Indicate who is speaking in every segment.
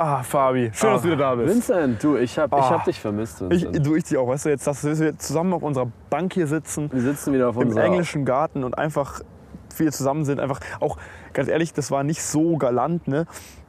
Speaker 1: Ah, Fabi.
Speaker 2: Schön,
Speaker 1: ah.
Speaker 2: dass du wieder da bist.
Speaker 3: Vincent, du, ich hab, ich
Speaker 1: Ah.
Speaker 3: hab dich vermisst,
Speaker 1: Ich,
Speaker 3: Vincent.
Speaker 1: du, ich dich auch, weißt du, jetzt, dass wir zusammen auf unserer Bank hier sitzen,
Speaker 3: wir sitzen wieder auf
Speaker 1: im
Speaker 3: unserer...
Speaker 1: englischen Garten und einfach wir zusammen sind. Einfach auch, ganz ehrlich, das war nicht so galant, ne?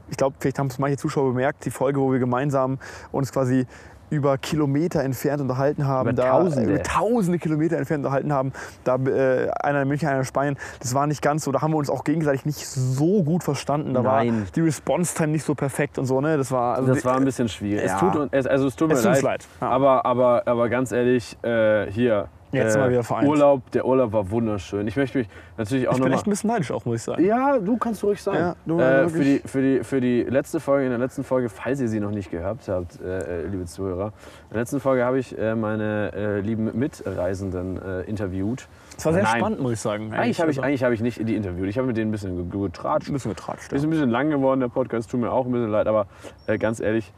Speaker 1: Ich glaube, vielleicht haben es manche Zuschauer bemerkt, die Folge, wo wir gemeinsam uns quasi über Kilometer entfernt unterhalten haben.
Speaker 3: Über
Speaker 1: da,
Speaker 3: Tausende.
Speaker 1: Über tausende Kilometer entfernt unterhalten haben. Da äh, einer in München, einer in Spanien. Das war nicht ganz so. Da haben wir uns auch gegenseitig nicht so gut verstanden. Da
Speaker 3: Nein.
Speaker 1: war die Response-Time nicht so perfekt und so, ne? Das war... Also
Speaker 3: Das war ein bisschen schwierig.
Speaker 1: Ja.
Speaker 3: Es tut, uns- es, also es tut mir
Speaker 1: Es tut
Speaker 3: leid,
Speaker 1: uns leid, ja.
Speaker 3: Aber, aber, aber ganz ehrlich, äh, hier,
Speaker 1: Jetzt
Speaker 3: äh,
Speaker 1: mal wieder vereint.
Speaker 3: Urlaub, der Urlaub war wunderschön. Ich möchte mich natürlich auch
Speaker 1: ich bin
Speaker 3: nochmal...
Speaker 1: echt ein bisschen neidisch auch, muss ich sagen.
Speaker 3: Ja, du kannst ruhig sein.
Speaker 1: Ja, du,
Speaker 3: äh, für, die,
Speaker 1: wirklich.
Speaker 3: für, die, für die letzte Folge, in der letzten Folge, falls ihr sie noch nicht gehört habt, äh, äh, liebe Zuhörer, in der letzten Folge habe ich äh, meine äh, lieben Mitreisenden äh, interviewt.
Speaker 1: Es war sehr
Speaker 3: Nein.
Speaker 1: spannend, muss ich sagen.
Speaker 3: Eigentlich habe ich,
Speaker 1: Also,
Speaker 3: eigentlich habe ich nicht die interviewt. Ich habe mit denen ein bisschen ge- getratscht.
Speaker 1: ein bisschen getratscht.
Speaker 3: Ist ein bisschen lang geworden, der Podcast, tut mir auch ein bisschen leid, aber äh, ganz ehrlich,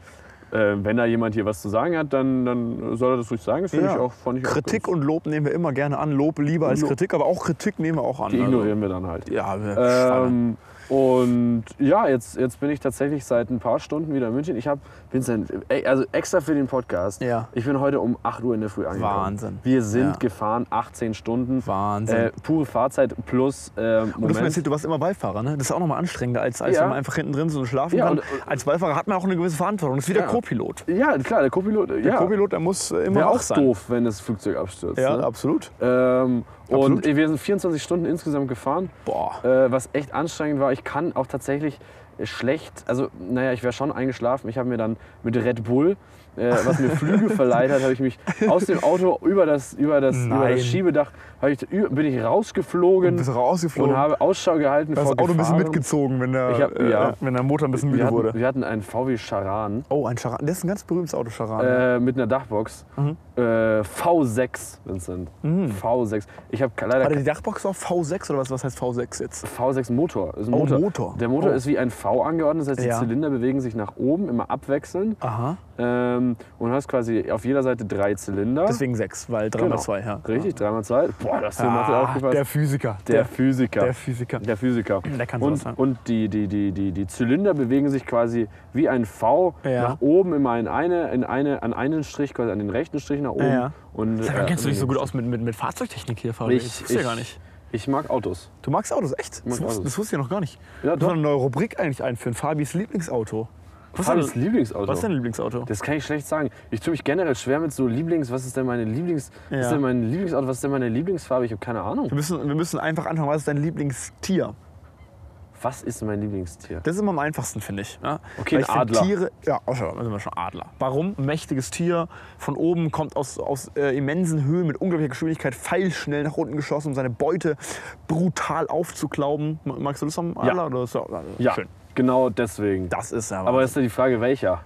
Speaker 3: äh, wenn da jemand hier was zu sagen hat, dann, dann soll er das ruhig sagen. Das finde
Speaker 1: Ja.
Speaker 3: ich auch fand ich auch
Speaker 1: Kritik
Speaker 3: ganz-
Speaker 1: und Lob nehmen wir immer gerne an. Lob lieber als
Speaker 3: Lob.
Speaker 1: Kritik, aber auch Kritik nehmen wir auch an.
Speaker 3: Die
Speaker 1: Also,
Speaker 3: ignorieren wir dann halt.
Speaker 1: Ja, wir schweigen.
Speaker 3: Ähm, und ja, jetzt, jetzt bin ich tatsächlich seit ein paar Stunden wieder in München. Ich habe, Vincent, ey, also extra für den Podcast,
Speaker 1: Ja.
Speaker 3: ich bin heute um 8 Uhr in der Früh angekommen.
Speaker 1: Wahnsinn.
Speaker 3: Wir sind
Speaker 1: Ja.
Speaker 3: gefahren, 18 Stunden.
Speaker 1: Wahnsinn.
Speaker 3: Äh, pure Fahrzeit plus
Speaker 1: und
Speaker 3: äh,
Speaker 1: du hast mir
Speaker 3: Moment.
Speaker 1: erzählt, du warst immer Beifahrer, ne? Das ist auch nochmal anstrengender, als, als
Speaker 3: Ja.
Speaker 1: wenn man einfach hinten drin so schlafen
Speaker 3: Ja,
Speaker 1: kann.
Speaker 3: und- und-
Speaker 1: als Beifahrer hat man auch eine gewisse Verantwortung. Das ist wie der
Speaker 3: Ja.
Speaker 1: Co-Pilot.
Speaker 3: Ja, klar, der Co-Pilot, äh,
Speaker 1: Der
Speaker 3: ja,
Speaker 1: Co-Pilot, der muss äh, immer
Speaker 3: wäre
Speaker 1: wach
Speaker 3: auch
Speaker 1: sein.
Speaker 3: doof, wenn das Flugzeug abstürzt.
Speaker 1: Ja,
Speaker 3: ne?
Speaker 1: absolut.
Speaker 3: ähm,
Speaker 1: Absolut.
Speaker 3: und wir sind 24 Stunden insgesamt gefahren.
Speaker 1: Boah.
Speaker 3: äh, was echt anstrengend war. Ich kann auch tatsächlich schlecht, also naja, ich wäre schon eingeschlafen. Ich habe mir dann mit Red Bull, äh, was mir Flüge verleiht hat, habe ich mich aus dem Auto über das, über das, über
Speaker 1: Nein.
Speaker 3: das Schiebedach hab ich, ü- bin ich
Speaker 1: Du
Speaker 3: rausgeflogen
Speaker 1: bist rausgeflogen.
Speaker 3: Ähm, und habe Ausschau gehalten
Speaker 1: das
Speaker 3: vor
Speaker 1: Auto ein bisschen
Speaker 3: Gefahren.
Speaker 1: mitgezogen, wenn der,
Speaker 3: Ich hab-
Speaker 1: äh,
Speaker 3: ja.
Speaker 1: wenn der Motor ein bisschen
Speaker 3: Wir
Speaker 1: müde
Speaker 3: hatten,
Speaker 1: wurde.
Speaker 3: wir hatten einen VW Charan
Speaker 1: Oh, ein Charan. Das ist ein ganz berühmtes Auto, Charan.
Speaker 3: äh, mit einer Dachbox. Äh,
Speaker 1: Mhm.
Speaker 3: V6, Vincent. V6. Ich habe leider
Speaker 1: Hatte die Dachbox auch V6 oder was, was heißt V6 jetzt?
Speaker 3: V6 Motor. Ist ein
Speaker 1: Oh,
Speaker 3: Motor.
Speaker 1: Motor.
Speaker 3: Der Motor
Speaker 1: Oh.
Speaker 3: ist wie ein V angeordnet, das heißt, die
Speaker 1: Ja.
Speaker 3: Zylinder bewegen sich nach oben, immer abwechselnd.
Speaker 1: Aha.
Speaker 3: Ähm, und hast quasi auf jeder Seite drei Zylinder. Genau.
Speaker 1: Deswegen 6, weil 3 mal 2, ja.
Speaker 3: Richtig, dreimal zwei. Boah, das ist Mathe
Speaker 1: Genau. Ah,
Speaker 3: aufgepasst.
Speaker 1: der Physiker.
Speaker 3: Der Physiker.
Speaker 1: Der Physiker.
Speaker 3: Der Physiker.
Speaker 1: Der kann sowas,
Speaker 3: und
Speaker 1: ja.
Speaker 3: und die, die, die, die, die Zylinder bewegen sich quasi wie ein V
Speaker 1: Ja.
Speaker 3: nach oben, immer in eine, in eine, an einen Strich, quasi an den rechten Strich nach oben.
Speaker 1: Ja, ja.
Speaker 3: Und,
Speaker 1: Sag
Speaker 3: äh,
Speaker 1: mal, kennst du dich so
Speaker 3: und-
Speaker 1: gut aus mit, mit, mit Fahrzeugtechnik hier, Fabi?
Speaker 3: Ich,
Speaker 1: das
Speaker 3: ich,
Speaker 1: wusste ich ja gar nicht.
Speaker 3: ich mag Autos.
Speaker 1: Du magst Autos, echt? Das,
Speaker 3: mag
Speaker 1: wusste,
Speaker 3: Autos.
Speaker 1: das wusste ich noch gar nicht.
Speaker 3: Ja,
Speaker 1: Muss
Speaker 3: doch.
Speaker 1: man eine neue Rubrik eigentlich einführen. Fabis Lieblingsauto. Was,
Speaker 3: Fabis
Speaker 1: ist dein-
Speaker 3: Lieblingsauto.
Speaker 1: was ist dein Lieblingsauto?
Speaker 3: Das kann ich schlecht sagen. Ich tue mich generell schwer mit so Lieblings, was ist denn meine Lieblings, was
Speaker 1: Ja.
Speaker 3: ist denn mein Lieblingsauto, was ist denn meine Lieblingsfarbe? Ich habe keine Ahnung.
Speaker 1: Wir müssen, wir müssen einfach anfangen, was ist dein Lieblingstier?
Speaker 3: Was ist mein Lieblingstier?
Speaker 1: Das ist immer am einfachsten, finde ich. Ja? Weil
Speaker 3: Okay, ein
Speaker 1: ich finde
Speaker 3: Adler.
Speaker 1: Tiere, ja, auch schon, sind wir schon Adler. Warum? Ein mächtiges Tier, von oben, kommt aus, aus äh, immensen Höhen mit unglaublicher Geschwindigkeit, feilschnell nach unten geschossen, um seine Beute brutal aufzuklauben. Ma- Magst du das am Adler? Oder ist, ja,
Speaker 3: Ja,
Speaker 1: Schön.
Speaker 3: genau deswegen.
Speaker 1: Das ist ja
Speaker 3: Aber ist ja die Frage, welcher?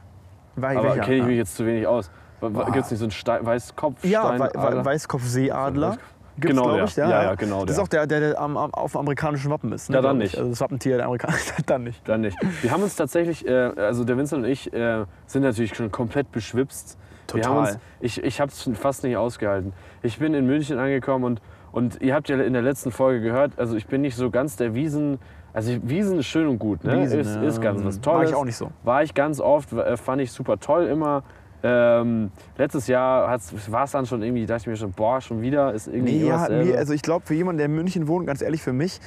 Speaker 1: Weil-
Speaker 3: Aber
Speaker 1: welcher?
Speaker 3: kenne ich
Speaker 1: Ja.
Speaker 3: mich jetzt zu wenig aus. Gibt es nicht so einen Stein, Weißkopfstein?
Speaker 1: Ja, Wei- Wei-
Speaker 3: Adler?
Speaker 1: Weißkopfseeadler. Gibt's,
Speaker 3: Genau
Speaker 1: glaub
Speaker 3: der.
Speaker 1: ich, ja,
Speaker 3: Ja, ja, genau
Speaker 1: Das ist
Speaker 3: der.
Speaker 1: auch der, der, der am, am, auf dem amerikanischen Wappen ist. Ne,
Speaker 3: Ja, dann
Speaker 1: glaub ich.
Speaker 3: nicht.
Speaker 1: Also das Wappentier der Amerikaner. dann nicht.
Speaker 3: Dann nicht. Wir haben uns tatsächlich, äh, also der Vincent und ich äh, sind natürlich schon komplett beschwipst. Wir haben
Speaker 1: Total.
Speaker 3: uns, ich ich habe es fast nicht ausgehalten. Ich bin in München angekommen und, und ihr habt ja in der letzten Folge gehört, also ich bin nicht so ganz der Wiesen. Also ich- Wiesen ist schön und gut, ne?
Speaker 1: Wiesen,
Speaker 3: ist,
Speaker 1: ja.
Speaker 3: ist ganz was
Speaker 1: Mag
Speaker 3: Tolles.
Speaker 1: ich auch nicht so.
Speaker 3: War ich ganz oft, w- äh, fand ich super toll immer. Ähm, letztes Jahr war es dann schon irgendwie, dachte ich mir schon, boah, schon wieder ist irgendwie
Speaker 1: Nee,
Speaker 3: immer
Speaker 1: ja,
Speaker 3: dasselbe.
Speaker 1: nee, also ich glaube, für jemanden, der in München wohnt, ganz ehrlich, für mich,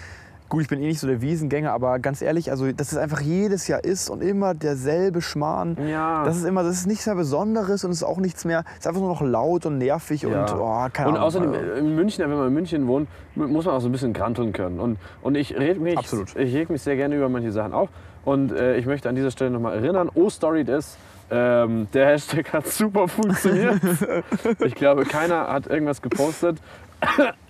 Speaker 1: gut, ich bin eh nicht so der Wiesengänger, aber ganz ehrlich, also dass es einfach jedes Jahr ist und immer derselbe Schmarrn.
Speaker 3: Ja.
Speaker 1: Das ist immer, das ist nichts mehr Besonderes und es ist auch nichts mehr, es ist einfach nur noch laut und nervig und, oh, keine
Speaker 3: und
Speaker 1: Ahnung.
Speaker 3: außerdem äh, in München, wenn man in München wohnt, m- muss man auch so ein bisschen granteln können. Und, und ich reg mich,
Speaker 1: Absolut.
Speaker 3: ich reg mich sehr gerne über manche Sachen auf. Und äh, ich möchte an dieser Stelle nochmal erinnern, O-Story ist, ähm, der Hashtag hat super funktioniert. ich glaube, keiner hat irgendwas gepostet.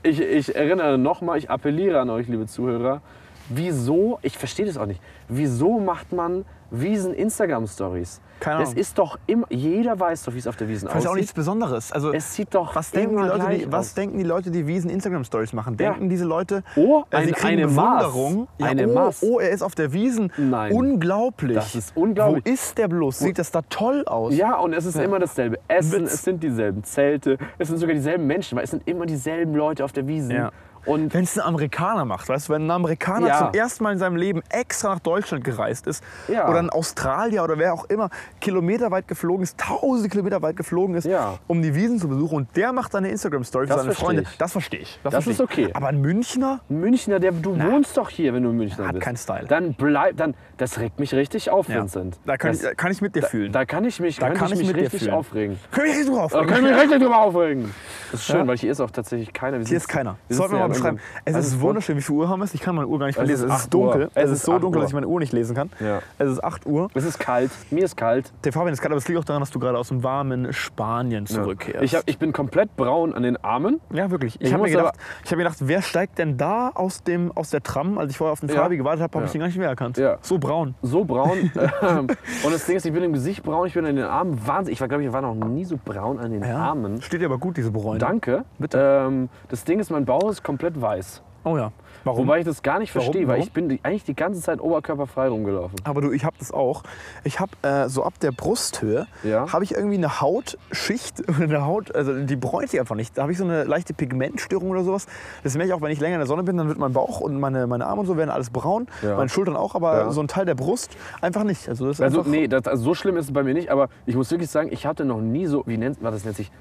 Speaker 3: Ich, ich erinnere nochmal, ich appelliere an euch, liebe Zuhörer. Wieso, ich verstehe das auch nicht, wieso macht man Wiesen Instagram-Stories?
Speaker 1: Keine
Speaker 3: Das
Speaker 1: Ahnung.
Speaker 3: ist doch immer, jeder weiß doch, wie es auf der Wiesen
Speaker 1: das ist auch nichts
Speaker 3: aussieht.
Speaker 1: Besonderes. Also,
Speaker 3: Es sieht doch
Speaker 1: was denken, die
Speaker 3: immer
Speaker 1: Leute,
Speaker 3: gleich
Speaker 1: die, was
Speaker 3: aus.
Speaker 1: denken die Leute, die Wiesen Instagram-Stories machen? Denken diese Leute,
Speaker 3: Oh,
Speaker 1: äh, sie
Speaker 3: ein-
Speaker 1: kriegen
Speaker 3: eine
Speaker 1: Bewunderung?
Speaker 3: Maß. Eine
Speaker 1: oh,
Speaker 3: Maß.
Speaker 1: oh, er ist auf der Wiesen.
Speaker 3: Nein.
Speaker 1: Unglaublich.
Speaker 3: Das ist unglaublich.
Speaker 1: Wo ist der bloß? Sieht das da toll aus?
Speaker 3: Ja, und es ist immer dasselbe Essen,
Speaker 1: Witz.
Speaker 3: es sind dieselben Zelte, es sind sogar dieselben Menschen, weil es sind immer dieselben Leute auf der Wiese.
Speaker 1: Ja.
Speaker 3: Und
Speaker 1: Wenn es ein Amerikaner macht, weißt du, wenn ein Amerikaner
Speaker 3: Ja.
Speaker 1: zum ersten Mal in seinem Leben extra nach Deutschland gereist ist
Speaker 3: Ja.
Speaker 1: oder ein Australier oder wer auch immer kilometerweit geflogen ist, tausende Kilometer weit geflogen ist,
Speaker 3: Ja.
Speaker 1: um die Wiesen zu besuchen und der macht dann eine Instagram-Story für
Speaker 3: Das
Speaker 1: seine
Speaker 3: versteh
Speaker 1: Freunde,
Speaker 3: ich.
Speaker 1: das verstehe ich.
Speaker 3: Das
Speaker 1: versteh
Speaker 3: ist
Speaker 1: ich.
Speaker 3: okay.
Speaker 1: Aber ein Münchner?
Speaker 3: ein Münchner, der, du wohnst doch hier, wenn du in Münchner
Speaker 1: hat
Speaker 3: bist.
Speaker 1: keinen Style.
Speaker 3: Dann bleib, dann, das regt mich richtig auf,
Speaker 1: Ja.
Speaker 3: Vincent.
Speaker 1: Da kann,
Speaker 3: das,
Speaker 1: ich, da kann ich mit dir fühlen.
Speaker 3: da kann ich mich,
Speaker 1: da
Speaker 3: kann
Speaker 1: kann
Speaker 3: ich
Speaker 1: ich
Speaker 3: mich
Speaker 1: mit dir
Speaker 3: richtig
Speaker 1: fühlen.
Speaker 3: aufregen.
Speaker 1: Können wir richtig drauf
Speaker 3: Da kann ich mich richtig drüber aufregen. Das ist schön,
Speaker 1: Ja.
Speaker 3: weil hier ist auch tatsächlich keiner.
Speaker 1: Hier
Speaker 3: Wir sitzen-
Speaker 1: ist keiner.
Speaker 3: wir
Speaker 1: Das sollten
Speaker 3: sitzen
Speaker 1: wir
Speaker 3: ja
Speaker 1: mal
Speaker 3: in
Speaker 1: beschreiben.
Speaker 3: irgendeinem-
Speaker 1: Es
Speaker 3: also
Speaker 1: ist wunderschön. Wie viel Uhr haben wir? Ich kann meine Uhr gar nicht verlesen.
Speaker 3: ist
Speaker 1: Es ist
Speaker 3: 8 Uhr.
Speaker 1: dunkel.
Speaker 3: Es
Speaker 1: Es
Speaker 3: ist
Speaker 1: ist so
Speaker 3: 8
Speaker 1: dunkel,
Speaker 3: Uhr.
Speaker 1: dass ich meine Uhr nicht lesen kann.
Speaker 3: Ja.
Speaker 1: Es ist 8 Uhr.
Speaker 3: Es ist kalt. Mir ist kalt.
Speaker 1: Der Fabian ist kalt, aber es liegt auch daran, dass du gerade aus dem warmen Spanien zurückkehrst.
Speaker 3: Ich, hab, ich bin komplett braun an den Armen.
Speaker 1: ja, wirklich. Ich,
Speaker 3: Ich
Speaker 1: habe mir,
Speaker 3: muss aber-
Speaker 1: gedacht, ich hab mir gedacht, wer steigt denn da aus, dem, aus der Tram? Als ich vorher auf den
Speaker 3: Ja.
Speaker 1: Fabi gewartet habe, habe
Speaker 3: Ja.
Speaker 1: ich den gar nicht mehr erkannt.
Speaker 3: Ja.
Speaker 1: So braun.
Speaker 3: So braun. ähm, und das Ding ist, ich bin im Gesicht braun, ich bin an den Armen wahnsinnig. Ich war, glaube ich, war noch nie so braun an den Armen.
Speaker 1: Steht dir aber gut, diese Bräune.
Speaker 3: Danke.
Speaker 1: Bitte.
Speaker 3: Ähm, das Ding ist, mein Bauch ist komplett weiß.
Speaker 1: Oh ja. Warum?
Speaker 3: Wobei ich das gar nicht
Speaker 1: Warum?
Speaker 3: verstehe, weil ich
Speaker 1: Warum?
Speaker 3: bin die, eigentlich die ganze Zeit oberkörperfrei rumgelaufen.
Speaker 1: aber du, ich habe das auch. Ich habe äh, so ab der Brusthöhe
Speaker 3: Ja.
Speaker 1: habe ich irgendwie eine Hautschicht, eine Haut, also die bräunt sich einfach nicht. Da habe ich so eine leichte Pigmentstörung oder sowas. Das merke ich auch, wenn ich länger in der Sonne bin, dann wird mein Bauch und meine, meine Arme und so werden alles braun,
Speaker 3: Ja.
Speaker 1: meine Schultern auch, aber
Speaker 3: Ja.
Speaker 1: so ein Teil der Brust einfach nicht. Also das ist
Speaker 3: Also,
Speaker 1: einfach,
Speaker 3: nee, das, also so schlimm ist es bei mir nicht, aber ich muss wirklich sagen, ich hatte noch nie so, wie nennt man das, nennt sich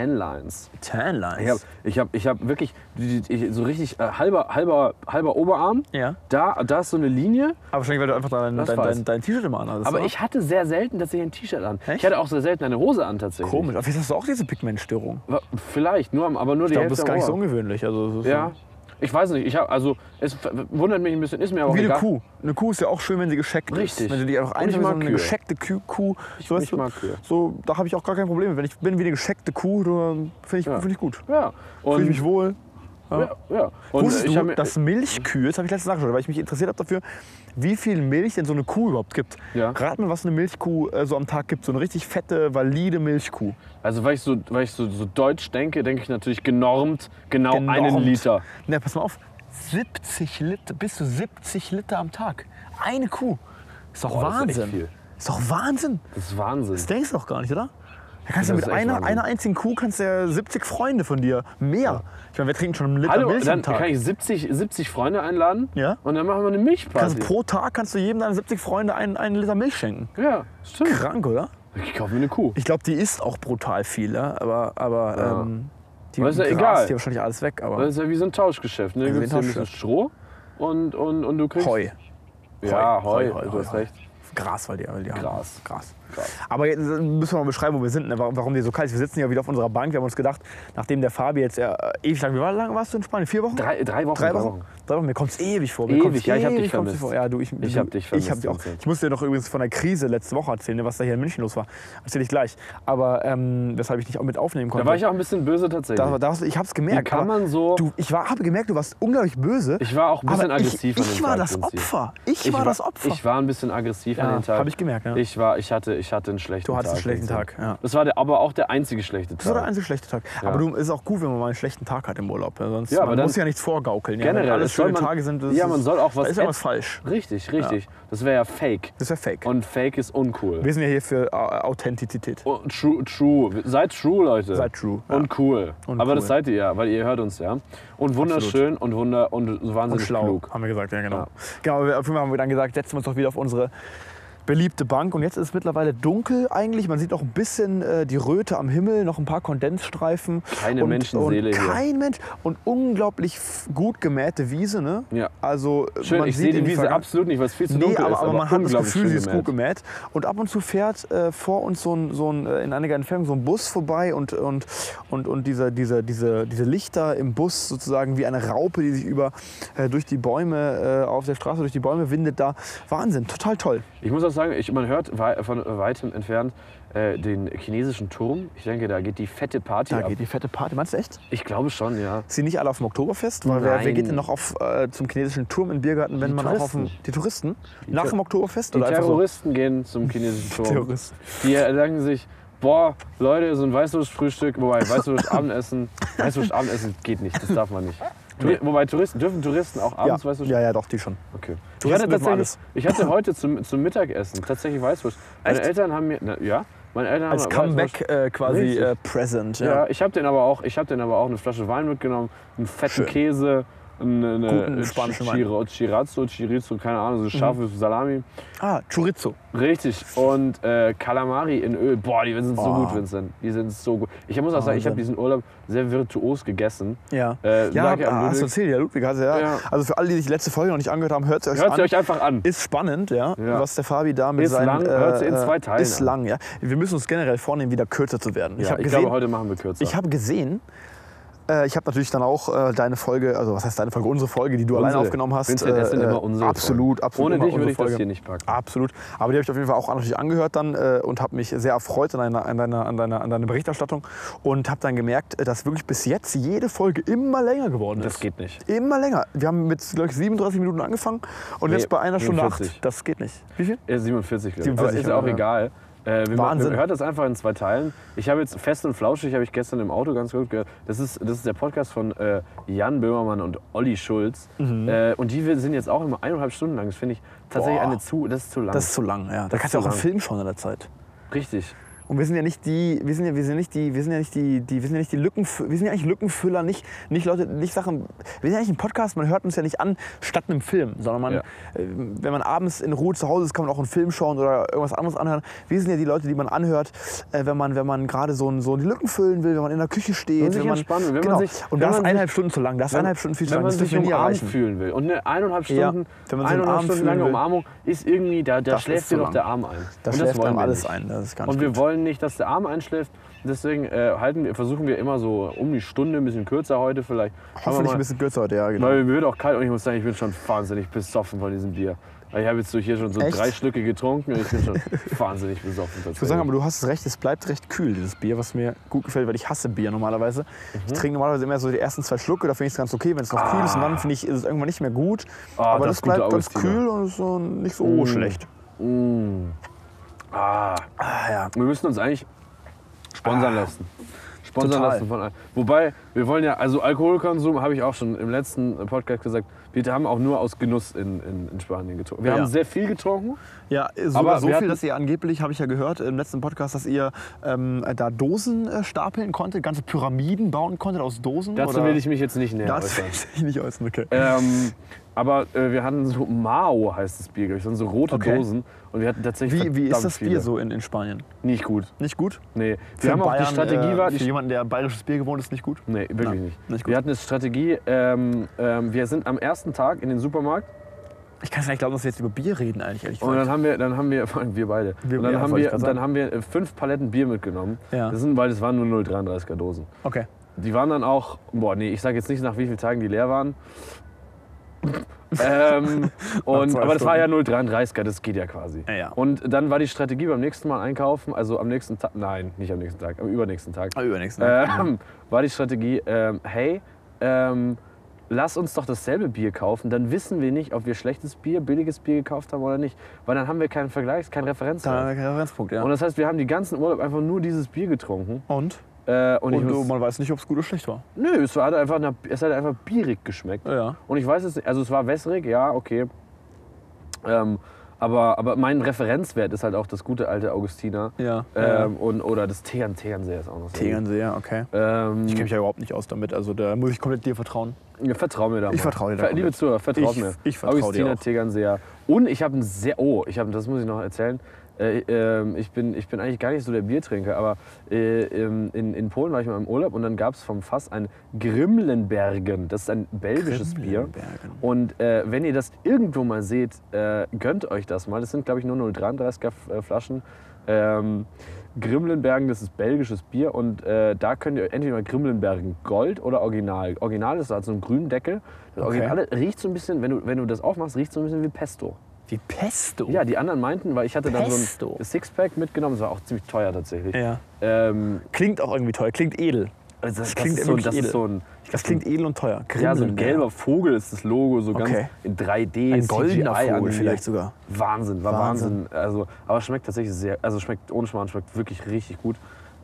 Speaker 3: Tanlines. Ich habe
Speaker 1: Tanlines.
Speaker 3: ich hab, ich hab wirklich die- die- ich, so richtig äh, halber, halber, halber Oberarm.
Speaker 1: Ja.
Speaker 3: Da, da ist so eine Linie.
Speaker 1: Aber wahrscheinlich, weil du einfach dein,
Speaker 3: Das
Speaker 1: dein,
Speaker 3: weiß.
Speaker 1: dein, dein T-Shirt immer anhattest.
Speaker 3: Aber
Speaker 1: oder?
Speaker 3: ich hatte sehr selten tatsächlich ein T-Shirt an.
Speaker 1: Echt?
Speaker 3: Ich hatte auch sehr selten eine Hose an tatsächlich.
Speaker 1: Komisch, aber vielleicht hast du auch diese Pigmentstörung.
Speaker 3: Wa- Vielleicht, nur, am- aber nur die
Speaker 1: Ich glaube,
Speaker 3: Hälfte
Speaker 1: das ist
Speaker 3: am
Speaker 1: gar nicht so
Speaker 3: Ohr.
Speaker 1: ungewöhnlich. Also, das ist
Speaker 3: Ja. Ich weiß nicht, ich habe also es f- wundert mich ein bisschen, ist mir aber auch
Speaker 1: Wie eine
Speaker 3: egal.
Speaker 1: Kuh. Eine Kuh ist ja auch schön, wenn sie gescheckt
Speaker 3: Richtig.
Speaker 1: ist. Wenn du die einfach
Speaker 3: Und ich
Speaker 1: einfach wie so
Speaker 3: mag
Speaker 1: eine
Speaker 3: Kühe.
Speaker 1: gescheckte Kü- Kuh. So,
Speaker 3: ich
Speaker 1: weißt du,
Speaker 3: mag Kühe.
Speaker 1: so da habe ich auch gar kein Problem. mit. Wenn ich bin wie eine gescheckte Kuh, dann finde ich,
Speaker 3: Ja.
Speaker 1: find ich gut.
Speaker 3: Ja.
Speaker 1: Fühle
Speaker 3: Und
Speaker 1: ich mich wohl.
Speaker 3: ja, ja. Und
Speaker 1: Wusstest
Speaker 3: ich
Speaker 1: du,
Speaker 3: hab mir-
Speaker 1: dass Milchkühe, das habe ich letztens nachgeschaut, weil ich mich interessiert habe dafür, wie viel Milch denn so eine Kuh überhaupt gibt.
Speaker 3: Ja.
Speaker 1: Rat mal, was eine Milchkuh äh, so am Tag gibt. So eine richtig fette, valide Milchkuh.
Speaker 3: Also weil ich so, weil ich so, so deutsch denke, denke ich natürlich genormt genau
Speaker 1: Genormt.
Speaker 3: einen Liter.
Speaker 1: Na, pass mal auf. 70 Liter, bis zu 70 Liter am Tag. Eine Kuh. Ist doch
Speaker 3: Boah, das ist echt
Speaker 1: Wahnsinn.
Speaker 3: viel.
Speaker 1: ist doch Wahnsinn.
Speaker 3: Das ist Wahnsinn.
Speaker 1: Das denkst du doch gar nicht, oder? Da kannst du
Speaker 3: Das ist
Speaker 1: mit
Speaker 3: echt
Speaker 1: einer,
Speaker 3: Wahnsinn.
Speaker 1: einer einzigen Kuh kannst du ja 70 Freunde von dir. Mehr. Ich meine, wir trinken schon einen Liter
Speaker 3: Hallo,
Speaker 1: Milch
Speaker 3: dann
Speaker 1: am Tag.
Speaker 3: kann ich 70, 70 Freunde einladen
Speaker 1: Ja.
Speaker 3: und dann machen wir eine Milchparty.
Speaker 1: kannst, pro Tag kannst du jedem deiner 70 Freunde einen, einen Liter Milch schenken.
Speaker 3: ja, stimmt.
Speaker 1: Krank, oder?
Speaker 3: Ich kaufe mir eine Kuh.
Speaker 1: Ich glaube, die isst auch brutal viel, ja? aber, aber
Speaker 3: Ja.
Speaker 1: ähm, die
Speaker 3: Aber ist ja
Speaker 1: grast
Speaker 3: egal.
Speaker 1: hier wahrscheinlich alles weg. Aber
Speaker 3: Das ist ja wie so ein Tauschgeschäft. Ne?
Speaker 1: Ja,
Speaker 3: Du
Speaker 1: wie ein
Speaker 3: gibst dir ein bisschen Stroh und, und, und du kriegst...
Speaker 1: Heu.
Speaker 3: Ja, Heu,
Speaker 1: Heu, Heu,
Speaker 3: du hast
Speaker 1: Heu.
Speaker 3: recht.
Speaker 1: Gras, weil die, weil die haben-
Speaker 3: Gras.
Speaker 1: Gras.
Speaker 3: Gras.
Speaker 1: Aber jetzt äh, müssen wir mal beschreiben, wo wir sind, ne? warum warum die so kalt ist. Wir sitzen ja wieder auf unserer Bank. Wir haben uns gedacht, nachdem der Fabi jetzt äh, ewig lang, wie war- lange warst du in Spanien? Vier Wochen?
Speaker 3: Drei, drei Wochen.
Speaker 1: Drei Wochen? Drei Wochen. Mir kommt es ewig vor. Mir
Speaker 3: Ewig,
Speaker 1: kommt's
Speaker 3: ja, ich hab
Speaker 1: ewig
Speaker 3: dich
Speaker 1: kommt's
Speaker 3: vermisst.
Speaker 1: Vor. Ja, du, ich,
Speaker 3: Ich hab dich
Speaker 1: Ich, hab
Speaker 3: vermisst,
Speaker 1: dich auch.
Speaker 3: Vincent.
Speaker 1: ich musste dir noch übrigens von der Krise letzte Woche erzählen, ne, was da hier in München los war. Erzähl ich gleich. Aber ähm, weshalb ich nicht auch mit aufnehmen konnte.
Speaker 3: Da war ich auch ein bisschen böse tatsächlich.
Speaker 1: da, da, warst du- ich hab's
Speaker 3: Wie
Speaker 1: gemerkt.
Speaker 3: kann
Speaker 1: aber
Speaker 3: man so...
Speaker 1: du, ich war- habe gemerkt, du warst unglaublich böse.
Speaker 3: ich war auch ein bisschen
Speaker 1: aber
Speaker 3: aggressiv an
Speaker 1: Ich,
Speaker 3: dem
Speaker 1: ich war
Speaker 3: Tag,
Speaker 1: das
Speaker 3: Vinci.
Speaker 1: Opfer. Ich, war das Opfer.
Speaker 3: Ich war ein bisschen aggressiv an
Speaker 1: Ja,
Speaker 3: den Tag.
Speaker 1: hab ich gemerkt, ja.
Speaker 3: Ich, war, ich, hatte, ich hatte einen schlechten Tag.
Speaker 1: du hattest einen schlechten
Speaker 3: Vincent.
Speaker 1: Tag. Ja.
Speaker 3: Das war der, aber auch der einzige schlechte Tag.
Speaker 1: Das war der einzige schlechte Tag. Aber du, ist auch gut, wenn man mal einen schlechten Tag hat im Urlaub. ja, Sonst
Speaker 3: Ja, aber
Speaker 1: man
Speaker 3: dann-
Speaker 1: muss ja nichts vorgaukeln. Ja,
Speaker 3: Generell,
Speaker 1: wenn
Speaker 3: es
Speaker 1: alles
Speaker 3: soll
Speaker 1: schöne
Speaker 3: man-
Speaker 1: Tage sind, das
Speaker 3: ja, man
Speaker 1: ist-
Speaker 3: soll auch was
Speaker 1: da ist ja was
Speaker 3: ep-
Speaker 1: falsch.
Speaker 3: Richtig, richtig. Das wäre ja fake.
Speaker 1: Das ist ja fake.
Speaker 3: Und fake ist uncool.
Speaker 1: wir sind ja hier für äh, Authentizität.
Speaker 3: Und true, true. Seid true, Leute.
Speaker 1: Seid true, ja.
Speaker 3: Und cool.
Speaker 1: Und
Speaker 3: aber
Speaker 1: cool.
Speaker 3: das seid ihr ja, weil ihr hört uns ja. Und wunderschön und wunder und wahnsinnig
Speaker 1: Schlau,
Speaker 3: klug.
Speaker 1: haben wir gesagt, ja genau. Genau, wir, auf jeden Fall haben wir dann gesagt, setzen wir uns doch wieder auf unsere beliebte Bank. Und jetzt ist es mittlerweile dunkel eigentlich. Man sieht noch ein bisschen äh, die Röte am Himmel, noch ein paar Kondensstreifen.
Speaker 3: Keine
Speaker 1: und,
Speaker 3: Menschenseele
Speaker 1: und
Speaker 3: hier.
Speaker 1: Kein Mensch. Und unglaublich f- gut gemähte Wiese, ne?
Speaker 3: Ja.
Speaker 1: Also
Speaker 3: Schön,
Speaker 1: man
Speaker 3: ich
Speaker 1: sieht
Speaker 3: sehe die
Speaker 1: in die
Speaker 3: Wiese
Speaker 1: Verga-
Speaker 3: absolut nicht, weil es viel zu
Speaker 1: Nee,
Speaker 3: dunkel
Speaker 1: aber,
Speaker 3: ist.
Speaker 1: aber man hat das
Speaker 3: unglaublich
Speaker 1: Gefühl,
Speaker 3: schön
Speaker 1: sie ist gut
Speaker 3: gemäht.
Speaker 1: gemäht. Und ab und zu fährt äh, vor uns so ein, so ein äh, in einiger Entfernung so ein Bus vorbei und, und, und, und dieser, dieser, diese, diese Lichter im Bus sozusagen wie eine Raupe, die sich über äh, durch die Bäume äh, auf der Straße durch die Bäume windet da. Wahnsinn, total toll.
Speaker 3: Ich muss auch sagen, ich, man hört wei von weitem entfernt äh, den chinesischen Turm. Ich denke, da geht die fette Party
Speaker 1: Da
Speaker 3: ab.
Speaker 1: geht die fette Party. Meinst du echt?
Speaker 3: Ich glaube schon, ja.
Speaker 1: Sind nicht alle auf dem Oktoberfest? Weil wer,
Speaker 3: Nein.
Speaker 1: wer geht denn noch auf, äh, zum chinesischen Turm in Biergarten, wenn
Speaker 3: Die
Speaker 1: man auch auf dem,
Speaker 3: Touristen.
Speaker 1: die Touristen nach dem Oktoberfest
Speaker 3: Die
Speaker 1: oder einfach so?
Speaker 3: Terroristen gehen zum chinesischen Turm.
Speaker 1: Terroristen.
Speaker 3: Die erlangen sich, boah, Leute, so ein Weißwurstfrühstück, wobei Weißwurst-Abendessen, Weißwurst-Abendessen geht nicht, das darf man nicht. Wir, wobei Touristen, dürfen Touristen auch
Speaker 1: Ja,
Speaker 3: abends Weißwurst?
Speaker 1: ja, ja, doch, die schon.
Speaker 3: Okay. Ich
Speaker 1: Touristen dürfen
Speaker 3: hatte, tatsächlich,
Speaker 1: alles.
Speaker 3: ich hatte heute zum, zum Mittagessen tatsächlich Weißwurst. Meine
Speaker 1: Echt?
Speaker 3: Eltern haben mir, na, ja, Meine Eltern
Speaker 1: Als
Speaker 3: haben aber-
Speaker 1: Comeback äh, quasi
Speaker 3: Richtig.
Speaker 1: äh, present.
Speaker 3: Ja,
Speaker 1: Ja.
Speaker 3: ich habe den aber auch, ich habe den aber auch eine Flasche Wein mitgenommen, einen fetten
Speaker 1: Schön.
Speaker 3: Käse, eine, eine
Speaker 1: Guten spanischen Wein. Mhm.
Speaker 3: Chiro- Chirazo, Chirizo, keine Ahnung, so scharfe Salami.
Speaker 1: Ah, Chorizo.
Speaker 3: Richtig. Und äh, Kalamari in Öl. Boah, die sind so
Speaker 1: Boah.
Speaker 3: gut, Vincent. Die sind so gut. Ich muss auch sagen, ich habe
Speaker 1: Oh. Wahnsinn.
Speaker 3: diesen Urlaub sehr virtuos gegessen.
Speaker 1: Ja.
Speaker 3: Äh,
Speaker 1: ja,
Speaker 3: lag ja am
Speaker 1: ah, hast du
Speaker 3: Ludwig.
Speaker 1: erzählt, ja, Ludwig. Hast du, ja.
Speaker 3: Ja.
Speaker 1: Also für alle, die sich letzte Folge noch nicht angehört haben, hört es euch
Speaker 3: Hört
Speaker 1: an.
Speaker 3: sie euch einfach an.
Speaker 1: Ist spannend, ja,
Speaker 3: Ja.
Speaker 1: was der Fabi da mit
Speaker 3: Ist
Speaker 1: seinen... äh,
Speaker 3: lang, hört sie in zwei Teilen
Speaker 1: Ist
Speaker 3: an.
Speaker 1: lang, ja. Wir müssen uns generell vornehmen, wieder kürzer zu werden.
Speaker 3: Ja,
Speaker 1: hab
Speaker 3: ich glaube, heute machen wir kürzer.
Speaker 1: Ich habe gesehen, äh, ich habe natürlich dann auch äh, deine Folge, also was heißt deine Folge, unsere Folge, die du alleine
Speaker 3: Unsere.
Speaker 1: aufgenommen hast. äh,
Speaker 3: Vincent, es sind immer unsere
Speaker 1: Absolut,
Speaker 3: Folgen.
Speaker 1: absolut.
Speaker 3: Ohne
Speaker 1: immer
Speaker 3: dich würde
Speaker 1: unsere
Speaker 3: ich das
Speaker 1: Folge.
Speaker 3: hier nicht packen.
Speaker 1: Absolut. Aber die habe ich auf jeden Fall auch natürlich angehört dann äh, und habe mich sehr erfreut an deiner, an deiner, an deiner, an deiner Berichterstattung und habe dann gemerkt, äh, dass wirklich bis jetzt jede Folge immer länger geworden ist.
Speaker 3: Das geht nicht.
Speaker 1: Immer länger. Wir haben mit, glaube ich, 37 Minuten angefangen und
Speaker 3: Nee,
Speaker 1: jetzt bei einer Stunde
Speaker 3: 47.
Speaker 1: acht. Das geht nicht. Wie viel?
Speaker 3: Ja, 47, glaube Äh, ich. Aber
Speaker 1: 47,
Speaker 3: ist auch
Speaker 1: ja.
Speaker 3: egal. Äh, wir, machen-
Speaker 1: Wahnsinn.
Speaker 3: wir hören das einfach in zwei Teilen. Ich habe jetzt fest und flauschig, habe ich gestern im Auto ganz gut gehört. Das ist, das ist der Podcast von äh, Jan Böhmermann und Olli Schulz.
Speaker 1: Mhm.
Speaker 3: Äh, und die sind jetzt auch immer eineinhalb Stunden lang. Das finde ich tatsächlich
Speaker 1: Boah.
Speaker 3: eine zu, das ist zu lang.
Speaker 1: Das ist zu lang, ja. Da kannst du
Speaker 3: zu
Speaker 1: auch einen
Speaker 3: lang.
Speaker 1: Film schauen in der Zeit.
Speaker 3: Richtig.
Speaker 1: Und wir sind ja nicht die, wir sind ja, wir sind nicht die, wir sind ja nicht die, die wir sind ja nicht die Lücken, wir sind ja eigentlich Lückenfüller, nicht, nicht Leute, nicht Sachen, wir sind ja eigentlich ein Podcast, man hört uns ja nicht an statt einem Film, sondern man,
Speaker 3: Ja.
Speaker 1: äh, wenn man abends in Ruhe zu Hause ist, kann man auch einen Film schauen oder irgendwas anderes anhören. Wir sind ja die Leute, die man anhört, äh, wenn man, wenn man gerade so, ein- so die Lücken füllen will, wenn man in der Küche steht.
Speaker 3: sich entspannen will, wenn
Speaker 1: genau.
Speaker 3: man sich-
Speaker 1: Und
Speaker 3: wenn
Speaker 1: das
Speaker 3: man
Speaker 1: ist
Speaker 3: sich-
Speaker 1: eineinhalb Stunden zu lang, das ist eineinhalb Stunden viel zu
Speaker 3: wenn
Speaker 1: lang,
Speaker 3: man
Speaker 1: das
Speaker 3: sich
Speaker 1: dürfen wir nie
Speaker 3: umarmt
Speaker 1: erreichen.
Speaker 3: fühlen will. Und eine eineinhalb
Speaker 1: Ja,
Speaker 3: Stunden,
Speaker 1: wenn man sich
Speaker 3: eineinhalb
Speaker 1: umarmt
Speaker 3: Stunden
Speaker 1: fühlen
Speaker 3: lange
Speaker 1: will.
Speaker 3: Umarmung ist irgendwie, da, da
Speaker 1: Das ist
Speaker 3: schläft
Speaker 1: zu
Speaker 3: dir doch
Speaker 1: lang.
Speaker 3: der Arm ein.
Speaker 1: Da
Speaker 3: und
Speaker 1: schläft
Speaker 3: wollen
Speaker 1: einem
Speaker 3: wir
Speaker 1: alles
Speaker 3: nicht.
Speaker 1: ein, das ist ganz
Speaker 3: Und wir
Speaker 1: gut.
Speaker 3: wollen nicht, dass der Arm einschläft. Deswegen äh, halten wir, versuchen wir immer so um die Stunde, ein bisschen kürzer heute vielleicht. Schauen wir
Speaker 1: Hoffentlich
Speaker 3: mal.
Speaker 1: ein bisschen kürzer heute, ja, genau.
Speaker 3: Weil mir wird auch kalt und ich muss sagen, ich bin schon wahnsinnig besoffen von diesem Bier. Ich habe jetzt so hier schon so
Speaker 1: Echt?
Speaker 3: drei Schlücke getrunken und ich bin schon wahnsinnig besoffen.
Speaker 1: Ich würde sagen, aber du hast es recht, es bleibt recht kühl, dieses Bier, was mir gut gefällt, weil ich hasse Bier normalerweise.
Speaker 3: Mhm.
Speaker 1: Ich trinke normalerweise immer so die ersten zwei Schlucke, da finde ich es ganz okay, wenn es noch kühl ist und dann finde ich, ist es irgendwann nicht mehr gut.
Speaker 3: Ah,
Speaker 1: aber das,
Speaker 3: das
Speaker 1: bleibt
Speaker 3: gute Mhm.
Speaker 1: ganz
Speaker 3: Augustiner.
Speaker 1: kühl und ist so nicht so schlecht.
Speaker 3: Ah,
Speaker 1: Ah ja.
Speaker 3: wir müssen uns eigentlich sponsern lassen. Sponsern
Speaker 1: Ah. Total.
Speaker 3: lassen von Al- Wobei, wir wollen ja, also Alkoholkonsum habe ich auch schon im letzten Podcast gesagt, wir haben auch nur aus Genuss in, in, in Spanien getrunken. Wir
Speaker 1: Ja.
Speaker 3: haben sehr viel getrunken.
Speaker 1: Ja,
Speaker 3: Aber
Speaker 1: sogar so viel,
Speaker 3: wir hatten-
Speaker 1: dass ihr angeblich, habe ich ja gehört im letzten Podcast, dass ihr ähm, da Dosen äh, stapeln konntet, ganze Pyramiden bauen konntet aus Dosen.
Speaker 3: Dazu
Speaker 1: oder?
Speaker 3: will ich mich jetzt nicht näher
Speaker 1: Das
Speaker 3: äußern.
Speaker 1: will ich nicht äußern, okay.
Speaker 3: Ähm, aber äh, wir hatten so Mao heißt das Bier, glaube ich. Das sind so rote
Speaker 1: Okay.
Speaker 3: Dosen. Und wir hatten tatsächlich.
Speaker 1: Wie, wie ist
Speaker 3: verdammt
Speaker 1: das Bier
Speaker 3: viele.
Speaker 1: so in, in Spanien?
Speaker 3: Nicht gut.
Speaker 1: Nicht gut?
Speaker 3: Nee.
Speaker 1: Für
Speaker 3: Wir haben auch die
Speaker 1: Bayern,
Speaker 3: Strategie
Speaker 1: äh,
Speaker 3: war.
Speaker 1: Für
Speaker 3: Die,
Speaker 1: jemanden, der bayerisches Bier gewohnt ist, nicht gut?
Speaker 3: nee, wirklich
Speaker 1: Na,
Speaker 3: nicht.
Speaker 1: nicht gut.
Speaker 3: wir hatten eine Strategie. Ähm, ähm, wir sind am ersten Tag in den Supermarkt
Speaker 1: Ich kann es nicht glauben, dass wir jetzt über Bier reden, eigentlich, ehrlich
Speaker 3: und
Speaker 1: gesagt.
Speaker 3: dann haben wir, dann haben wir, vor allem wir beide,
Speaker 1: Wir-
Speaker 3: und dann,
Speaker 1: ja,
Speaker 3: haben,
Speaker 1: wollte ich
Speaker 3: wir,
Speaker 1: grad
Speaker 3: dann
Speaker 1: sagen.
Speaker 3: haben wir äh, fünf Paletten Bier mitgenommen.
Speaker 1: Ja.
Speaker 3: Das sind, weil das waren nur 0,33er Dosen.
Speaker 1: Okay.
Speaker 3: Die waren dann auch, boah, nee, ich sag jetzt nicht, nach wie vielen Tagen die leer waren. ähm, und,
Speaker 1: zwei
Speaker 3: aber das war ja
Speaker 1: Stunden.
Speaker 3: 0,33er, das geht ja quasi.
Speaker 1: Ja, ja.
Speaker 3: Und dann war die Strategie beim nächsten Mal einkaufen, also am nächsten Tag, nein, nicht am nächsten Tag, am übernächsten Tag,
Speaker 1: Übernächsten.
Speaker 3: ähm, war die Strategie, ähm, hey, ähm, lass uns doch dasselbe Bier kaufen, dann wissen wir nicht, ob wir schlechtes Bier, billiges Bier gekauft haben oder nicht, weil dann haben wir keinen Vergleich, keinen Referenzwert.
Speaker 1: kein Referenzpunkt, ja.
Speaker 3: Und
Speaker 1: Und,
Speaker 3: das heißt, wir haben die ganzen Urlaub einfach nur dieses Bier getrunken. Äh, und, ich
Speaker 1: Und du,
Speaker 3: muss,
Speaker 1: man weiß nicht, ob es gut oder schlecht war.
Speaker 3: nö, es hat einfach, nach- es hat einfach bierig geschmeckt.
Speaker 1: Ja.
Speaker 3: Und ich weiß es nicht, also es war wässrig, ja, okay. Ähm, aber, aber mein Referenzwert ist halt auch das gute alte Augustiner.
Speaker 1: Ja. Äh,
Speaker 3: Ähm, und, oder das Tegern, Tegernsee ist auch noch so.
Speaker 1: Tegernsee, ja, okay.
Speaker 3: Ähm,
Speaker 1: Ich kenne mich ja überhaupt nicht aus damit, also da muss ich komplett dir vertrauen.
Speaker 3: ja, vertrau mir da
Speaker 1: Ich
Speaker 3: mal.
Speaker 1: vertrau dir da
Speaker 3: Ver- Liebe
Speaker 1: komplett.
Speaker 3: Zuhörer, vertraut
Speaker 1: Ich-
Speaker 3: mir.
Speaker 1: ich vertrau dir
Speaker 3: Augustiner
Speaker 1: auch.
Speaker 3: Tegernseer. Und ich habe ein sehr, oh, ich habe, das muss ich noch erzählen. Äh, ähm, ich, bin, ich bin eigentlich gar nicht so der Biertrinker, aber äh, ähm, in, in Polen war ich mal im Urlaub und dann gab es vom Fass ein Grimlenbergen. Das ist ein belgisches Bier.
Speaker 1: Grimlenbergen.
Speaker 3: Und äh, wenn ihr das irgendwo mal seht, äh, gönnt euch das mal. Das sind, glaube ich, nur 0,33er F- äh, Flaschen. Ähm, Grimlenbergen, das ist belgisches Bier und äh, da könnt ihr entweder mal Grimlenbergen Gold oder Original. Original ist da so einen grünen Deckel. Das
Speaker 1: Okay.
Speaker 3: Originale riecht so ein bisschen, wenn du, wenn du das aufmachst, riecht so ein bisschen wie Pesto.
Speaker 1: Wie Pesto?
Speaker 3: Ja, die anderen meinten, weil ich hatte dann so
Speaker 1: Pesto.
Speaker 3: ein Sixpack mitgenommen, das war auch ziemlich teuer tatsächlich.
Speaker 1: Ja.
Speaker 3: Ähm,
Speaker 1: Klingt auch irgendwie teuer, klingt edel.
Speaker 3: also das, das,
Speaker 1: klingt
Speaker 3: ist so,
Speaker 1: wirklich
Speaker 3: das
Speaker 1: edel.
Speaker 3: ist so ein, ich
Speaker 1: Das klingt edel und teuer.
Speaker 3: ja, so ein
Speaker 1: Grimlenberger.
Speaker 3: gelber Vogel ist das Logo, so ganz
Speaker 1: Okay.
Speaker 3: in 3D.
Speaker 1: Ein goldener
Speaker 3: CGI
Speaker 1: Vogel
Speaker 3: animiert.
Speaker 1: vielleicht sogar.
Speaker 3: Wahnsinn, war
Speaker 1: Wahnsinn.
Speaker 3: Wahnsinn. Also, aber schmeckt tatsächlich sehr, also schmeckt ohne Schmarrn, schmeckt wirklich richtig gut.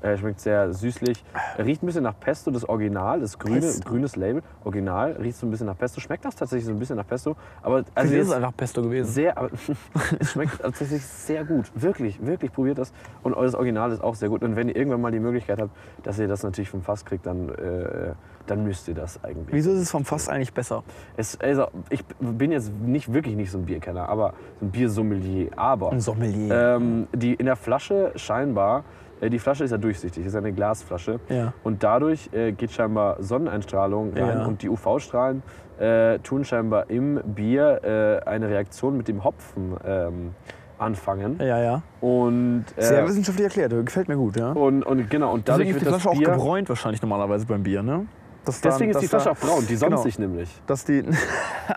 Speaker 3: Äh, schmeckt sehr süßlich. Riecht ein bisschen nach Pesto, das Original, das grüne,
Speaker 1: Pesto.
Speaker 3: grünes Label. Original, riecht so ein bisschen nach Pesto. Schmeckt auch tatsächlich so ein bisschen nach Pesto. Aber also
Speaker 1: Also ist
Speaker 3: jetzt
Speaker 1: es einfach Pesto gewesen.
Speaker 3: sehr, aber es schmeckt tatsächlich sehr gut. Wirklich, wirklich probiert das. Und das Original ist auch sehr gut. Und wenn ihr irgendwann mal die Möglichkeit habt, dass ihr das natürlich vom Fass kriegt, dann, äh, dann müsst ihr das eigentlich.
Speaker 1: Wieso ist es vom Fass eigentlich besser?
Speaker 3: Es, also, ich bin jetzt nicht wirklich nicht so ein Bierkenner, aber so ein Biersommelier. Aber
Speaker 1: Ein Sommelier.
Speaker 3: ähm, die in der Flasche scheinbar, äh, die Flasche ist ja durchsichtig, ist ja eine Glasflasche.
Speaker 1: Ja.
Speaker 3: Und dadurch äh, geht scheinbar Sonneneinstrahlung rein
Speaker 1: Ja.
Speaker 3: und die UV-Strahlen äh, tun scheinbar im Bier äh, eine Reaktion mit dem Hopfen ähm, anfangen.
Speaker 1: Ja, ja.
Speaker 3: Und, äh,
Speaker 1: Sehr wissenschaftlich erklärt, gefällt mir gut, ja.
Speaker 3: und, und genau, und dadurch
Speaker 1: Deswegen wird die
Speaker 3: wird das
Speaker 1: Flasche auch
Speaker 3: Bier,
Speaker 1: gebräunt wahrscheinlich normalerweise beim Bier, ne? Dass da-
Speaker 3: Deswegen ist
Speaker 1: dass
Speaker 3: die Flasche
Speaker 1: da-
Speaker 3: auch braun, die sonnt
Speaker 1: Genau.
Speaker 3: sich nämlich.
Speaker 1: Dass die,
Speaker 3: Die,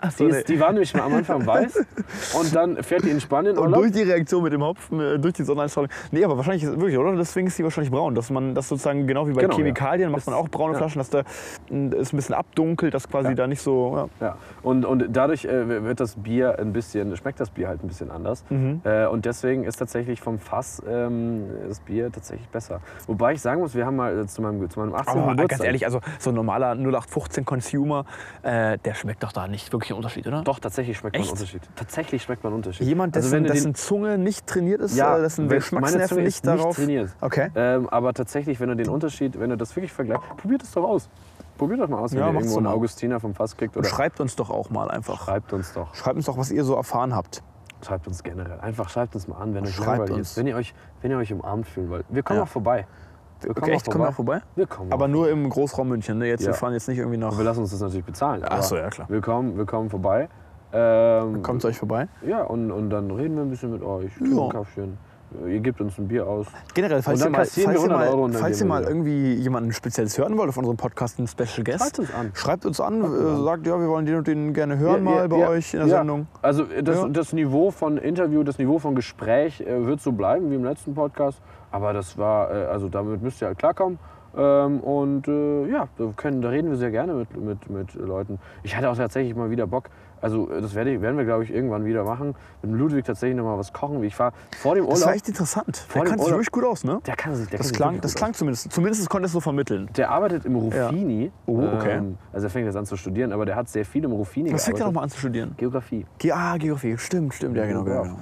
Speaker 1: Achso, nee.
Speaker 3: ist, die war nämlich mal am Anfang weiß und dann fährt die in Spanien
Speaker 1: und
Speaker 3: Urlaub.
Speaker 1: durch die Reaktion mit dem Hopfen, äh, durch die Sonneneinstrahlung. Nee, aber wahrscheinlich ist wirklich, oder? Deswegen ist die wahrscheinlich braun. Dass man das sozusagen genau wie bei
Speaker 3: Genau, ja.
Speaker 1: Chemikalien macht
Speaker 3: Das-
Speaker 1: man auch braune
Speaker 3: ja.
Speaker 1: Flaschen, dass da mm, es ein bisschen abdunkelt, dass quasi
Speaker 3: Ja.
Speaker 1: da nicht so. Ja.
Speaker 3: Ja. Und, und dadurch äh, wird das Bier ein bisschen, schmeckt das Bier halt ein bisschen anders.
Speaker 1: Mhm.
Speaker 3: Äh, und deswegen ist tatsächlich vom Fass ähm, das Bier tatsächlich besser. Wobei ich sagen muss, wir haben mal äh, zu meinem, zu meinem 18.
Speaker 1: Aber
Speaker 3: Geburtstag.
Speaker 1: ganz ehrlich, also so ein normaler 0815-Consumer, äh, der schmeckt doch da nicht wirklich einen Unterschied, oder?
Speaker 3: Doch, tatsächlich schmeckt man
Speaker 1: Echt?
Speaker 3: einen Unterschied. Tatsächlich schmeckt man einen Unterschied.
Speaker 1: Jemand,
Speaker 3: Also
Speaker 1: dessen,
Speaker 3: wenn du den-
Speaker 1: dessen Zunge nicht trainiert ist,
Speaker 3: Ja,
Speaker 1: äh, dessen
Speaker 3: wenn- meine
Speaker 1: Geschmacksnerven
Speaker 3: Zunge
Speaker 1: nicht
Speaker 3: ist nicht
Speaker 1: darauf.
Speaker 3: trainiert.
Speaker 1: Okay.
Speaker 3: Ähm, aber tatsächlich, wenn du den Unterschied, wenn du das wirklich vergleichst, probiert es doch aus. Probiert doch mal aus, wenn
Speaker 1: Ja,
Speaker 3: ihr
Speaker 1: macht's
Speaker 3: irgendwo
Speaker 1: doch
Speaker 3: einen
Speaker 1: mal.
Speaker 3: Augustiner vom Fass kriegt. Oder
Speaker 1: Schreibt uns doch auch mal einfach.
Speaker 3: schreibt uns doch.
Speaker 1: Schreibt uns doch, was ihr so erfahren habt.
Speaker 3: Schreibt uns generell. Einfach schreibt uns mal an, wenn euch
Speaker 1: Schreibt
Speaker 3: langweilig
Speaker 1: uns.
Speaker 3: ist. Wenn ihr euch, wenn ihr euch umarmt fühlen wollt. Wir kommen
Speaker 1: Ja.
Speaker 3: auch vorbei. Wir
Speaker 1: Okay, echt? Kommen wir auch vorbei?
Speaker 3: Wir kommen.
Speaker 1: Aber
Speaker 3: auch.
Speaker 1: nur im Großraum München. Ne? Jetzt,
Speaker 3: Ja.
Speaker 1: Wir fahren jetzt nicht irgendwie nach.
Speaker 3: wir lassen uns das natürlich bezahlen. aber
Speaker 1: so, ja, klar.
Speaker 3: Wir kommen, wir kommen vorbei. Ähm,
Speaker 1: Kommt euch vorbei?
Speaker 3: Ja, und, und dann reden wir ein bisschen mit euch.
Speaker 1: Ja.
Speaker 3: Ja. Kaffchen. Ihr gebt uns ein Bier aus.
Speaker 1: Generell, falls
Speaker 3: Und
Speaker 1: ihr
Speaker 3: dann
Speaker 1: mal,
Speaker 3: kassieren
Speaker 1: falls
Speaker 3: wir
Speaker 1: ihr
Speaker 3: 100
Speaker 1: mal,
Speaker 3: Euro und dann
Speaker 1: falls
Speaker 3: gehen
Speaker 1: ihr
Speaker 3: wir
Speaker 1: mal
Speaker 3: wieder.
Speaker 1: irgendwie jemanden Spezielles hören wollt auf unserem Podcast, einen Special Guest,
Speaker 3: Schreibt uns an.
Speaker 1: schreibt uns an, äh, sagt, ja, wir wollen den und den gerne hören
Speaker 3: Ja,
Speaker 1: mal
Speaker 3: ja,
Speaker 1: bei
Speaker 3: ja,
Speaker 1: euch in der
Speaker 3: ja.
Speaker 1: Sendung.
Speaker 3: Also äh, das,
Speaker 1: Ja.
Speaker 3: das Niveau von Interview, das Niveau von Gespräch äh, wird so bleiben wie im letzten Podcast. Aber das war, äh, also damit müsst ihr halt klarkommen. Ähm, und äh, ja, da, können, da reden wir sehr gerne mit, mit, mit Leuten. Ich hatte auch tatsächlich mal wieder Bock. Also äh, das werde ich, werden wir, glaube ich, irgendwann wieder machen. Mit dem Ludwig tatsächlich noch mal was kochen. Wie ich war vor dem
Speaker 1: Das war
Speaker 3: Urlaub.
Speaker 1: echt interessant. Der
Speaker 3: Vor dem
Speaker 1: kannte sich
Speaker 3: Urlaub-
Speaker 1: wirklich gut aus, ne?
Speaker 3: Der kann sich, der kann
Speaker 1: Das
Speaker 3: sich
Speaker 1: klang,
Speaker 3: wirklich
Speaker 1: das
Speaker 3: gut
Speaker 1: klang zumindest. Zumindest konnte es so vermitteln.
Speaker 3: aus. Der arbeitet im Ruffini.
Speaker 1: Oh, okay.
Speaker 3: also er fängt jetzt an zu studieren, aber der hat sehr viel im Ruffini
Speaker 1: Was fängt er
Speaker 3: gearbeitet.
Speaker 1: nochmal an zu studieren?
Speaker 3: Geografie.
Speaker 1: Ge ah, Geografie. Stimmt, stimmt. Ja, genau. genau, genau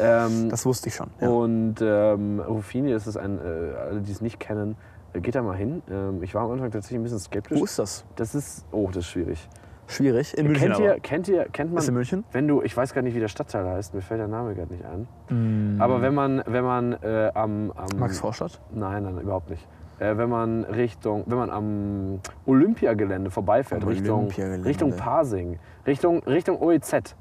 Speaker 1: ja.
Speaker 3: Ähm,
Speaker 1: Das wusste ich schon. Ja.
Speaker 3: Und ähm, Ruffini, das ist ein, äh, alle, die es nicht kennen, äh, geht da mal hin. Ähm, ich war am Anfang tatsächlich ein bisschen skeptisch.
Speaker 1: Wo ist das?
Speaker 3: Das ist, oh, das ist schwierig.
Speaker 1: Schwierig. In München.
Speaker 3: kennt
Speaker 1: aber.
Speaker 3: ihr, kennt ihr, kennt man,
Speaker 1: Ist in München?
Speaker 3: wenn du, ich weiß gar nicht, wie der Stadtteil heißt, mir fällt der Name gerade nicht ein.
Speaker 1: Mm.
Speaker 3: Aber wenn man, wenn man äh, am, am
Speaker 1: Max Vorstadt?
Speaker 3: Nein, nein, überhaupt nicht. Äh, wenn man Richtung, wenn man am Olympiagelände vorbeifährt,
Speaker 1: Am
Speaker 3: Richtung,
Speaker 1: Olympiagelände.
Speaker 3: Richtung Pasing, Richtung, Richtung OEZ.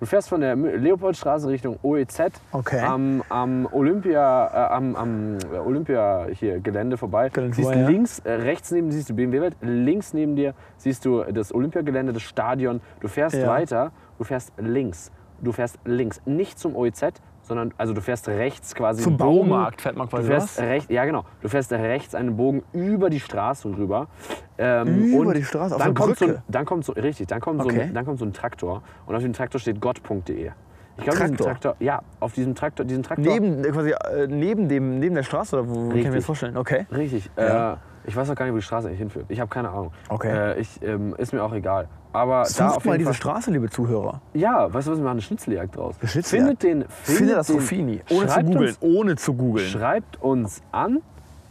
Speaker 3: Du fährst von der Mü- Leopoldstraße Richtung OEZ
Speaker 1: Okay.
Speaker 3: am, am Olympia, äh, am, am Olympia hier Gelände vorbei.
Speaker 1: Gelände
Speaker 3: siehst
Speaker 1: vorbei, ja.
Speaker 3: links, äh, rechts neben dir siehst du BMW-Welt, links neben dir siehst du das Olympiagelände, das Stadion. Du fährst
Speaker 1: Ja.
Speaker 3: weiter, du fährst links, du fährst links, nicht zum OEZ, sondern also du fährst rechts quasi
Speaker 1: Zum
Speaker 3: einen Bogen.
Speaker 1: Baumarkt fährt man quasi,
Speaker 3: Du fährst
Speaker 1: was?
Speaker 3: rechts, ja genau. Du fährst rechts einen Bogen über die Straße rüber. Ähm,
Speaker 1: Über die Straße, auf
Speaker 3: dann
Speaker 1: eine
Speaker 3: kommt so ein,
Speaker 1: Brücke?
Speaker 3: dann kommt so richtig, dann kommt, so
Speaker 1: Okay.
Speaker 3: ein, dann kommt so ein Traktor und auf dem Traktor steht gott.de. Ich glaube, diesen
Speaker 1: Traktor?
Speaker 3: Traktor, ja, auf diesem Traktor, diesen Traktor.
Speaker 1: Neben, äh, quasi, äh, neben, dem, neben der Straße? Oder wo kann ich mir
Speaker 3: Richtig.
Speaker 1: das vorstellen? Okay.
Speaker 3: Richtig.
Speaker 1: Ja.
Speaker 3: Äh, ich weiß auch gar nicht, wo die Straße eigentlich hinführt. Ich habe keine Ahnung.
Speaker 1: Okay.
Speaker 3: Äh, ich, ähm, ist mir auch egal. Aber da
Speaker 1: Sucht
Speaker 3: auf jeden
Speaker 1: mal diese
Speaker 3: Fall,
Speaker 1: Straße, liebe Zuhörer.
Speaker 3: Ja, weißt du was, wir machen eine Schnitzeljagd draus.
Speaker 1: Eine Schnitzeljagd?
Speaker 3: Findet den,
Speaker 1: Findet, das
Speaker 3: den-
Speaker 1: Ruffini. Ohne zu
Speaker 3: schreibt
Speaker 1: googeln.
Speaker 3: Uns,
Speaker 1: ohne zu googeln.
Speaker 3: schreibt uns an,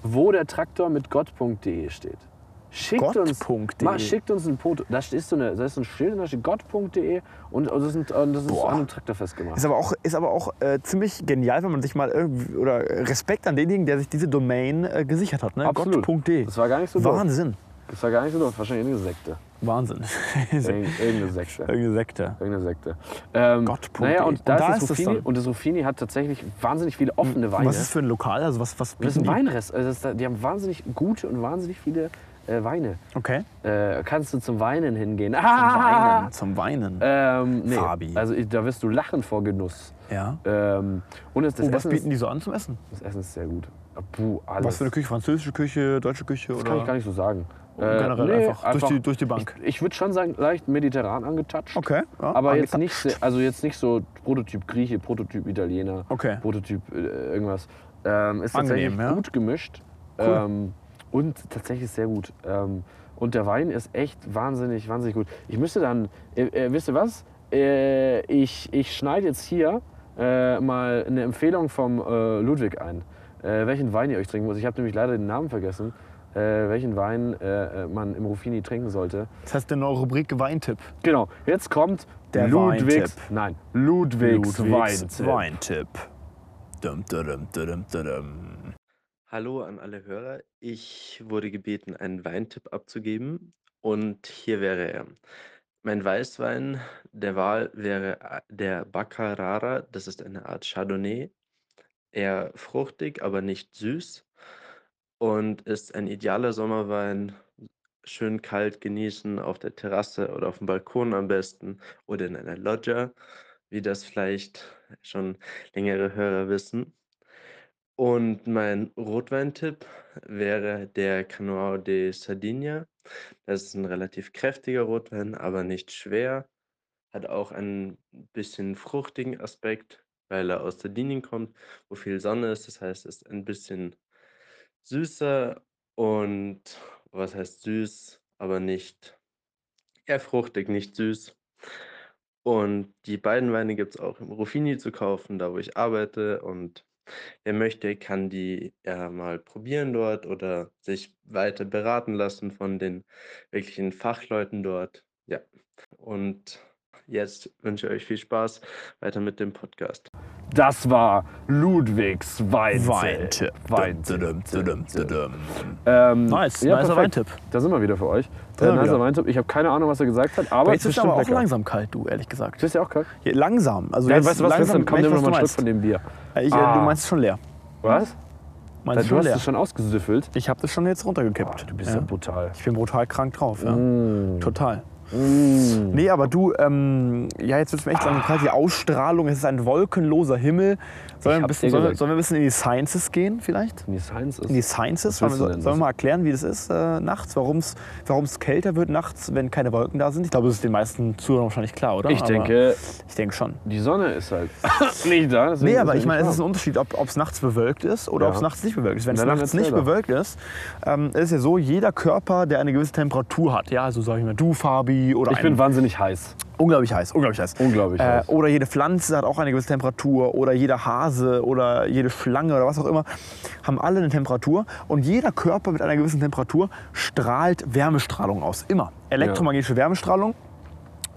Speaker 3: wo der Traktor mit gott.de steht. Schickt uns,
Speaker 1: Gott.de.
Speaker 3: mal, schickt uns ein Foto. Da ist so, eine, da ist so ein Schild und da steht gott.de und und das ist, ein, und das ist
Speaker 1: Boah.
Speaker 3: an einem Traktor festgemacht.
Speaker 1: Ist aber auch, ist aber auch äh, ziemlich genial, wenn man sich mal irgendwie, oder Respekt an denjenigen, der sich diese Domain äh, gesichert hat. Ne?
Speaker 3: Absolut.
Speaker 1: Gott.de.
Speaker 3: Das war gar nicht so doof.
Speaker 1: Wahnsinn.
Speaker 3: Das war gar nicht so doof. Wahrscheinlich irgendeine Sekte.
Speaker 1: Wahnsinn.
Speaker 3: Irgend- Irgendeine Sekte.
Speaker 1: Irgendeine Sekte.
Speaker 3: Irgendeine Sekte. Ähm,
Speaker 1: Gott.de.
Speaker 3: naja, und da,
Speaker 1: Und da ist
Speaker 3: ist das
Speaker 1: es
Speaker 3: Ruffini.
Speaker 1: dann. Hm,
Speaker 3: Und das Ruffini hat tatsächlich wahnsinnig viele offene Weine.
Speaker 1: Was ist für ein Lokal? Also was, was
Speaker 3: das ist
Speaker 1: bieten
Speaker 3: ein
Speaker 1: die?
Speaker 3: Weinrest. Also das ist, da- die haben wahnsinnig gute und wahnsinnig viele äh, Weine.
Speaker 1: Okay.
Speaker 3: Äh, kannst du zum Weinen hingehen? Ah!
Speaker 1: Zum Weinen.
Speaker 3: Ähm, nee.
Speaker 1: Fabi.
Speaker 3: Also ich, da wirst du lachen vor Genuss.
Speaker 1: ja.
Speaker 3: Ähm, und es, das,
Speaker 1: Oh, äh, was
Speaker 3: Essen
Speaker 1: bieten
Speaker 3: ist,
Speaker 1: die so an zum Essen?
Speaker 3: das Essen ist sehr gut. Ah, Puh, alles.
Speaker 1: Was für eine Küche? Französische Küche, deutsche Küche?
Speaker 3: das
Speaker 1: oder? Oh,
Speaker 3: kann ich gar nicht so sagen. Äh,
Speaker 1: generell einfach durch die- durch die Bank.
Speaker 3: Ich, ich würde schon sagen, leicht mediterran angetatscht.
Speaker 1: Okay. ja,
Speaker 3: Aber
Speaker 1: ange-
Speaker 3: jetzt nicht, se- also jetzt nicht so Prototyp Grieche, Prototyp Italiener,
Speaker 1: Okay.
Speaker 3: Prototyp äh, irgendwas. Ähm, ist
Speaker 1: Angenehm,
Speaker 3: tatsächlich
Speaker 1: ja.
Speaker 3: gut gemischt.
Speaker 1: Cool.
Speaker 3: Ähm, und tatsächlich sehr gut. Ähm, und der Wein ist echt wahnsinnig, wahnsinnig gut. Ich müsste dann, äh, äh, wisst ihr was? Äh, ich ich schneide jetzt hier äh, mal eine Empfehlung vom äh, Ludwig ein. Äh, welchen Wein ihr euch trinken muss. Ich habe nämlich leider den Namen vergessen. Äh, welchen Wein äh, äh, man im Ruffini trinken sollte.
Speaker 1: Das heißt, der neue Rubrik Weintipp.
Speaker 3: Genau, jetzt kommt
Speaker 1: Der
Speaker 3: Ludwigs.
Speaker 1: Weintipp.
Speaker 3: Nein, Ludwigs, Weintipp.
Speaker 1: Weintipp. Dum, dum, dum, dum, dum.
Speaker 2: Hallo an alle Hörer. Ich wurde gebeten, einen Weintipp abzugeben und hier wäre er. Mein Weißwein der Wahl wäre a- der Baccarara. Das ist eine Art Chardonnay. Eher fruchtig, aber nicht süß und ist ein idealer Sommerwein. Schön kalt genießen auf der Terrasse oder auf dem Balkon am besten oder in einer Loggia, wie das vielleicht schon längere Hörer wissen. Und mein Rotweintipp wäre der Canoao de Sardinia. Das ist ein relativ kräftiger Rotwein, aber nicht schwer. Hat auch einen bisschen fruchtigen Aspekt, weil er aus Sardinien kommt, wo viel Sonne ist. Das heißt, es ist ein bisschen süßer und was heißt süß, aber nicht eher fruchtig, nicht süß. Und die beiden Weine gibt es auch im Ruffini zu kaufen, da wo ich arbeite und Wer möchte, kann die ja mal probieren dort oder sich weiter beraten lassen von den wirklichen Fachleuten dort. Ja. Und jetzt wünsche ich euch viel Spaß weiter mit dem Podcast.
Speaker 3: Das war Ludwigs Weintipp.
Speaker 1: Weintipp.
Speaker 3: Weintipp.
Speaker 1: Dum, dum, dum, dum, dum.
Speaker 3: Ähm,
Speaker 1: Nice,
Speaker 3: ja,
Speaker 1: nicer
Speaker 3: perfekt.
Speaker 1: Weintipp.
Speaker 3: Da sind wir wieder für euch.
Speaker 1: Da sind
Speaker 3: Äh,
Speaker 1: wir
Speaker 3: nicer
Speaker 1: wieder.
Speaker 3: Weintipp. Ich habe keine Ahnung, was er gesagt hat, aber
Speaker 1: Jetzt
Speaker 3: es
Speaker 1: ist
Speaker 3: ist
Speaker 1: aber
Speaker 3: bestimmt
Speaker 1: auch
Speaker 3: lecker.
Speaker 1: langsam kalt, du, ehrlich gesagt.
Speaker 3: Du bist ja auch kalt.
Speaker 1: Hier, langsam. Also
Speaker 3: Ja,
Speaker 1: jetzt
Speaker 3: weißt du was,
Speaker 1: langsam
Speaker 3: Christian, komm,
Speaker 1: merk
Speaker 3: nimm
Speaker 1: ich,
Speaker 3: noch
Speaker 1: was du
Speaker 3: mal einen Schluck
Speaker 1: meinst.
Speaker 3: von dem Bier.
Speaker 1: Ich, äh,
Speaker 3: Ah.
Speaker 1: Du meinst schon leer.
Speaker 3: Was?
Speaker 1: Meinst
Speaker 3: du
Speaker 1: schon
Speaker 3: hast
Speaker 1: leer.
Speaker 3: es schon ausgesüffelt.
Speaker 1: Ich habe das schon jetzt runtergekippt.
Speaker 3: Du bist ja,
Speaker 1: ja.
Speaker 3: brutal.
Speaker 1: Ich bin brutal krank drauf, ja.
Speaker 3: Mm.
Speaker 1: Total.
Speaker 3: Mm. Ah.
Speaker 1: Nee, aber du, ähm, ja, jetzt wird's mir echt langsam kalt. Die Ausstrahlung, es ist ein wolkenloser Himmel. Sollen wir ein
Speaker 3: hab's
Speaker 1: bisschen,
Speaker 3: dir
Speaker 1: sollen, wir-
Speaker 3: gesagt.
Speaker 1: sollen wir ein bisschen in die Sciences gehen, vielleicht?
Speaker 3: Nee, Science ist.
Speaker 1: In die Sciences?
Speaker 3: Was
Speaker 1: Sollen wir,
Speaker 3: willst du
Speaker 1: sollen
Speaker 3: denn?
Speaker 1: wir mal erklären, wie das ist äh, nachts? Warum es kälter wird nachts, wenn keine Wolken da sind? Ich glaube, das ist den meisten Zuhörern wahrscheinlich klar, oder?
Speaker 3: ich
Speaker 1: Aber
Speaker 3: denke,
Speaker 1: Ich denke schon.
Speaker 3: die Sonne ist halt nicht da. deswegen
Speaker 1: Nee,
Speaker 3: ist
Speaker 1: aber
Speaker 3: es
Speaker 1: ich meine, es
Speaker 3: nicht
Speaker 1: ist ein Unterschied, ob es nachts bewölkt ist oder
Speaker 3: Ja.
Speaker 1: ob es nachts nicht bewölkt ist. Wenn es
Speaker 3: Na, dann
Speaker 1: nachts
Speaker 3: erzähl
Speaker 1: nicht
Speaker 3: doch.
Speaker 1: bewölkt ist, ähm, ist ja so, jeder Körper, der eine gewisse Temperatur hat, ja, also sage ich mal, du Fabi oder
Speaker 3: warm. ich bin
Speaker 1: ein-
Speaker 3: wahnsinnig heiß.
Speaker 1: unglaublich heiß, unglaublich heiß.
Speaker 3: Unglaublich
Speaker 1: Äh,
Speaker 3: heiß.
Speaker 1: oder jede Pflanze hat auch eine gewisse Temperatur oder jeder Hase oder jede Schlange oder was auch immer haben alle eine Temperatur und jeder Körper mit einer gewissen Temperatur strahlt Wärmestrahlung aus, immer. Elektromagnetische Wärmestrahlung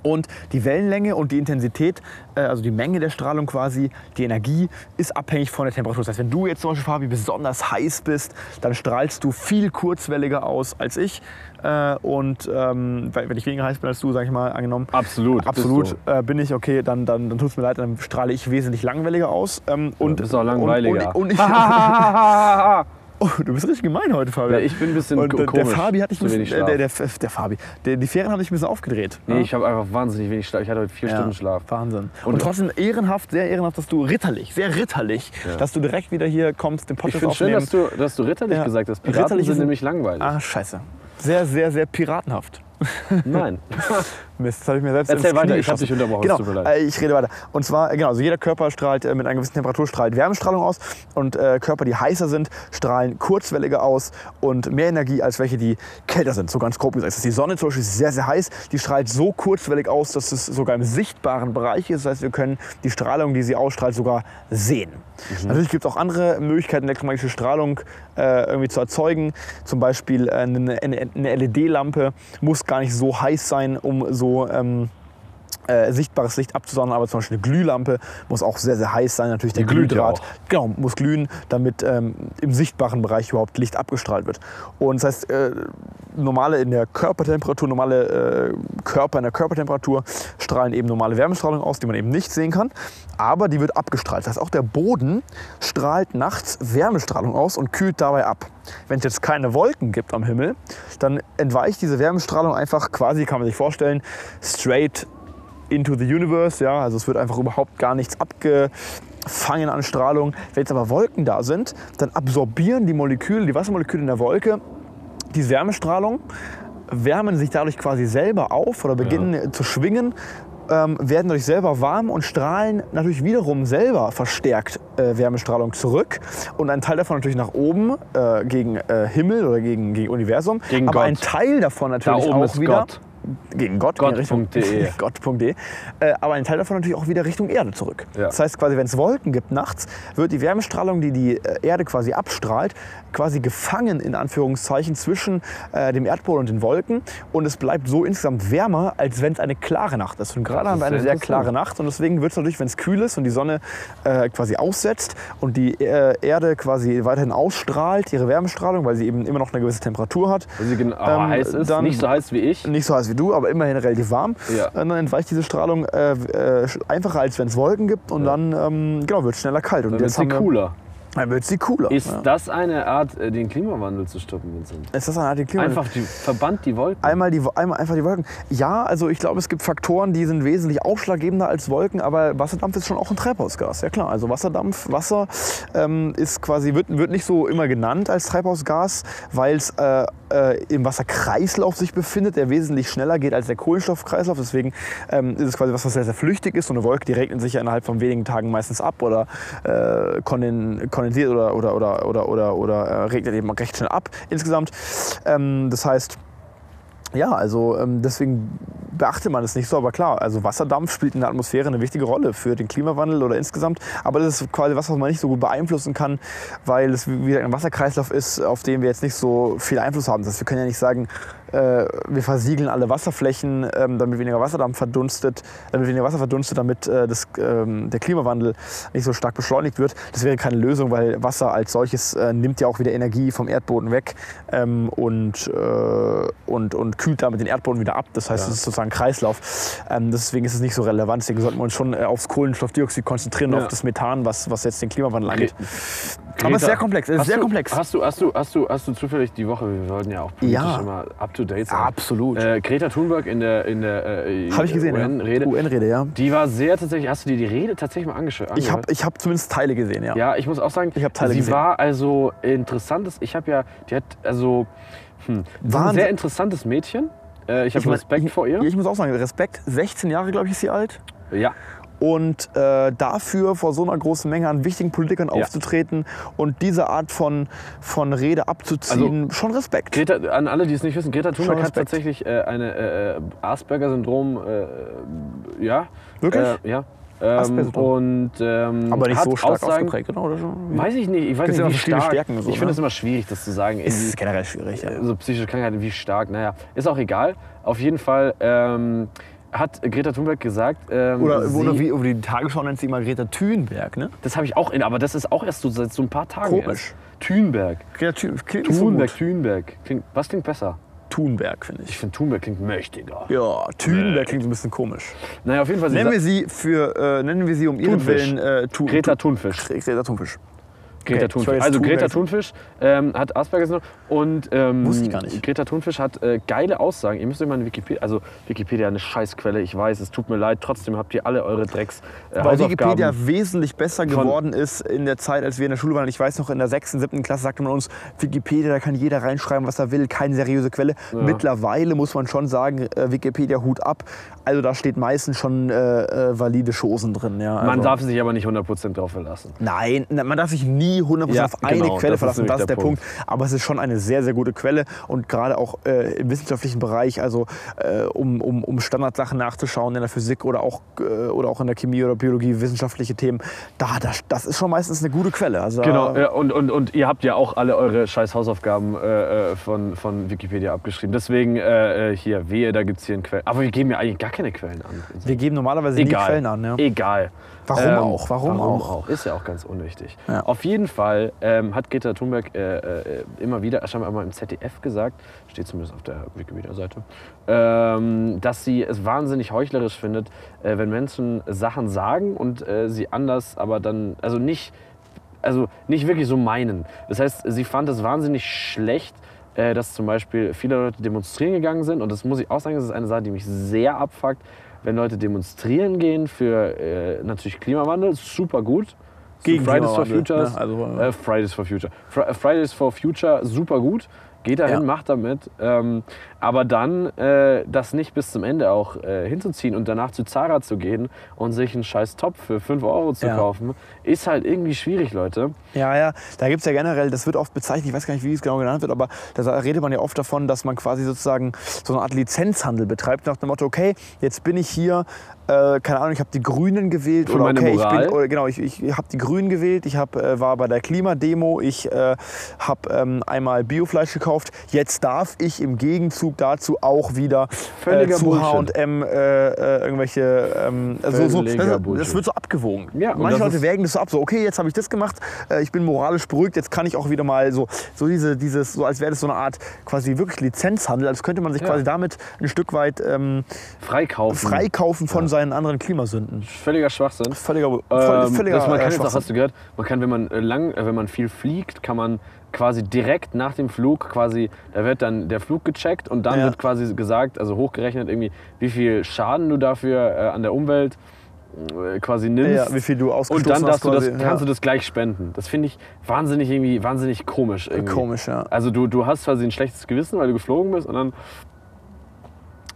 Speaker 1: und die Wellenlänge und die Intensität, äh, also die Menge der Strahlung quasi, die Energie, ist abhängig von der Temperatur. Das heißt, wenn du jetzt zum Beispiel, Fabi, besonders heiß bist, dann strahlst du viel kurzwelliger aus als ich. Äh, und ähm, weil- wenn ich weniger heiß bin als du, sage ich mal, angenommen,
Speaker 3: Absolut. bist
Speaker 1: Absolut
Speaker 3: du.
Speaker 1: äh, bin ich, okay, dann, dann, dann tut es mir leid, dann strahle ich wesentlich langweiliger aus. Ähm, und,
Speaker 3: bist auch langweiliger.
Speaker 1: Und, und, ich,
Speaker 3: ja,
Speaker 1: oh, du bist richtig gemein heute, Fabian.
Speaker 3: ich bin ein bisschen
Speaker 1: und
Speaker 3: ko-
Speaker 1: äh, der
Speaker 3: komisch.
Speaker 1: Fabi hat dich
Speaker 3: zu
Speaker 1: ein bisschen,
Speaker 3: wenig
Speaker 1: äh,
Speaker 3: Schlaf.
Speaker 1: der, der, der Fabi, der, die Ferien haben dich ein bisschen aufgedreht.
Speaker 3: Nee,
Speaker 1: ne?
Speaker 3: ich habe einfach wahnsinnig wenig Schlaf. Ich hatte heute vier
Speaker 1: Ja,
Speaker 3: Stunden Schlaf.
Speaker 1: Wahnsinn. Und,
Speaker 3: Und-
Speaker 1: trotzdem ehrenhaft, sehr ehrenhaft, dass du ritterlich, sehr ritterlich, dass du direkt wieder hier kommst, den
Speaker 3: Ich
Speaker 1: Podcast
Speaker 3: finde schön,
Speaker 1: aufnehmen.
Speaker 3: dass du, dass du ritterlich
Speaker 1: Ja.
Speaker 3: gesagt hast. Piraten
Speaker 1: Ritterlich
Speaker 3: sind
Speaker 1: sind-
Speaker 3: nämlich langweilig.
Speaker 1: ah, scheiße. Sehr, sehr, sehr piratenhaft.
Speaker 3: Nein.
Speaker 1: Mist, das habe ich mir selbst ins
Speaker 3: Erzähl
Speaker 1: Knie
Speaker 3: weiter, ich hab
Speaker 1: geschossen.
Speaker 3: dich unterbrochen,
Speaker 1: Genau,
Speaker 3: es tut mir leid.
Speaker 1: äh, ich rede weiter. Und zwar, äh, genau, also jeder Körper strahlt äh, mit einer gewissen Temperatur strahlt Wärmestrahlung aus und äh, Körper, die heißer sind, strahlen kurzwelliger aus und mehr Energie als welche, die kälter sind. So ganz grob gesagt. Das heißt, die Sonne zum Beispiel ist sehr, sehr heiß, die strahlt so kurzwellig aus, dass es sogar im sichtbaren Bereich ist. Das heißt, wir können die Strahlung, die sie ausstrahlt, sogar sehen. Natürlich gibt es auch andere Möglichkeiten, elektromagnetische Strahlung äh, irgendwie zu erzeugen. Zum Beispiel äh, eine, eine, eine LED-Lampe muss gar nicht so heiß sein, um so ähm, äh, sichtbares Licht abzusondern, aber zum Beispiel eine Glühlampe muss auch sehr, sehr heiß sein. Natürlich der
Speaker 3: Die glüht ja
Speaker 1: Glühdraht
Speaker 3: auch.
Speaker 1: genau, muss glühen, damit ähm, im sichtbaren Bereich überhaupt Licht abgestrahlt wird. Und das heißt, äh, normale in der Körpertemperatur, normale äh, Körper in der Körpertemperatur strahlen eben normale Wärmestrahlung aus, die man eben nicht sehen kann, aber die wird abgestrahlt. Das heißt, auch der Boden strahlt nachts Wärmestrahlung aus und kühlt dabei ab. Wenn es jetzt keine Wolken gibt am Himmel, dann entweicht diese Wärmestrahlung einfach quasi, kann man sich vorstellen, straight into the universe, ja, also es wird einfach überhaupt gar nichts abgefangen an Strahlung. Wenn jetzt aber Wolken da sind, dann absorbieren die Moleküle, die Wassermoleküle in der Wolke die Wärmestrahlung, wärmen sich dadurch quasi selber auf oder beginnen zu schwingen, ähm, werden dadurch selber warm und strahlen natürlich wiederum selber verstärkt äh, Wärmestrahlung zurück. Und ein Teil davon natürlich nach oben, äh, gegen äh, Himmel oder gegen, gegen Universum.
Speaker 3: Gegen
Speaker 1: aber
Speaker 3: Gott.
Speaker 1: ein Teil davon natürlich
Speaker 3: oben
Speaker 1: auch
Speaker 3: ist
Speaker 1: wieder.
Speaker 3: Gott.
Speaker 1: Gegen Gott. gegen Richtung-
Speaker 3: Gott.de.
Speaker 1: Gott.de. Äh, aber ein Teil davon natürlich auch wieder Richtung Erde zurück.
Speaker 3: Ja.
Speaker 1: Das heißt quasi, wenn es Wolken gibt nachts, wird die Wärmestrahlung, die die äh, Erde quasi abstrahlt, quasi gefangen in Anführungszeichen zwischen äh, dem Erdpol und den Wolken. Und es bleibt so insgesamt wärmer, als wenn es eine klare Nacht ist. Und gerade haben wir
Speaker 3: ist
Speaker 1: eine
Speaker 3: sehr
Speaker 1: sehr klare Nacht. Und deswegen wird es natürlich, wenn es kühl ist und die Sonne äh, quasi aussetzt und die äh, Erde quasi weiterhin ausstrahlt, ihre Wärmestrahlung, weil sie eben immer noch eine gewisse Temperatur hat,
Speaker 3: Also sie gen- aber
Speaker 1: Ähm,
Speaker 3: heiß ist,
Speaker 1: dann-
Speaker 3: nicht so heiß wie ich.
Speaker 1: nicht so heiß wie du, aber immerhin relativ warm.
Speaker 3: Ja.
Speaker 1: Und dann entweicht diese Strahlung äh, äh, sch- einfacher, als wenn es Wolken gibt. Und dann ähm, genau, wird es schneller kalt. Und
Speaker 3: Dann wird
Speaker 1: jetzt
Speaker 3: sie
Speaker 1: haben wir-
Speaker 3: cooler.
Speaker 1: Dann wird sie cooler.
Speaker 3: Ist
Speaker 1: ja.
Speaker 3: das eine Art, äh, den Klimawandel zu stoppen, Vincent?
Speaker 1: Ist das eine Art die Klima?
Speaker 3: Einfach die, verbannt die Wolken.
Speaker 1: Einmal, die, einmal einfach die Wolken. Ja, also ich glaube, es gibt Faktoren, die sind wesentlich ausschlaggebender als Wolken, aber Wasserdampf ist schon auch ein Treibhausgas. Ja klar, also Wasserdampf, Wasser ähm, ist quasi, wird, wird nicht so immer genannt als Treibhausgas, weil es äh, äh, im Wasserkreislauf sich befindet, der wesentlich schneller geht als der Kohlenstoffkreislauf. Deswegen ähm, ist es quasi was, was sehr, sehr flüchtig ist. So eine Wolke, die regnet sich ja innerhalb von wenigen Tagen meistens ab oder äh, konden- kondensiert oder, oder, oder, oder, oder, oder äh, regnet eben recht schnell ab insgesamt. Ähm, das heißt, ja, also ähm, deswegen beachte man es nicht so, aber klar, also Wasserdampf spielt in der Atmosphäre eine wichtige Rolle für den Klimawandel oder insgesamt, aber das ist quasi was, was man nicht so gut beeinflussen kann, weil es wie gesagt ein Wasserkreislauf ist, auf den wir jetzt nicht so viel Einfluss haben. Das heißt, wir können ja nicht sagen, äh, wir versiegeln alle Wasserflächen, ähm, damit weniger Wasserdampf verdunstet, damit weniger Wasser verdunstet, damit äh, das, ähm, der Klimawandel nicht so stark beschleunigt wird. Das wäre keine Lösung, weil Wasser als solches äh, nimmt ja auch wieder Energie vom Erdboden weg ähm, und, äh, und, und kühlt damit den Erdboden wieder ab. Das heißt, es ist sozusagen ein Kreislauf. Ähm, deswegen ist es nicht so relevant. Deswegen sollten wir uns schon äh, aufs Kohlenstoffdioxid konzentrieren, und
Speaker 3: Ja.
Speaker 1: auf das Methan, was, was jetzt den Klimawandel
Speaker 3: Gre-
Speaker 1: angeht. Aber es ist sehr komplex. Es ist
Speaker 3: Hast
Speaker 1: sehr
Speaker 3: du,
Speaker 1: komplex.
Speaker 3: Hast du, hast, du, hast, du, hast du zufällig die Woche, wir wollten ja auch politisch
Speaker 1: Ja.
Speaker 3: immer up-to-date sein.
Speaker 1: Absolut.
Speaker 3: Äh, Greta Thunberg in der, in der äh,
Speaker 1: Habe ich gesehen,
Speaker 3: UN-Rede,
Speaker 1: ja. UN-Rede, ja.
Speaker 3: die war sehr tatsächlich, hast du dir die Rede tatsächlich mal angeschaut?
Speaker 1: Ich habe ich hab zumindest Teile gesehen, ja.
Speaker 3: Ja, ich muss auch sagen,
Speaker 1: Ich hab Teile
Speaker 3: sie
Speaker 1: gesehen.
Speaker 3: war also interessantes. Ich habe ja, die hat also hm, sie ist ein
Speaker 1: Wahnsinn.
Speaker 3: sehr interessantes Mädchen. Äh, ich habe
Speaker 1: mein,
Speaker 3: Respekt
Speaker 1: ich,
Speaker 3: vor ihr.
Speaker 1: Ich muss auch sagen, Respekt. 16 Jahre, glaube ich, ist sie alt.
Speaker 3: ja,
Speaker 1: Und äh, dafür vor so einer großen Menge an wichtigen Politikern aufzutreten und diese Art von, von Rede abzuziehen,
Speaker 3: Also,
Speaker 1: schon Respekt.
Speaker 3: Greta, an alle, die es nicht wissen, Greta Thunberg hat
Speaker 1: Respekt.
Speaker 3: tatsächlich äh, eine äh, äh, Asperger-Syndrom. Äh, ja.
Speaker 1: Wirklich?
Speaker 3: Äh, ja. Ähm,
Speaker 1: Asperger-Syndrom.
Speaker 3: und ähm,
Speaker 1: Aber nicht
Speaker 3: hat
Speaker 1: so stark
Speaker 3: Aussagen,
Speaker 1: ausgeprägt, genau? Oder schon?
Speaker 3: Weiß ich nicht. Ich weiß
Speaker 1: Gibt's ja
Speaker 3: nicht, wie
Speaker 1: noch verschiedene
Speaker 3: stark.
Speaker 1: Stärken so,
Speaker 3: ich finde
Speaker 1: ne?
Speaker 3: es immer schwierig, das zu sagen. Irgendwie-
Speaker 1: ist generell schwierig, ja.
Speaker 3: so psychische Krankheiten wie stark, naja, ist auch egal. Auf jeden Fall ähm, hat Greta Thunberg gesagt, ähm,
Speaker 1: Oder,
Speaker 3: sie,
Speaker 1: oder wie über die Tagesschau nennt sie immer Greta Thunberg, ne?
Speaker 3: das habe ich auch in, aber das ist auch erst so seit so ein paar Tagen.
Speaker 1: Komisch.
Speaker 3: Erst. Thunberg.
Speaker 1: Greta Thun, klingt nicht so
Speaker 3: Thunberg,
Speaker 1: gut.
Speaker 3: Thunberg. Klingt, was klingt besser?
Speaker 1: Thunberg, finde
Speaker 3: Ich
Speaker 1: ich.
Speaker 3: finde Thunberg klingt mächtiger.
Speaker 1: Ja, Thunberg klingt so ein bisschen komisch.
Speaker 3: Naja, auf jeden Fall. Sie
Speaker 1: Nennen wir
Speaker 3: sa-
Speaker 1: sie für, äh, nennen wir sie um ihren
Speaker 3: Thunfisch.
Speaker 1: Willen äh, Tu-
Speaker 3: Greta
Speaker 1: Tu-
Speaker 3: Thunfisch.
Speaker 1: Greta Thunfisch.
Speaker 3: Greta
Speaker 1: Okay, ich war
Speaker 3: Thunfisch.
Speaker 1: jetzt
Speaker 3: Also
Speaker 1: Thunberg.
Speaker 3: Greta Thunfisch ähm, hat Asperger syndrom und ähm,
Speaker 1: Wusste ich gar nicht.
Speaker 3: Greta Thunfisch hat äh, geile Aussagen. Ihr müsst euch mal in Wikipedia, also Wikipedia eine Scheißquelle, ich weiß, es tut mir leid, trotzdem habt ihr alle eure Drecks äh,
Speaker 1: Weil
Speaker 3: Hausaufgaben.
Speaker 1: Wikipedia wesentlich besser geworden ist in der Zeit, als wir in der Schule waren. Ich weiß noch, in der 6., 7. Klasse sagte man uns, Wikipedia, da kann jeder reinschreiben, was er will, keine seriöse Quelle. Mittlerweile muss man schon sagen, äh, Wikipedia Hut ab. Also da steht meistens schon äh, äh, valide Chosen drin. Ja, also. Ah.
Speaker 3: Man darf sich aber nicht 100% drauf verlassen.
Speaker 1: Nein, na, man darf sich nie 100%
Speaker 3: Ja,
Speaker 1: auf eine
Speaker 3: genau,
Speaker 1: Quelle
Speaker 3: das ist
Speaker 1: verlassen,
Speaker 3: nämlich
Speaker 1: das ist
Speaker 3: der
Speaker 1: der Punkt. Aber es ist schon eine sehr, sehr gute Quelle und gerade auch äh, im wissenschaftlichen Bereich, also äh, um, um, um Standardsachen nachzuschauen in der Physik oder auch, äh, oder auch in der Chemie oder Biologie, wissenschaftliche Themen, da, das, das ist schon meistens eine gute Quelle. Also,
Speaker 3: Genau,
Speaker 1: äh,
Speaker 3: ja, und, und, und ihr habt ja auch alle eure scheiß Hausaufgaben äh, äh, von, von Wikipedia abgeschrieben. Deswegen äh, äh, hier, wehe, da gibt es hier einen Quellen. Aber wir geben ja eigentlich gar keine Quellen an.
Speaker 1: wir geben normalerweise nie
Speaker 3: Egal.
Speaker 1: Quellen an. Ja.
Speaker 3: Egal.
Speaker 1: Warum auch? Warum auch?
Speaker 3: Ist ja auch ganz unwichtig.
Speaker 1: Ja.
Speaker 3: Auf jeden Fall ähm, hat Greta Thunberg äh, äh, immer wieder, scheinbar einmal im ZDF gesagt, steht zumindest auf der Wikipedia-Seite, ähm, dass sie es wahnsinnig heuchlerisch findet, äh, wenn Menschen Sachen sagen und äh, sie anders, aber dann, also nicht also nicht wirklich so meinen. Das heißt, sie fand es wahnsinnig schlecht, äh, dass zum Beispiel viele Leute demonstrieren gegangen sind. Und das muss ich auch sagen, das ist eine Sache, die mich sehr abfuckt, wenn Leute demonstrieren gehen für äh, natürlich Klimawandel, super gut.
Speaker 1: Gegen
Speaker 3: Fridays for
Speaker 1: Klimawandel,
Speaker 3: Futures,
Speaker 1: ne? Also,
Speaker 3: äh, Fridays for Future. Fr Fridays for Future, super gut. Geht
Speaker 1: Ja.
Speaker 3: dahin, macht damit. Ähm, aber dann äh, das nicht bis zum Ende auch äh, hinzuziehen und danach zu Zara zu gehen und sich einen scheiß Topf für 5 Euro zu
Speaker 1: Ja.
Speaker 3: kaufen, ist halt irgendwie schwierig, Leute.
Speaker 1: Ja, ja, da gibt es ja generell, das wird oft bezeichnet, ich weiß gar nicht, wie es genau genannt wird, aber da sa- redet man ja oft davon, dass man quasi sozusagen so eine Art Lizenzhandel betreibt, nach dem Motto, okay, jetzt bin ich hier, äh, keine Ahnung, ich habe die Grünen gewählt
Speaker 3: Für
Speaker 1: oder
Speaker 3: meine
Speaker 1: okay, ich
Speaker 3: Moral.
Speaker 1: bin, oder, genau, ich, ich habe die Grünen gewählt, ich hab, äh, war bei der Klimademo, ich äh, habe ähm, einmal Biofleisch gekauft, jetzt darf ich im Gegenzug dazu auch wieder äh,
Speaker 3: Völliger
Speaker 1: zu
Speaker 3: Bullshit.
Speaker 1: H&M äh, äh, irgendwelche, ähm, also so,
Speaker 3: Völliger
Speaker 1: das, das
Speaker 3: Bullshit.
Speaker 1: wird so abgewogen.
Speaker 3: Ja, und
Speaker 1: Manche
Speaker 3: das
Speaker 1: Leute
Speaker 3: ist-
Speaker 1: wägen das so ab, so okay, jetzt habe ich das gemacht, äh, ich bin moralisch beruhigt, jetzt kann ich auch wieder mal so, so diese, dieses, so als wäre das so eine Art quasi wirklich Lizenzhandel, als könnte man sich
Speaker 3: Ja.
Speaker 1: quasi damit ein Stück weit ähm,
Speaker 3: Freikaufen.
Speaker 1: freikaufen von seinen anderen Klimasünden.
Speaker 3: Völliger Schwachsinn.
Speaker 1: Völliger, voll,
Speaker 3: Ähm,
Speaker 1: völliger
Speaker 3: dass man kann
Speaker 1: äh,
Speaker 3: jetzt auch,
Speaker 1: Schwachsinn.
Speaker 3: hast du gehört, man kann, wenn man äh, lang, äh, wenn man viel fliegt, kann man quasi direkt nach dem Flug quasi, da wird dann der Flug gecheckt und dann
Speaker 1: Ja.
Speaker 3: wird quasi gesagt, also hochgerechnet irgendwie, wie viel Schaden du dafür äh, an der Umwelt äh, quasi nimmst.
Speaker 1: ja, wie viel du
Speaker 3: und
Speaker 1: ausgestoßen
Speaker 3: dann
Speaker 1: hast
Speaker 3: darfst du das,
Speaker 1: quasi.
Speaker 3: kannst
Speaker 1: ja.
Speaker 3: du das gleich spenden. Das finde ich wahnsinnig irgendwie, wahnsinnig komisch. Irgendwie.
Speaker 1: Komisch, ja.
Speaker 3: Also du, du hast quasi ein schlechtes Gewissen, weil du geflogen bist und dann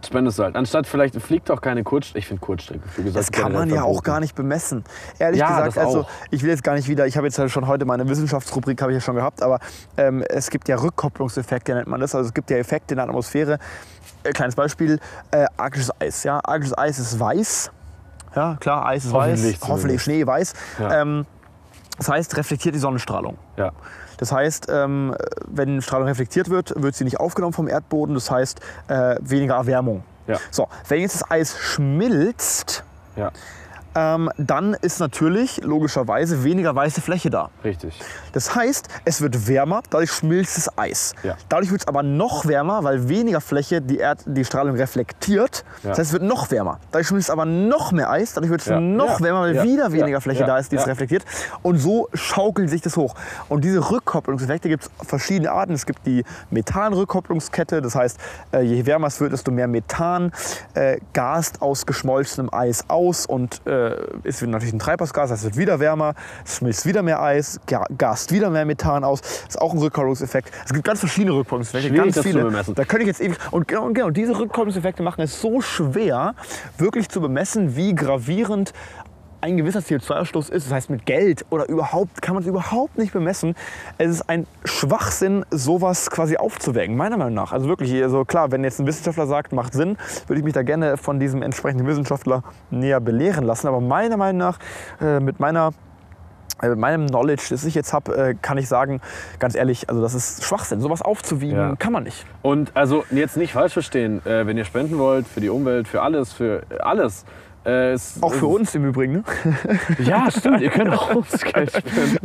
Speaker 3: spendest du halt. Anstatt vielleicht fliegt auch keine Kurzstrecke. Ich finde Kurzstreckenflüge.
Speaker 1: Das kann man ja auch gar nicht bemessen. Ehrlich
Speaker 3: Ja,
Speaker 1: gesagt,
Speaker 3: das
Speaker 1: also
Speaker 3: auch.
Speaker 1: ich will jetzt gar nicht wieder, ich habe jetzt ja schon heute meine Wissenschaftsrubrik, habe ich ja schon gehabt, aber ähm, es gibt ja Rückkopplungseffekte, nennt man das. Also es gibt ja Effekte in der Atmosphäre. Äh, kleines Beispiel, äh, arktisches Eis. Ja? Arktisches Eis ist weiß. Ja, klar, Eis ist
Speaker 3: Hoffentlich
Speaker 1: weiß.
Speaker 3: zumindest.
Speaker 1: Hoffentlich Schnee weiß.
Speaker 3: Ja.
Speaker 1: Ähm, das heißt, reflektiert die Sonnenstrahlung.
Speaker 3: Ja.
Speaker 1: Das heißt, ähm, wenn Strahlung reflektiert wird, wird sie nicht aufgenommen vom Erdboden. Das heißt, äh, weniger Erwärmung.
Speaker 3: Ja.
Speaker 1: So, wenn jetzt das Eis schmilzt,
Speaker 3: ja,
Speaker 1: ähm, dann ist natürlich logischerweise weniger weiße Fläche da.
Speaker 3: richtig.
Speaker 1: Das heißt, es wird wärmer, dadurch schmilzt das Eis.
Speaker 3: Ja.
Speaker 1: Dadurch wird es aber noch wärmer, weil weniger Fläche die, Erd die Strahlung reflektiert.
Speaker 3: Ja.
Speaker 1: Das heißt, es wird noch wärmer. Dadurch schmilzt aber noch mehr Eis, dadurch wird es
Speaker 3: Ja.
Speaker 1: noch
Speaker 3: Ja.
Speaker 1: wärmer, weil
Speaker 3: Ja.
Speaker 1: wieder weniger
Speaker 3: Ja.
Speaker 1: Fläche
Speaker 3: Ja.
Speaker 1: da ist, die es
Speaker 3: Ja.
Speaker 1: reflektiert. Und so schaukelt sich das hoch. Und diese Rückkopplungseffekte gibt es verschiedene Arten. Es gibt die Methanrückkopplungskette, das heißt, äh, je wärmer es wird, desto mehr Methan äh, gast aus geschmolzenem Eis aus und äh, ist wieder natürlich ein Treibhausgas, das wird wieder wärmer, es schmilzt wieder mehr Eis, ga- gast wieder mehr Methan aus. Das ist auch ein Rückkopplungseffekt. Es gibt ganz verschiedene Rückkopplungseffekte,
Speaker 3: Schwierig,
Speaker 1: ganz
Speaker 3: das zu
Speaker 1: viele.
Speaker 3: bemessen.
Speaker 1: Da könnte ich jetzt ewig. Und genau, und genau diese Rückkopplungseffekte machen es so schwer, wirklich zu bemessen, wie gravierend ein gewisser CO2-Ausstoß ist. Das heißt, mit Geld oder überhaupt kann man es überhaupt nicht bemessen. Es ist ein Schwachsinn, sowas quasi aufzuwägen, meiner Meinung nach. Also wirklich, also klar, wenn jetzt ein Wissenschaftler sagt, macht Sinn, würde ich mich da gerne von diesem entsprechenden Wissenschaftler näher belehren lassen. Aber meiner Meinung nach, äh, mit meiner äh, mit meinem Knowledge, das ich jetzt habe, äh, kann ich sagen, ganz ehrlich, also das ist Schwachsinn. Sowas aufzuwiegen
Speaker 3: Ja.
Speaker 1: kann man nicht.
Speaker 3: Und also jetzt nicht falsch verstehen, äh, wenn ihr spenden wollt für die Umwelt, für alles, für äh, alles. Äh, es,
Speaker 1: Auch für uns im Übrigen, ne?
Speaker 3: Also Ja, stimmt, ihr könnt auch uns Geld spenden.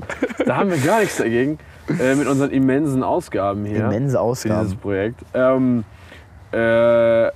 Speaker 3: Da haben wir gar nichts dagegen äh, mit unseren immensen Ausgaben hier.
Speaker 1: Immense
Speaker 3: für dieses
Speaker 1: Ausgaben.
Speaker 3: Projekt. Ähm, äh,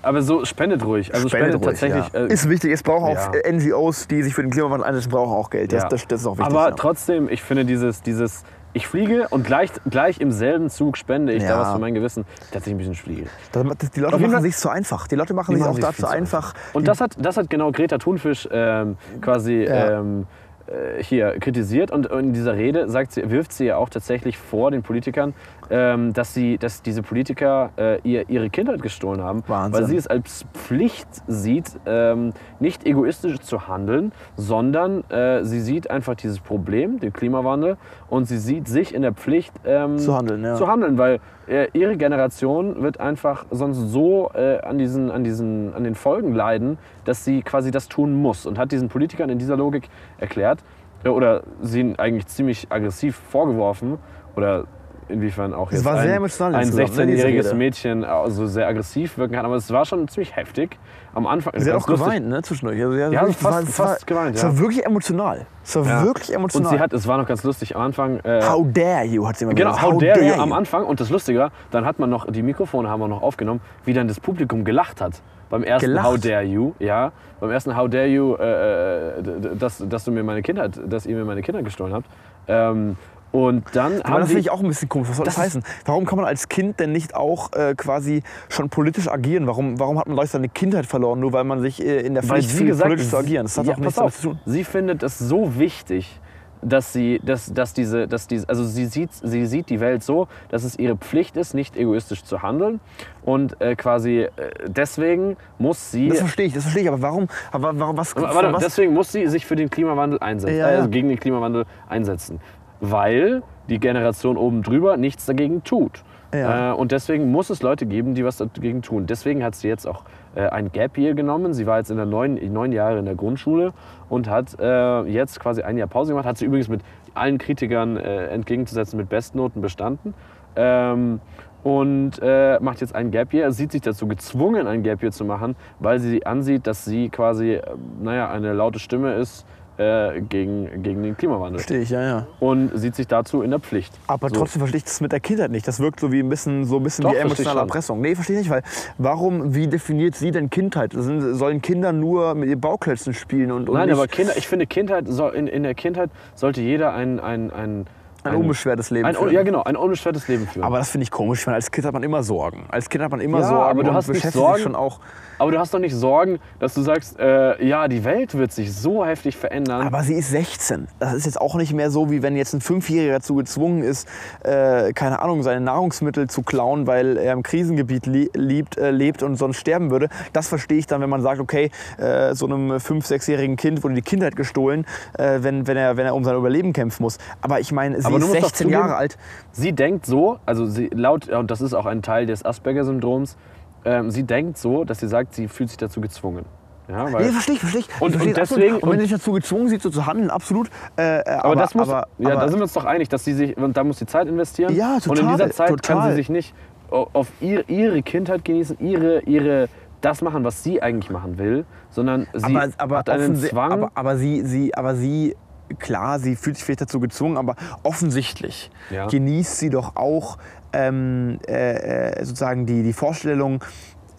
Speaker 3: aber so spendet ruhig. Also spendet, tatsächlich. äh,
Speaker 1: ist wichtig, es brauchen auch
Speaker 3: ja.
Speaker 1: äh, NGOs, die sich für den Klimawandel einsetzen, brauchen auch Geld. Das,
Speaker 3: Ja.
Speaker 1: das, das ist auch wichtig.
Speaker 3: Aber
Speaker 1: ja.
Speaker 3: trotzdem, ich finde dieses, dieses ich fliege und gleich, gleich im selben Zug spende ich da
Speaker 1: Ja.
Speaker 3: was für mein Gewissen, tatsächlich ein bisschen schwierig.
Speaker 1: Das- das- Die Leute
Speaker 3: Auf jeden
Speaker 1: machen
Speaker 3: Fall-
Speaker 1: sich zu einfach. Die Leute machen
Speaker 3: Die
Speaker 1: sich
Speaker 3: machen
Speaker 1: auch
Speaker 3: sich viel
Speaker 1: dazu
Speaker 3: zu
Speaker 1: einfach.
Speaker 3: Und
Speaker 1: die,
Speaker 3: das hat, das hat genau Greta Thunfisch ähm, quasi
Speaker 1: Ja.
Speaker 3: ähm, äh, hier kritisiert und in dieser Rede sagt sie, wirft sie ja auch tatsächlich vor den Politikern, ähm, dass, sie, dass diese Politiker äh, ihr, ihre Kindheit gestohlen haben,
Speaker 1: Wahnsinn.
Speaker 3: weil sie es als Pflicht sieht, ähm, nicht egoistisch zu handeln, sondern äh, sie sieht einfach dieses Problem, den Klimawandel, und sie sieht sich in der Pflicht ähm,
Speaker 1: Zu handeln, ja.
Speaker 3: zu handeln, weil äh, ihre Generation wird einfach sonst so äh, an, diesen, an, diesen, an den Folgen leiden, dass sie quasi das tun muss und hat diesen Politikern in dieser Logik erklärt äh, oder sie ihnen eigentlich ziemlich aggressiv vorgeworfen oder inwiefern auch
Speaker 1: Es
Speaker 3: jetzt
Speaker 1: war sehr
Speaker 3: ein,
Speaker 1: emotional
Speaker 3: ein
Speaker 1: insgesamt, ne, diese
Speaker 3: 16-jähriges
Speaker 1: Rede.
Speaker 3: Mädchen also sehr aggressiv wirken kann, aber es war schon ziemlich heftig am Anfang.
Speaker 1: sie hat
Speaker 3: ganz
Speaker 1: auch
Speaker 3: lustig.
Speaker 1: geweint, ne? Zwischendurch. Also, sie hat
Speaker 3: Ja,
Speaker 1: wirklich-
Speaker 3: fast-
Speaker 1: es war,
Speaker 3: fast geweint,
Speaker 1: Es war
Speaker 3: ja.
Speaker 1: wirklich emotional. Es war
Speaker 3: Ja.
Speaker 1: wirklich
Speaker 3: Und
Speaker 1: emotional.
Speaker 3: sie hat, es war noch ganz lustig am Anfang. äh,
Speaker 1: how dare you, hat sie immer
Speaker 3: Genau,
Speaker 1: gesagt.
Speaker 3: how, dare, you am Anfang. Und das Lustige war, dann hat man noch, die Mikrofone haben wir noch aufgenommen, wie dann das Publikum gelacht hat. Beim ersten
Speaker 1: Gelacht?
Speaker 3: How dare you, ja. Beim ersten How dare you, äh, äh, d- d- dass, dass du mir meine Kindheit, dass ihr mir meine Kinder gestohlen habt. Ähm, und
Speaker 1: Aber
Speaker 3: dann haben
Speaker 1: das finde
Speaker 3: sie,
Speaker 1: ich auch ein bisschen komisch. Was soll das,
Speaker 3: Das ist-
Speaker 1: heißen? Warum kann man als Kind denn nicht auch äh, quasi schon politisch agieren? Warum, warum hat man gleich seine Kindheit verloren, nur weil man sich äh, in der
Speaker 3: weil
Speaker 1: Pflicht
Speaker 3: sie
Speaker 1: fühlt,
Speaker 3: gesagt,
Speaker 1: politisch zu agieren? Das hat
Speaker 3: ja,
Speaker 1: auch nichts
Speaker 3: pass
Speaker 1: damit
Speaker 3: auf,
Speaker 1: zu tun.
Speaker 3: sie findet das so wichtig, dass sie, dass, dass diese, dass diese, also sie sieht, sie sieht die Welt so, dass es ihre Pflicht ist, nicht egoistisch zu handeln und äh, quasi äh, deswegen muss sie,
Speaker 1: Das verstehe ich, das verstehe ich. Aber warum? Aber warum was?
Speaker 3: W- warte,
Speaker 1: was
Speaker 3: deswegen muss sie sich für den Klimawandel einsetzen,
Speaker 1: Ja, ja.
Speaker 3: also gegen den Klimawandel einsetzen, weil die Generation oben drüber nichts dagegen tut.
Speaker 1: Ja.
Speaker 3: Äh, und deswegen muss es Leute geben, die was dagegen tun. Deswegen hat sie jetzt auch äh, ein Gap Year genommen. Sie war jetzt in der neun, neun Jahre in der Grundschule und hat äh, jetzt quasi ein Jahr Pause gemacht. Hat sie übrigens mit allen Kritikern äh, entgegenzusetzen mit Bestnoten bestanden. Ähm, und äh, macht jetzt ein Gap Year, sieht sich dazu gezwungen, ein Gap Year zu machen, weil sie ansieht, dass sie quasi, äh, naja, eine laute Stimme ist äh, gegen, gegen den Klimawandel.
Speaker 1: verstehe ich, ja, ja.
Speaker 3: Und sieht sich dazu in der Pflicht.
Speaker 1: Aber
Speaker 3: So.
Speaker 1: trotzdem verstehe ich das mit der Kindheit nicht. Das wirkt so wie ein bisschen, so ein bisschen
Speaker 3: Doch,
Speaker 1: wie
Speaker 3: verstehe ich
Speaker 1: emotionale
Speaker 3: schon.
Speaker 1: Erpressung. Nee, verstehe ich nicht, weil warum, wie definiert sie denn Kindheit? Sind, sollen Kinder nur mit ihren Bauklötzen spielen und, und
Speaker 3: Nein,
Speaker 1: nicht
Speaker 3: aber Kinder, ich finde, Kindheit soll, in, in der Kindheit sollte jeder ein, ein, ein,
Speaker 1: ein unbeschwertes Leben
Speaker 3: ein,
Speaker 1: führen?
Speaker 3: Ja, genau, ein unbeschwertes Leben führen.
Speaker 1: Aber das finde ich komisch, weil als Kind hat man immer Sorgen. Als Kind hat man immer
Speaker 3: Ja,
Speaker 1: Sorgen
Speaker 3: aber du
Speaker 1: und
Speaker 3: hast nicht
Speaker 1: beschäftigt
Speaker 3: Sorgen.
Speaker 1: sich schon auch.
Speaker 3: Aber du hast doch nicht Sorgen, dass du sagst, äh, ja, die Welt wird sich so heftig verändern.
Speaker 1: Aber sie ist 16. Das ist jetzt auch nicht mehr so, wie wenn jetzt ein Fünfjähriger dazu gezwungen ist, äh, keine Ahnung, seine Nahrungsmittel zu klauen, weil er im Krisengebiet li liebt, äh, lebt und sonst sterben würde. Das verstehe ich dann, wenn man sagt, okay, äh, so einem fünf-, sechsjährigen Kind wurde die Kindheit gestohlen, äh, wenn, wenn, er, wenn er um sein Überleben kämpfen muss. Aber ich meine, sie
Speaker 3: Aber du
Speaker 1: ist
Speaker 3: musst doch
Speaker 1: 16
Speaker 3: zugeben-
Speaker 1: Jahre alt.
Speaker 3: sie denkt so, also sie laut, ja, und das ist auch ein Teil des Asperger-Syndroms, ähm, sie denkt so, dass sie sagt, sie fühlt sich dazu gezwungen. Ja, weil,
Speaker 1: Nee, verstehe ich, verstehe ich.
Speaker 3: Und-
Speaker 1: ich verstehe
Speaker 3: und
Speaker 1: es absolut.
Speaker 3: deswegen-
Speaker 1: und wenn
Speaker 3: und-
Speaker 1: sie sich dazu gezwungen sieht, so zu handeln, absolut. Äh, äh,
Speaker 3: aber, das muss,
Speaker 1: aber-
Speaker 3: ja,
Speaker 1: aber-
Speaker 3: da sind wir uns doch einig, dass sie sich, und da muss sie Zeit investieren.
Speaker 1: Ja,
Speaker 3: Und in
Speaker 1: total,
Speaker 3: dieser Zeit kann
Speaker 1: total.
Speaker 3: sie sich nicht au- auf ihr, ihre Kindheit genießen, ihre, ihre, das machen, was sie eigentlich machen will, sondern sie
Speaker 1: aber, aber
Speaker 3: hat einen
Speaker 1: offensi-
Speaker 3: Zwang.
Speaker 1: Aber, aber sie, sie, aber sie, klar, sie fühlt sich vielleicht dazu gezwungen, aber offensichtlich
Speaker 3: Ja.
Speaker 1: genießt sie doch auch ähm, äh, äh, sozusagen die, die Vorstellung,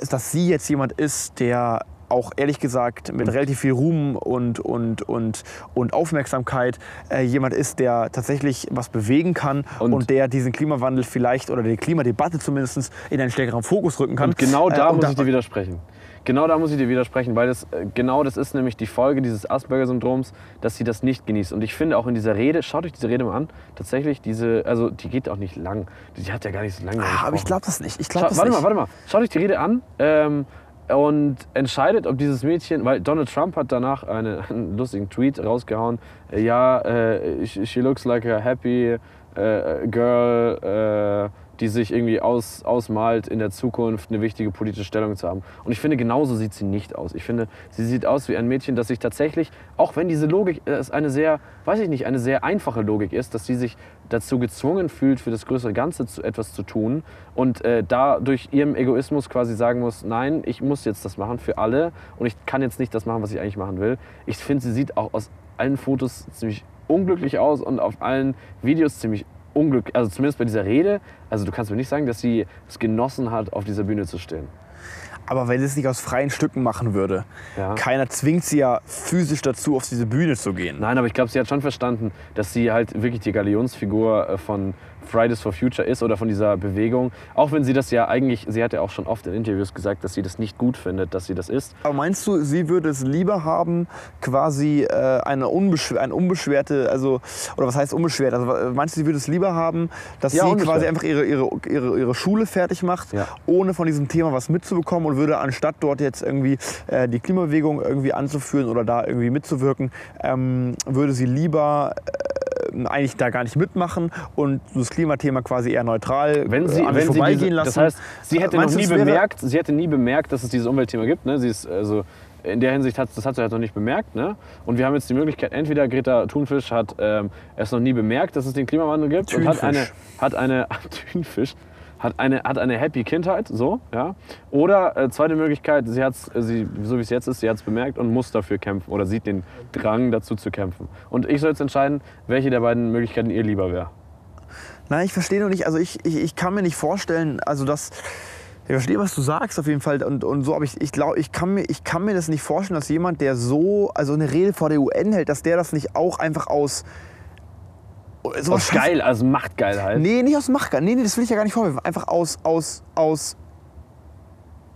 Speaker 1: dass sie jetzt jemand ist, der auch ehrlich gesagt
Speaker 3: Mhm.
Speaker 1: mit relativ viel Ruhm und, und, und, und Aufmerksamkeit äh, jemand ist, der tatsächlich was bewegen kann und,
Speaker 3: Und-
Speaker 1: der diesen Klimawandel vielleicht oder die Klimadebatte zumindest in einen stärkeren Fokus rücken kann.
Speaker 3: Und genau
Speaker 1: Äh,
Speaker 3: da
Speaker 1: und
Speaker 3: muss ich dir widersprechen. Genau da muss ich dir widersprechen, weil das äh, genau das ist nämlich die Folge dieses Asperger-Syndroms, dass sie das nicht genießt. Und ich finde auch in dieser Rede, schaut euch diese Rede mal an, tatsächlich diese, also die geht auch nicht lang. Die hat ja gar nicht so lange.
Speaker 1: Ah, aber ich
Speaker 3: gesprochen.
Speaker 1: glaube das nicht. Ich
Speaker 3: Schau,
Speaker 1: glaube das
Speaker 3: warte
Speaker 1: nicht.
Speaker 3: mal, warte mal. Schaut euch die Rede an ähm, und entscheidet, ob dieses Mädchen, weil Donald Trump hat danach eine, einen lustigen Tweet rausgehauen. äh, Ja, äh, she, she looks like a happy äh, girl, äh, die sich irgendwie aus, ausmalt, in der Zukunft eine wichtige politische Stellung zu haben. Und ich finde, genauso sieht sie nicht aus. Ich finde, sie sieht aus wie ein Mädchen, das sich tatsächlich, auch wenn diese Logik äh, ist eine sehr, weiß ich nicht, eine sehr einfache Logik ist, dass sie sich dazu gezwungen fühlt, für das größere Ganze zu, etwas zu tun und äh, da durch ihrem Egoismus quasi sagen muss, nein, ich muss jetzt das machen für alle und ich kann jetzt nicht das machen, was ich eigentlich machen will. Ich finde, sie sieht auch aus allen Fotos ziemlich unglücklich aus und auf allen Videos ziemlich unglücklich, also zumindest bei dieser Rede. Also du kannst mir nicht sagen, dass sie es genossen hat, auf dieser Bühne zu stehen.
Speaker 1: Aber wenn sie es nicht aus freien Stücken machen würde,
Speaker 3: Ja.
Speaker 1: keiner zwingt sie ja physisch dazu, auf diese Bühne zu gehen.
Speaker 3: Nein, aber ich glaube, sie hat schon verstanden, dass sie halt wirklich die Galionsfigur äh, von Fridays for Future ist oder von dieser Bewegung. Auch wenn sie das ja eigentlich, sie hat ja auch schon oft in Interviews gesagt, dass sie das nicht gut findet, dass sie das ist.
Speaker 1: Aber meinst du, sie würde es lieber haben, quasi äh, eine, unbeschw eine unbeschwerte, also, oder was heißt unbeschwert? Also, wa- meinst du, sie würde es lieber haben, dass
Speaker 3: Ja,
Speaker 1: sie
Speaker 3: unbeschwert.
Speaker 1: quasi einfach ihre, ihre, ihre, ihre Schule fertig macht,
Speaker 3: Ja.
Speaker 1: ohne von diesem Thema was mitzubekommen und würde anstatt dort jetzt irgendwie äh, die Klimabewegung irgendwie anzuführen oder da irgendwie mitzuwirken, ähm, würde sie lieber äh, eigentlich da gar nicht mitmachen und das Klimathema quasi eher neutral
Speaker 3: Wenn sie,
Speaker 1: äh, an sich
Speaker 3: wenn sie
Speaker 1: vorbeigehen
Speaker 3: diese,
Speaker 1: lassen. Äh,
Speaker 3: Das heißt, sie hätte noch
Speaker 1: Meinst du,
Speaker 3: nie
Speaker 1: es wäre-
Speaker 3: bemerkt, sie hätte nie bemerkt, dass es dieses Umweltthema gibt. Ne? Sie ist also in der Hinsicht hat das hat sie halt noch nicht bemerkt. Ne? Und wir haben jetzt die Möglichkeit, entweder Greta Thunfisch hat ähm, es noch nie bemerkt, dass es den Klimawandel gibt und hat eine
Speaker 1: Thunfisch.
Speaker 3: hat eine Thunfisch hat eine, hat eine happy Kindheit, so, ja. Oder äh, zweite Möglichkeit, sie hat's, äh, sie, so wie es jetzt ist, sie hat es bemerkt und muss dafür kämpfen oder sieht den Drang dazu zu kämpfen. Und ich soll jetzt entscheiden, welche der beiden Möglichkeiten ihr lieber wäre.
Speaker 1: Nein, ich verstehe noch nicht. Also ich, ich, ich kann mir nicht vorstellen, also das. Ich verstehe, was du sagst auf jeden Fall und, und so, aber ich, ich glaube, ich kann, mir, ich kann mir das nicht vorstellen, dass jemand, der so, also eine Rede vor der UN hält, dass der das nicht auch einfach aus so
Speaker 3: Aus geil, also macht geil halt.
Speaker 1: Nee, nicht aus Machtgeil. Nee, nee, das will ich ja gar nicht vorwerfen. Einfach aus, aus, aus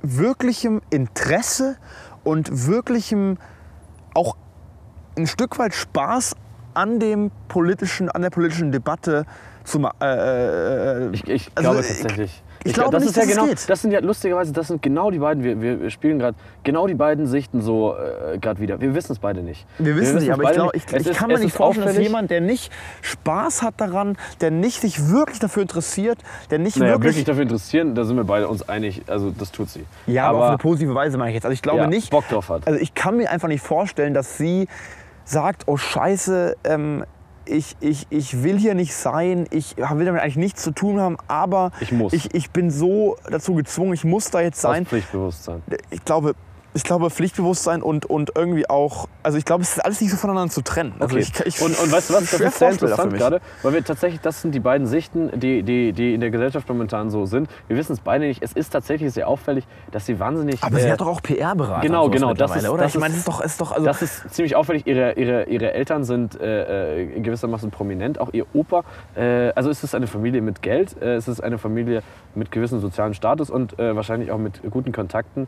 Speaker 1: wirklichem Interesse und wirklichem auch ein Stück weit Spaß an, dem politischen, an der politischen Debatte zum. Äh, äh, äh,
Speaker 3: Ich, ich
Speaker 1: Also,
Speaker 3: glaube
Speaker 1: ich-
Speaker 3: tatsächlich.
Speaker 1: ich glaube
Speaker 3: das
Speaker 1: nicht,
Speaker 3: ist ja
Speaker 1: dass es
Speaker 3: genau,
Speaker 1: geht.
Speaker 3: das sind ja lustigerweise, das sind genau die beiden, wir, wir spielen gerade genau die beiden Sichten so äh, gerade wieder. Wir wissen es beide nicht.
Speaker 1: Wir wissen
Speaker 3: es
Speaker 1: nicht, aber ich,
Speaker 3: beide
Speaker 1: glaub, ich,
Speaker 3: Es
Speaker 1: ich
Speaker 3: ist-
Speaker 1: kann mir
Speaker 3: es
Speaker 1: nicht
Speaker 3: ist
Speaker 1: vorstellen, dass
Speaker 3: auffällig.
Speaker 1: jemand, der nicht Spaß hat daran, der nicht sich wirklich dafür interessiert, der nicht
Speaker 3: naja, wirklich,
Speaker 1: wirklich,
Speaker 3: dafür interessieren, da sind wir beide uns einig, also das tut sie.
Speaker 1: Ja, aber, auf eine positive Weise meine ich jetzt. Also ich glaube
Speaker 3: ja,
Speaker 1: nicht.
Speaker 3: Bock drauf hat.
Speaker 1: Also ich kann mir einfach nicht vorstellen, dass sie sagt, oh Scheiße, ähm, ich, ich, ich will hier nicht sein, ich will damit eigentlich nichts zu tun haben, aber
Speaker 3: Ich muss.
Speaker 1: ich, ich bin so dazu gezwungen, ich muss da jetzt
Speaker 3: Aus
Speaker 1: sein.
Speaker 3: Pflichtbewusstsein.
Speaker 1: Ich glaube, ich glaube Pflichtbewusstsein und, und irgendwie auch, also ich glaube, es ist alles nicht so voneinander zu trennen. Also
Speaker 3: Okay.
Speaker 1: ich, ich,
Speaker 3: und, und weißt du was, das
Speaker 1: schwer
Speaker 3: ist sehr
Speaker 1: vorstellbar für
Speaker 3: interessant
Speaker 1: mich.
Speaker 3: gerade, weil wir tatsächlich, das sind die beiden Sichten, die, die, die in der Gesellschaft momentan so sind. Wir wissen es beide nicht. Es ist tatsächlich sehr auffällig, dass sie wahnsinnig.
Speaker 1: Aber sie
Speaker 3: äh,
Speaker 1: hat doch auch PR-Berater. und
Speaker 3: genau,
Speaker 1: sowas
Speaker 3: genau, das
Speaker 1: mittlerweile,
Speaker 3: ist-
Speaker 1: oder?
Speaker 3: das
Speaker 1: ich meine,
Speaker 3: ist-
Speaker 1: das ist doch, ist doch also,
Speaker 3: Das ist ziemlich auffällig. Ihre, ihre, ihre Eltern sind äh, äh, gewissermaßen prominent, auch ihr Opa. Äh, also es ist eine Familie mit Geld, äh, es ist eine Familie mit gewissem sozialen Status und äh, wahrscheinlich auch mit guten Kontakten.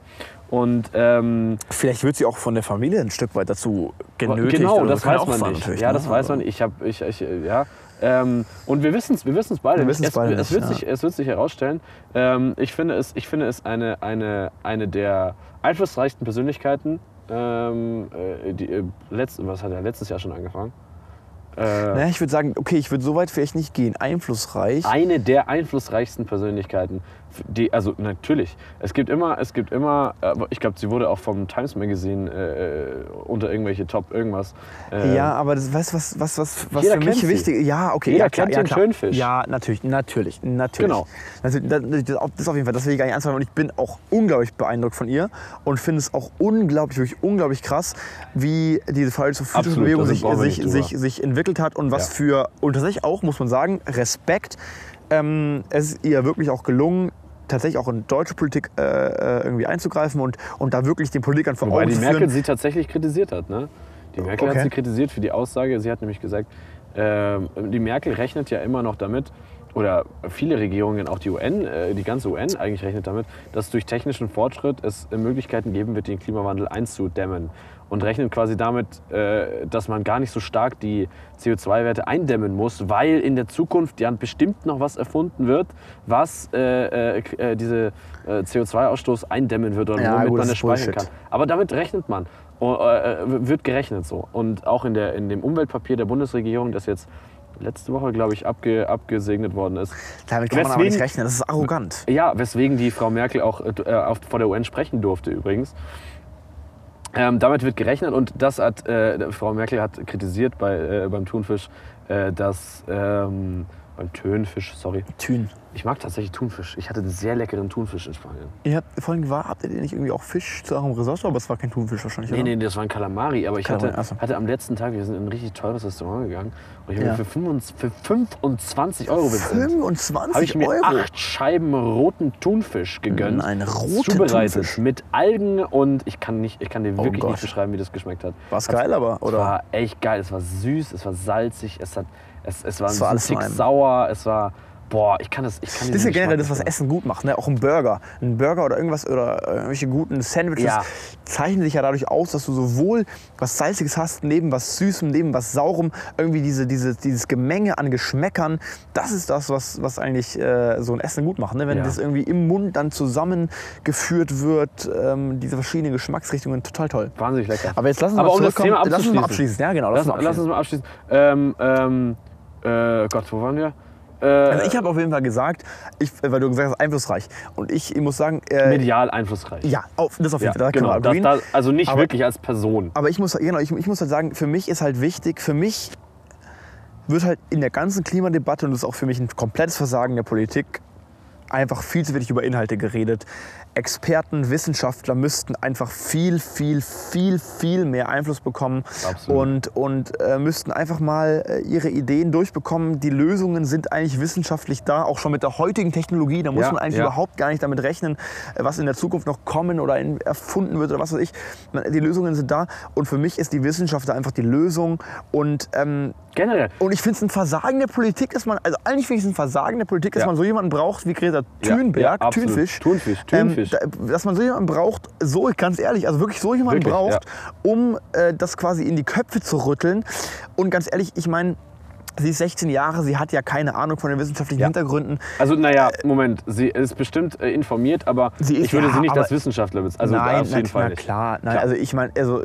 Speaker 3: Und ähm,
Speaker 1: vielleicht wird sie auch von der Familie ein Stück weit dazu genötigt.
Speaker 3: genau,
Speaker 1: oder
Speaker 3: das
Speaker 1: so. Äh, Kann ja
Speaker 3: weiß
Speaker 1: auch sein
Speaker 3: man nicht.
Speaker 1: natürlich,
Speaker 3: Ja,
Speaker 1: ne?
Speaker 3: das weiß man. Ich habe, ich, ich, äh, ja. Ähm, und wir wissen es, wir wissen es beide.
Speaker 1: Wir
Speaker 3: nicht.
Speaker 1: wissen's
Speaker 3: es,
Speaker 1: beide
Speaker 3: es
Speaker 1: nicht,
Speaker 3: wird
Speaker 1: ja.
Speaker 3: sich, es wird sich herausstellen. Ähm, ich finde es, ich finde es eine, eine, eine der einflussreichsten Persönlichkeiten. Ähm, äh, die, äh, letzt, was hat er letztes Jahr schon angefangen? Äh,
Speaker 1: Naja, Ne, ich würde sagen, okay, ich würde so weit vielleicht nicht gehen. Einflussreich.
Speaker 3: eine der einflussreichsten Persönlichkeiten. Die, also natürlich, es gibt immer, es gibt immer, aber ich glaube, sie wurde auch vom Times Magazine äh, unter irgendwelche Top irgendwas. äh,
Speaker 1: ja, aber das, weißt du, was, was, was, was
Speaker 3: Jeder
Speaker 1: für mich
Speaker 3: kennt sie.
Speaker 1: wichtig ist? Ja, okay.
Speaker 3: Jeder
Speaker 1: ja, klar,
Speaker 3: kennt
Speaker 1: ja,
Speaker 3: den
Speaker 1: klar.
Speaker 3: Schönfisch.
Speaker 1: Ja, natürlich, natürlich, natürlich.
Speaker 3: Genau.
Speaker 1: Natürlich, das, das das auf jeden Fall, das will ich gar nicht anzweifeln. Und ich bin auch unglaublich beeindruckt von ihr und finde es auch unglaublich, wirklich unglaublich krass, wie diese Fridays for Future
Speaker 3: Absolut,
Speaker 1: Bewegung
Speaker 3: also
Speaker 1: sich,
Speaker 3: brauchen wir
Speaker 1: sich,
Speaker 3: nicht drüber.
Speaker 1: sich, sich entwickelt hat und was
Speaker 3: Ja.
Speaker 1: für, und tatsächlich auch, muss man sagen, Respekt. Ähm, es ist ihr wirklich auch gelungen, tatsächlich auch in deutsche Politik äh, äh, irgendwie einzugreifen und, und da wirklich den Politikern vor
Speaker 3: Wobei
Speaker 1: Augen
Speaker 3: die
Speaker 1: zu führen.
Speaker 3: Merkel sie tatsächlich kritisiert hat. Ne? Die Merkel
Speaker 1: Okay.
Speaker 3: hat sie kritisiert für die Aussage. Sie hat nämlich gesagt, ähm, die Merkel rechnet ja immer noch damit, oder viele Regierungen, auch die UN, äh, die ganze UN eigentlich rechnet damit, dass durch technischen Fortschritt es äh, Möglichkeiten geben wird, den Klimawandel einzudämmen. Und rechnet quasi damit, äh, dass man gar nicht so stark die CO2-Werte eindämmen muss, weil in der Zukunft ja bestimmt noch was erfunden wird, was äh, äh, k- äh, diese äh, CO2-Ausstoß eindämmen wird oder
Speaker 1: Ja,
Speaker 3: womit
Speaker 1: gut, das
Speaker 3: man es
Speaker 1: ist
Speaker 3: speichern
Speaker 1: Bullshit.
Speaker 3: kann. Aber damit rechnet man. O- äh, Wird gerechnet so. Und auch in, der, in dem Umweltpapier der Bundesregierung, das jetzt letzte Woche, glaube ich, abge, abgesegnet worden ist.
Speaker 1: Damit kann man aber nicht
Speaker 3: Weswegen-
Speaker 1: rechnen, das ist arrogant.
Speaker 3: Ja, weswegen die Frau Merkel auch äh, auf, vor der UN sprechen durfte übrigens. Ähm, damit wird gerechnet und das hat äh, Frau Merkel hat kritisiert bei, äh, beim Thunfisch, äh, dass ähm, beim Tönfisch, sorry.
Speaker 1: Thün.
Speaker 3: Ich mag tatsächlich Thunfisch. Ich hatte einen sehr leckeren Thunfisch in Spanien.
Speaker 1: Ihr habt vorhin war, habt ihr denn nicht irgendwie auch Fisch zu eurem Risotto, aber es war kein Thunfisch wahrscheinlich,
Speaker 3: Nee,
Speaker 1: oder?
Speaker 3: nee, das war ein Kalamari, aber ich
Speaker 1: Kalamari,
Speaker 3: hatte,
Speaker 1: ach so.
Speaker 3: hatte am letzten Tag, wir sind in ein richtig teures Restaurant gegangen und ich habe
Speaker 1: Ja.
Speaker 3: mir für, 25, für 25 Euro bezahlt.
Speaker 1: 25
Speaker 3: Habe ich mir
Speaker 1: Euro.
Speaker 3: acht Scheiben roten Thunfisch gegönnt.
Speaker 1: Nein, roten
Speaker 3: zubereitet
Speaker 1: Thunfisch?
Speaker 3: mit Algen und ich kann, nicht, ich kann dir
Speaker 1: Oh
Speaker 3: wirklich
Speaker 1: Gott.
Speaker 3: nicht beschreiben, wie das geschmeckt hat.
Speaker 1: War's geil, aber,
Speaker 3: Es
Speaker 1: oder?
Speaker 3: war echt geil. Es war süß, es war salzig, es, hat, es, es war,
Speaker 1: Es war
Speaker 3: ein
Speaker 1: alles
Speaker 3: Tick
Speaker 1: in einem.
Speaker 3: sauer, es war. Boah, ich kann das. Ich kann
Speaker 1: Das ist ja
Speaker 3: diesen
Speaker 1: generell das,
Speaker 3: Geschmack
Speaker 1: was
Speaker 3: nicht
Speaker 1: Essen gut macht, ne? Auch ein Burger. Ein Burger oder irgendwas oder äh, irgendwelche guten Sandwiches
Speaker 3: Ja.
Speaker 1: zeichnen sich ja dadurch aus, dass du sowohl was Salziges hast, neben was Süßem, neben was Saurem, irgendwie diese, diese, dieses Gemenge an Geschmäckern, das ist das, was, was eigentlich äh, so ein Essen gut macht. Ne? Wenn
Speaker 3: Ja.
Speaker 1: das irgendwie im Mund dann zusammengeführt wird, ähm, diese verschiedenen Geschmacksrichtungen, total toll.
Speaker 3: mehr. Wahnsinnig lecker.
Speaker 1: Aber jetzt lass uns
Speaker 3: Aber
Speaker 1: mal
Speaker 3: um das
Speaker 1: zurückkommen.
Speaker 3: Thema
Speaker 1: lass uns mal abschließen.
Speaker 3: abzuschließen.
Speaker 1: Ja, genau. Lass, uns mal
Speaker 3: lass
Speaker 1: abschließen.
Speaker 3: uns mal abschließen. Ähm, ähm, äh, Gott, wo waren wir? Äh,
Speaker 1: Also ich habe auf jeden Fall gesagt, ich, äh, weil du gesagt hast, einflussreich. Und ich, ich muss sagen, äh,
Speaker 3: medial einflussreich.
Speaker 1: ja, auf, das auf jeden
Speaker 3: Ja,
Speaker 1: Fall. Da
Speaker 3: genau.
Speaker 1: kann man agreeen.
Speaker 3: das, das, also nicht
Speaker 1: Aber-
Speaker 3: wirklich als Person.
Speaker 1: Aber ich muss, genau, ich, ich muss halt sagen, für mich ist halt wichtig, für mich wird halt in der ganzen Klimadebatte, und das ist auch für mich ein komplettes Versagen der Politik, einfach viel zu wenig über Inhalte geredet. Experten, Wissenschaftler müssten einfach viel, viel, viel, viel mehr Einfluss bekommen
Speaker 3: Absolut.
Speaker 1: und, und äh, müssten einfach mal äh, ihre Ideen durchbekommen. Die Lösungen sind eigentlich wissenschaftlich da, auch schon mit der heutigen Technologie. Da muss
Speaker 3: Ja,
Speaker 1: man eigentlich
Speaker 3: ja.
Speaker 1: überhaupt gar nicht damit rechnen, äh, was in der Zukunft noch kommen oder in, erfunden wird oder was weiß ich. Man- Die Lösungen sind da und für mich ist die Wissenschaft da einfach die Lösung und ähm,
Speaker 3: Generell.
Speaker 1: und ich finde es ein Versagen der Politik, dass man, also eigentlich finde ich es ein Versagen der Politik, dass
Speaker 3: Ja.
Speaker 1: man so jemanden braucht wie Greta dieser Thünberg,
Speaker 3: absolut.
Speaker 1: Thünfisch,
Speaker 3: Thunfisch,
Speaker 1: Ähm,
Speaker 3: Thunfisch.
Speaker 1: da, dass man so jemanden braucht, so ganz ehrlich, also wirklich so jemanden
Speaker 3: Wirklich,
Speaker 1: braucht, um äh, das quasi in die Köpfe zu rütteln. Und ganz ehrlich, ich meine, sie ist 16 Jahre, sie hat ja keine Ahnung von den wissenschaftlichen Hintergründen.
Speaker 3: also naja, Moment, sie ist bestimmt äh, informiert, aber
Speaker 1: Äh, Sie ist-
Speaker 3: ich würde
Speaker 1: ja,
Speaker 3: sie nicht
Speaker 1: aber-
Speaker 3: als Wissenschaftler bezeichnen. Also
Speaker 1: nein,
Speaker 3: auf jeden
Speaker 1: na,
Speaker 3: Fall
Speaker 1: na
Speaker 3: nicht.
Speaker 1: klar, nein,
Speaker 3: Klar.
Speaker 1: also ich meine, also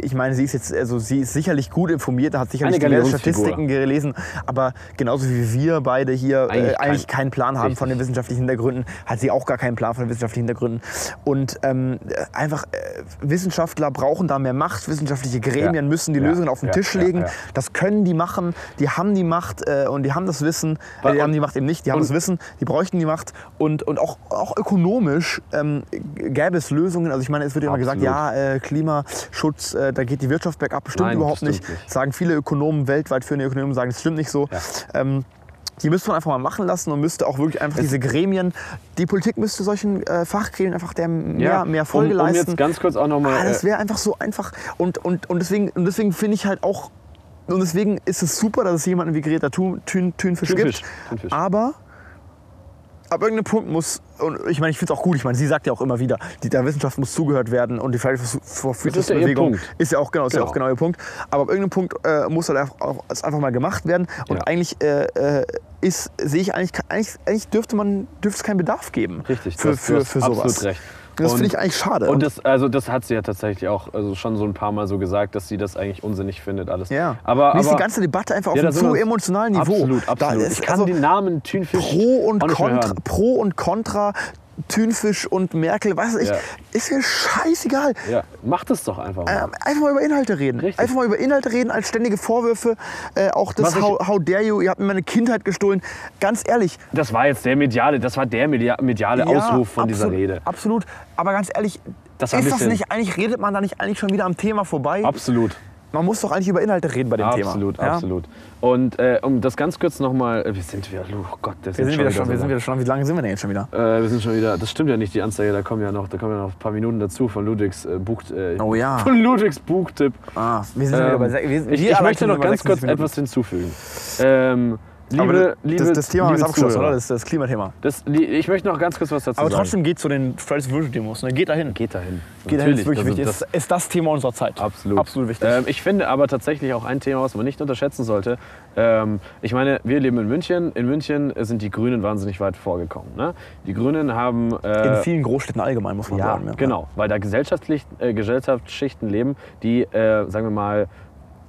Speaker 1: ich meine, sie ist jetzt, also sie ist sicherlich gut informiert, hat sicherlich
Speaker 3: Eine
Speaker 1: diverse
Speaker 3: Galionsfigur.
Speaker 1: Statistiken gelesen, aber genauso wie wir beide hier eigentlich, äh,
Speaker 3: Eigentlich
Speaker 1: eigentlich
Speaker 3: kein-
Speaker 1: keinen Plan haben von den wissenschaftlichen Hintergründen, hat sie auch gar keinen Plan von den wissenschaftlichen Hintergründen. Und ähm, äh, einfach äh, Wissenschaftler brauchen da mehr Macht, wissenschaftliche Gremien
Speaker 3: Ja.
Speaker 1: müssen die
Speaker 3: Ja,
Speaker 1: Lösungen auf den
Speaker 3: ja,
Speaker 1: Tisch
Speaker 3: ja,
Speaker 1: legen.
Speaker 3: ja.
Speaker 1: Das können die machen, die haben die Macht äh, und die haben das Wissen, äh, die
Speaker 3: Und-
Speaker 1: haben die Macht eben nicht, die haben
Speaker 3: und-
Speaker 1: das Wissen, die bräuchten die Macht und, und auch, auch ökonomisch ähm, gäbe es Lösungen. Also ich meine, es wird ja immer gesagt,
Speaker 3: Absolut.
Speaker 1: ja, äh, Klimaschutz, äh, da geht die Wirtschaft bergab. Stimmt
Speaker 3: Nein,
Speaker 1: überhaupt
Speaker 3: stimmt
Speaker 1: nicht.
Speaker 3: nicht.
Speaker 1: Sagen viele Ökonomen weltweit, führende Ökonomen sagen, das stimmt nicht so. Ähm, die müsste man einfach mal machen lassen und müsste auch wirklich einfach diese Gremien, die Politik müsste solchen äh, Fachgremien einfach der mehr, mehr Folge
Speaker 3: um, um
Speaker 1: leisten.
Speaker 3: jetzt ganz kurz auch äh,
Speaker 1: Ah,
Speaker 3: nochmal.
Speaker 1: das wäre einfach so einfach. Und, und, und deswegen, und deswegen finde ich halt auch, und deswegen ist es super, dass es jemanden wie Greta Thun, Thün, Thünfisch,
Speaker 3: Thunfisch,
Speaker 1: gibt.
Speaker 3: Thunfisch.
Speaker 1: Aber ab irgendeinem Punkt muss, und ich meine, ich finde es auch gut, ich meine, sie sagt ja auch immer wieder, die, der Wissenschaft muss zugehört werden und die Fridays for
Speaker 3: ist ja ihr
Speaker 1: Futures-Bewegung
Speaker 3: Punkt.
Speaker 1: ist ja auch genau, ist ja
Speaker 3: Genau.
Speaker 1: auch genau ihr Punkt. Aber ab irgendeinem Punkt äh, muss halt einfach, auch, es einfach mal gemacht werden. Und
Speaker 3: Ja.
Speaker 1: eigentlich äh, äh, ist, sehe ich eigentlich, eigentlich, eigentlich dürfte man, dürfte es keinen Bedarf geben.
Speaker 3: Richtig,
Speaker 1: für,
Speaker 3: das- du
Speaker 1: für,
Speaker 3: hast
Speaker 1: für sowas.
Speaker 3: absolut recht.
Speaker 1: Das
Speaker 3: Und-
Speaker 1: finde ich eigentlich schade.
Speaker 3: Und das, also das hat sie ja tatsächlich auch also schon so ein paar Mal so gesagt, dass sie das eigentlich unsinnig findet, alles.
Speaker 1: Ja.
Speaker 3: Aber,
Speaker 1: Mir ist die
Speaker 3: aber
Speaker 1: ganze Debatte einfach auf
Speaker 3: Ja, da
Speaker 1: einem
Speaker 3: sind wir
Speaker 1: zu
Speaker 3: uns-
Speaker 1: emotionalen Niveau.
Speaker 3: absolut,
Speaker 1: Da
Speaker 3: absolut.
Speaker 1: ist
Speaker 3: ich kann
Speaker 1: also
Speaker 3: den Namen Thünfisch
Speaker 1: Pro und,
Speaker 3: auch nicht mehr
Speaker 1: Contra,
Speaker 3: hören.
Speaker 1: Pro und Contra, Thünfisch und Merkel, weiß ich,
Speaker 3: Ja.
Speaker 1: ist mir scheißegal.
Speaker 3: Ja, mach das doch einfach mal.
Speaker 1: Ähm, Einfach mal über Inhalte reden.
Speaker 3: Richtig.
Speaker 1: Einfach mal über Inhalte reden als ständige Vorwürfe. Äh, auch das
Speaker 3: Was ich-
Speaker 1: how, how dare you, ihr habt mir meine Kindheit gestohlen. Ganz ehrlich,
Speaker 3: Das war jetzt der mediale, das war der media- mediale
Speaker 1: ja,
Speaker 3: Ausruf von dieser
Speaker 1: absolut-
Speaker 3: Rede.
Speaker 1: Absolut. Aber ganz ehrlich,
Speaker 3: Das war ein
Speaker 1: ist das
Speaker 3: bisschen-
Speaker 1: nicht eigentlich, redet man da nicht eigentlich schon wieder am Thema vorbei?
Speaker 3: Absolut.
Speaker 1: Man muss doch eigentlich über Inhalte reden bei dem Thema.
Speaker 3: Absolut,
Speaker 1: Ja?
Speaker 3: absolut. Und äh, um das ganz kurz nochmal, wir sind wieder, oh Gott, das
Speaker 1: Wir sind, wieder schon, wir sind
Speaker 3: wieder.
Speaker 1: wieder schon, wie lange sind wir denn jetzt schon wieder?
Speaker 3: so lang. Äh, wir sind schon wieder, das stimmt ja nicht, die Anzeige, da kommen ja noch, da kommen ja noch ein paar Minuten dazu von Ludwigs äh, Buch, äh,
Speaker 1: Oh ja.
Speaker 3: von Ludwigs Buchtipp.
Speaker 1: Ah, wir sind schon wieder
Speaker 3: Ähm,
Speaker 1: bei se- wir,
Speaker 3: ich,
Speaker 1: wir
Speaker 3: ich
Speaker 1: allein
Speaker 3: möchte
Speaker 1: sind
Speaker 3: noch
Speaker 1: über
Speaker 3: ganz kurz
Speaker 1: 56 Minuten.
Speaker 3: etwas hinzufügen. Ähm, liebe,
Speaker 1: Aber
Speaker 3: liebe,
Speaker 1: das, das Thema
Speaker 3: liebe
Speaker 1: ist abgeschlossen,
Speaker 3: Zuhörer.
Speaker 1: oder? Das, das Klimathema.
Speaker 3: Das, li- ich möchte noch ganz kurz was dazu
Speaker 1: Aber
Speaker 3: sagen.
Speaker 1: trotzdem geht zu den Fridays for Future Demos. Ne? Geht dahin.
Speaker 3: geht dahin.
Speaker 1: Geht dahin, ist wirklich
Speaker 3: also
Speaker 1: wichtig.
Speaker 3: das-
Speaker 1: ist, ist das Thema unserer Zeit.
Speaker 3: Absolut.
Speaker 1: Absolut wichtig.
Speaker 3: Ähm, ich finde aber tatsächlich auch ein Thema, was man nicht unterschätzen sollte. Ähm, ich meine, wir leben in München. In München äh, sind die Grünen wahnsinnig weit vorgekommen. Ne? Die Grünen haben. äh,
Speaker 1: In vielen Großstädten allgemein, muss man
Speaker 3: ja,
Speaker 1: sagen.
Speaker 3: genau, weil da gesellschaftlich, äh, Gesellschaftsschichten leben, die, äh, sagen wir mal,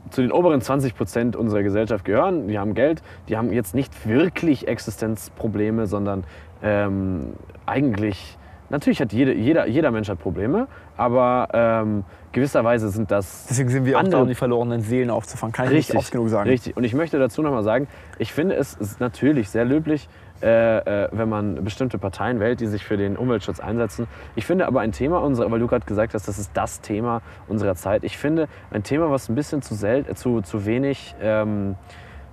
Speaker 3: zu den oberen 20 Prozent unserer Gesellschaft gehören. Die haben Geld, die haben jetzt nicht wirklich Existenzprobleme, sondern ähm, eigentlich, natürlich hat jede, jeder, jeder Mensch hat Probleme, aber ähm, gewisserweise sind das
Speaker 1: Deswegen sind wir auch da,
Speaker 3: andere
Speaker 1: um die verlorenen Seelen aufzufangen. Kann ich nicht oft genug sagen.
Speaker 3: Richtig. Und ich möchte dazu nochmal sagen, ich finde es ist natürlich sehr löblich, äh, äh, wenn man bestimmte Parteien wählt, die sich für den Umweltschutz einsetzen. Ich finde aber ein Thema unserer, weil du gerade gesagt hast, das ist das Thema unserer Zeit. Ich finde ein Thema, was ein bisschen zu, sel äh, zu, zu wenig ähm,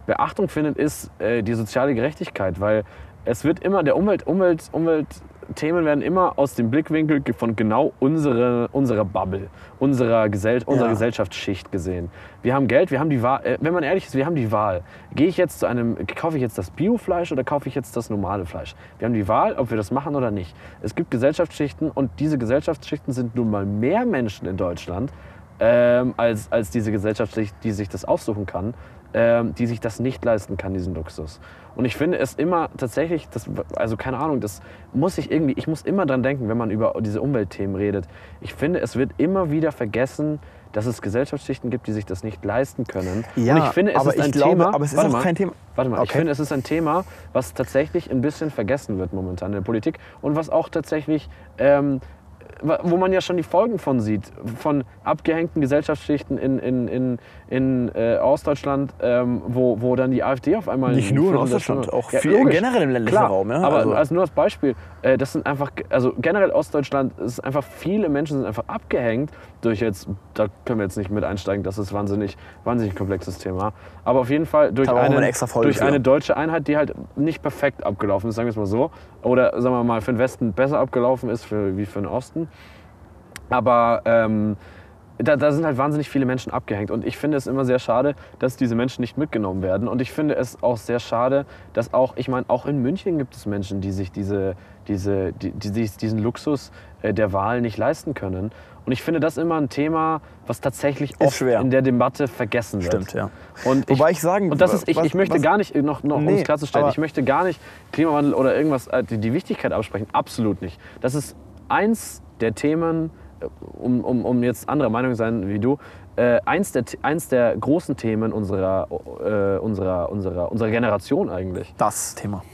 Speaker 3: Beachtung findet, ist äh, die soziale Gerechtigkeit, weil es wird immer, der Umwelt, Umwelt, Umweltthemen werden immer aus dem Blickwinkel ge- von genau unsere, unserer Bubble, unserer, Gesell unserer
Speaker 1: Ja.
Speaker 3: Gesellschaftsschicht gesehen. Wir haben Geld, wir haben die Wahl, äh, wenn man ehrlich ist, wir haben die Wahl. Gehe ich jetzt zu einem, kaufe ich jetzt das Biofleisch oder kaufe ich jetzt das normale Fleisch? Wir haben die Wahl, ob wir das machen oder nicht. Es gibt Gesellschaftsschichten und diese Gesellschaftsschichten sind nun mal mehr Menschen in Deutschland, ähm, als, als diese Gesellschaft, sich- die sich das aussuchen kann, ähm, die sich das nicht leisten kann, diesen Luxus. Und ich finde es immer tatsächlich, das, also keine Ahnung, das muss ich irgendwie, ich muss immer dran denken, wenn man über diese Umweltthemen redet. Ich finde, es wird immer wieder vergessen, dass es Gesellschaftsschichten gibt, die sich das nicht leisten können.
Speaker 1: Ja,
Speaker 3: Und ich finde, es
Speaker 1: aber
Speaker 3: ist ein
Speaker 1: ich glaube-
Speaker 3: Thema,
Speaker 1: aber es ist
Speaker 3: warte
Speaker 1: auch
Speaker 3: mal,
Speaker 1: kein Thema-
Speaker 3: Warte mal, ich
Speaker 1: Okay.
Speaker 3: finde, es ist ein Thema, was tatsächlich ein bisschen vergessen wird momentan in der Politik und was auch tatsächlich, ähm, wa- wo man ja schon die Folgen von sieht, von abgehängten Gesellschaftsschichten in, in, in, in äh, Ostdeutschland, ähm, wo, wo dann die AfD auf einmal...
Speaker 1: Nicht nur in
Speaker 3: Viertel der
Speaker 1: Ostdeutschland,
Speaker 3: Stimme-
Speaker 1: auch viel- generell im ländlichen
Speaker 3: klar,
Speaker 1: Raum, ja,
Speaker 3: aber
Speaker 1: also-
Speaker 3: als nur als Beispiel, äh, das sind einfach, also generell Ostdeutschland, es ist einfach, viele Menschen sind einfach abgehängt durch jetzt, da können wir jetzt nicht mit einsteigen, das ist wahnsinnig, wahnsinnig komplexes Thema, aber auf jeden Fall durch
Speaker 1: Da brauchen wir
Speaker 3: eine,
Speaker 1: eine extra Folge
Speaker 3: durch
Speaker 1: für.
Speaker 3: eine deutsche Einheit, die halt nicht perfekt abgelaufen ist, sagen wir es mal so. Oder sagen wir mal, für den Westen besser abgelaufen ist für, wie für den Osten. Aber ähm, da, da sind halt wahnsinnig viele Menschen abgehängt. Und ich finde es immer sehr schade, dass diese Menschen nicht mitgenommen werden. Und ich finde es auch sehr schade, dass auch, ich meine, auch in München gibt es Menschen, die sich diese, diese, die, die, sich diesen Luxus äh, der Wahl nicht leisten können. Und ich finde das immer ein Thema, was tatsächlich oft
Speaker 1: schwer.
Speaker 3: in der Debatte vergessen wird.
Speaker 1: Stimmt, ja.
Speaker 3: Und
Speaker 1: Wobei ich sagen
Speaker 3: und das ist, ich,
Speaker 1: was-
Speaker 3: ich möchte
Speaker 1: was-
Speaker 3: gar nicht, noch, noch um
Speaker 1: Nee,
Speaker 3: es klarzustellen,
Speaker 1: aber-
Speaker 3: ich möchte gar nicht Klimawandel oder irgendwas, äh, die, die Wichtigkeit absprechen. Absolut nicht. Das ist eins der Themen, äh, um, um, um jetzt anderer Meinung zu sein wie du, äh, eins, der, The- eins der großen Themen unserer, äh, unserer, unserer, unserer Generation eigentlich.
Speaker 1: Das Thema,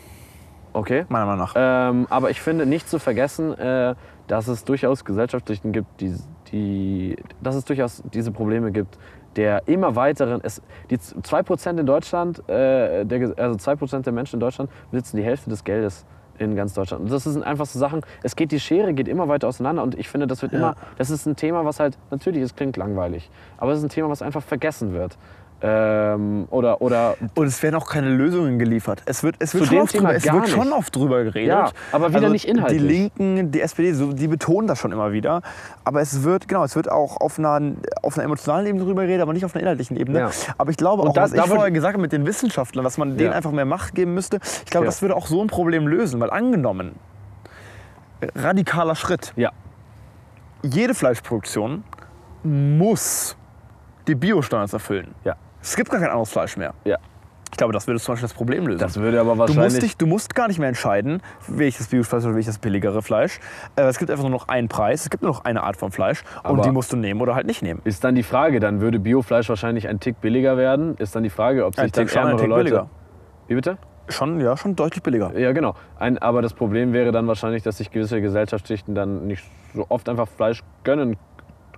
Speaker 3: Okay?
Speaker 1: meiner Meinung nach.
Speaker 3: Ähm, aber ich finde nicht zu vergessen, äh, dass es durchaus Gesellschaften gibt, die, die, dass es durchaus diese Probleme gibt, der immer weiteren, es, die Z- 2% in Deutschland, äh, der, Ge- also 2% der Menschen in Deutschland besitzen die Hälfte des Geldes in ganz Deutschland. Und das sind einfach so Sachen, es geht, die Schere geht immer weiter auseinander und ich finde, das wird immer, das ist ein Thema, was halt, natürlich, es klingt langweilig, aber es ist ein Thema, was einfach vergessen wird. Ähm, oder, oder
Speaker 1: Und es werden auch keine Lösungen geliefert. Es wird, es wird,
Speaker 3: Zu
Speaker 1: schon,
Speaker 3: dem
Speaker 1: oft
Speaker 3: Thema
Speaker 1: drüber, es
Speaker 3: gar
Speaker 1: wird schon
Speaker 3: nicht.
Speaker 1: oft drüber geredet. Also
Speaker 3: Ja, aber wieder nicht inhaltlich.
Speaker 1: Die Linken, die SPD, so, die betonen das schon immer wieder. Aber es wird, genau, es wird auch auf einer, auf einer emotionalen Ebene drüber geredet, aber nicht auf einer inhaltlichen Ebene.
Speaker 3: Ja.
Speaker 1: Aber ich glaube auch,
Speaker 3: da-
Speaker 1: was
Speaker 3: da
Speaker 1: ich
Speaker 3: würd-
Speaker 1: vorher gesagt habe mit den Wissenschaftlern, dass man denen
Speaker 3: Ja.
Speaker 1: einfach mehr Macht geben müsste, ich glaube,
Speaker 3: Ja.
Speaker 1: das würde auch so ein Problem lösen. Weil angenommen, radikaler Schritt,
Speaker 3: ja,
Speaker 1: jede Fleischproduktion muss die Biostandards erfüllen.
Speaker 3: ja,
Speaker 1: Es gibt gar kein anderes Fleisch mehr.
Speaker 3: ja.
Speaker 1: Ich glaube, das würde zum Beispiel das Problem lösen.
Speaker 3: Das würde aber
Speaker 1: Du
Speaker 3: wahrscheinlich...
Speaker 1: musst, dich, du musst gar nicht mehr entscheiden, will ich das Biofleisch oder will ich das billigere Fleisch. Äh, es gibt einfach nur noch einen Preis, es gibt nur noch eine Art von Fleisch und
Speaker 3: Aber-
Speaker 1: die musst du nehmen oder halt nicht nehmen.
Speaker 3: Ist dann die Frage, dann würde Biofleisch wahrscheinlich ein Tick billiger werden? Ist dann die Frage, ob sich
Speaker 1: Ein
Speaker 3: dann
Speaker 1: Tick schon, ein
Speaker 3: ärmere
Speaker 1: Tick
Speaker 3: Leute...
Speaker 1: billiger.
Speaker 3: Wie bitte?
Speaker 1: Schon, ja, schon deutlich billiger.
Speaker 3: Ja, genau. Ein, aber das Problem wäre dann wahrscheinlich, dass sich gewisse Gesellschaftsschichten dann nicht so oft einfach Fleisch gönnen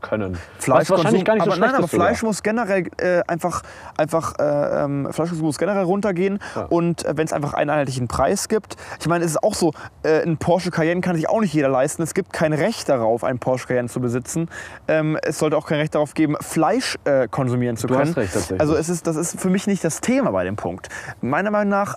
Speaker 3: können. Was wahrscheinlich gar nicht so
Speaker 1: aber,
Speaker 3: schlecht
Speaker 1: nein, aber
Speaker 3: ist sogar.
Speaker 1: Fleisch muss generell äh, einfach, einfach äh, ähm, Fleischkonsum muss generell runtergehen
Speaker 3: Ja.
Speaker 1: und äh, wenn es einfach einen einheitlichen Preis gibt. Ich meine, es ist auch so, äh, ein Porsche Cayenne kann sich auch nicht jeder leisten. Es gibt kein Recht darauf, einen Porsche Cayenne zu besitzen. Ähm, es sollte auch kein Recht darauf geben, Fleisch äh, konsumieren zu
Speaker 3: Du
Speaker 1: können.
Speaker 3: hast recht, tatsächlich.
Speaker 1: Also es ist, das ist für mich nicht das Thema bei dem Punkt. Meiner Meinung nach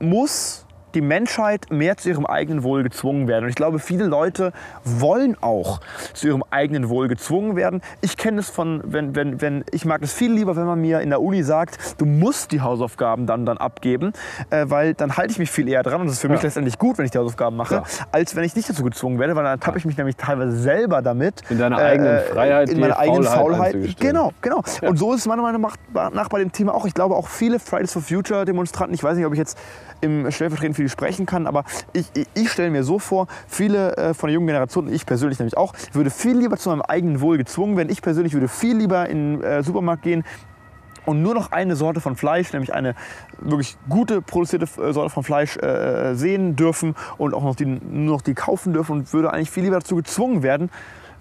Speaker 1: muss die Menschheit mehr zu ihrem eigenen Wohl gezwungen werden. Und ich glaube, viele Leute wollen auch zu ihrem eigenen Wohl gezwungen werden. Ich kenne es von, wenn, wenn, wenn, ich mag es viel lieber, wenn man mir in der Uni sagt, du musst die Hausaufgaben dann, dann abgeben, äh, weil dann halte ich mich viel eher dran und das ist für mich letztendlich gut, wenn ich die Hausaufgaben mache,
Speaker 3: Klar.
Speaker 1: als wenn ich nicht dazu gezwungen werde, weil dann tappe ich mich nämlich teilweise selber damit. äh,
Speaker 3: In deiner eigenen Freiheit,
Speaker 1: In
Speaker 3: die
Speaker 1: meiner eigenen
Speaker 3: Faulheit
Speaker 1: Faulheit.
Speaker 3: einzugestehen.
Speaker 1: Genau. Genau, genau. Und so ist es meiner Meinung nach nach bei dem Thema auch. Ich glaube auch viele Fridays for Future Demonstranten, ich weiß nicht, ob ich jetzt im stellvertretend für die sprechen kann, aber ich, ich, ich stelle mir so vor, viele äh, von der jungen Generation, ich persönlich nämlich auch, würde viel lieber zu meinem eigenen Wohl gezwungen werden. Ich persönlich würde viel lieber in den äh, Supermarkt gehen, und nur noch eine Sorte von Fleisch, nämlich eine wirklich gute produzierte äh, Sorte von Fleisch äh, sehen dürfen und auch noch die, nur noch die kaufen dürfen und würde eigentlich viel lieber dazu gezwungen werden,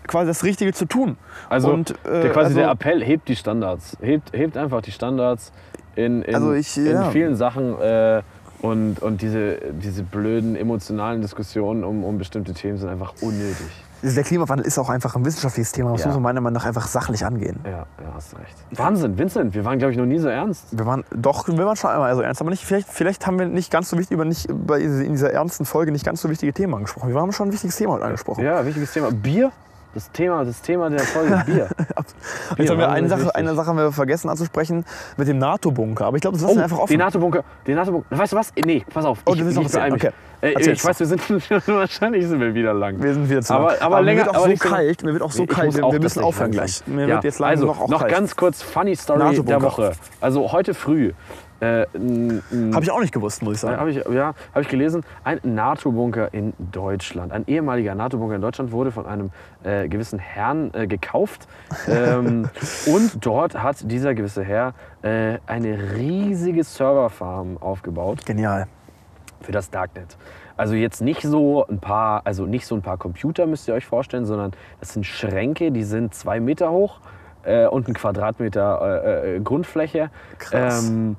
Speaker 1: quasi das Richtige zu tun.
Speaker 3: Also
Speaker 1: und, äh,
Speaker 3: der, quasi
Speaker 1: also-
Speaker 3: der Appell hebt die Standards. Hebt, hebt einfach die Standards in, in,
Speaker 1: Also ich,
Speaker 3: in
Speaker 1: ja.
Speaker 3: vielen Sachen. Äh, und, und diese, diese blöden emotionalen Diskussionen um, um bestimmte Themen sind einfach unnötig.
Speaker 1: Der Klimawandel ist auch einfach ein wissenschaftliches Thema. Das
Speaker 3: Ja.
Speaker 1: muss man meiner Meinung nach einfach sachlich angehen.
Speaker 3: Ja, ja, hast recht. Wahnsinn, Vincent, wir waren, glaube ich, noch nie so ernst.
Speaker 1: Wir waren doch, wir waren schon einmal so ernst, aber nicht, vielleicht, vielleicht haben wir nicht ganz so wichtig über nicht bei in dieser ernsten Folge nicht ganz so wichtige Themen angesprochen. Wir haben schon ein wichtiges Thema heute angesprochen.
Speaker 3: Ja, wichtiges Thema. Bier? Das Thema, das Thema der Folge Bier. Oh,
Speaker 1: Jetzt haben wir eine
Speaker 3: wahnsinnig
Speaker 1: Sache,
Speaker 3: wichtig.
Speaker 1: eine Sache haben wir vergessen anzusprechen mit dem NATO-Bunker. Aber ich glaube, das lassen
Speaker 3: Oh,
Speaker 1: wir einfach offen.
Speaker 3: den NATO-Bunker. Den NATO-Bunker. Weißt du was? Nee, pass auf.
Speaker 1: Oh, du willst noch
Speaker 3: ich beeil
Speaker 1: erzählen.
Speaker 3: mich.
Speaker 1: Okay.
Speaker 3: Äh,
Speaker 1: Erzähl's
Speaker 3: ich weiß, wir sind wahrscheinlich sind wir wieder lang.
Speaker 1: Wir sind wieder zurück.
Speaker 3: Aber, aber,
Speaker 1: mir
Speaker 3: länger.
Speaker 1: wird auch
Speaker 3: aber
Speaker 1: so
Speaker 3: nicht
Speaker 1: kalt. Mir wird auch so
Speaker 3: Ich
Speaker 1: kalt.
Speaker 3: muss
Speaker 1: Wir,
Speaker 3: auch
Speaker 1: wir müssen
Speaker 3: tatsächlich
Speaker 1: aufhören
Speaker 3: langsam.
Speaker 1: gleich. Mir
Speaker 3: Ja,
Speaker 1: wird jetzt langsam
Speaker 3: also,
Speaker 1: noch auch
Speaker 3: noch
Speaker 1: kalt.
Speaker 3: ganz kurz Funny Story
Speaker 1: NATO-Bunker.
Speaker 3: der Woche. Also heute früh. Äh, n- n-
Speaker 1: Habe ich auch nicht gewusst, muss ich sagen.
Speaker 3: Habe ich, ja, hab ich gelesen, ein NATO-Bunker in Deutschland, ein ehemaliger NATO-Bunker in Deutschland wurde von einem äh, gewissen Herrn äh, gekauft. Ähm, und dort hat dieser gewisse Herr äh, eine riesige Serverfarm aufgebaut
Speaker 1: Genial.
Speaker 3: für das Darknet. Also jetzt nicht so ein paar, also nicht so ein paar Computer müsst ihr euch vorstellen, sondern das sind Schränke, die sind zwei Meter hoch äh, und ein Quadratmeter äh, äh, Grundfläche.
Speaker 1: Krass.
Speaker 3: Ähm,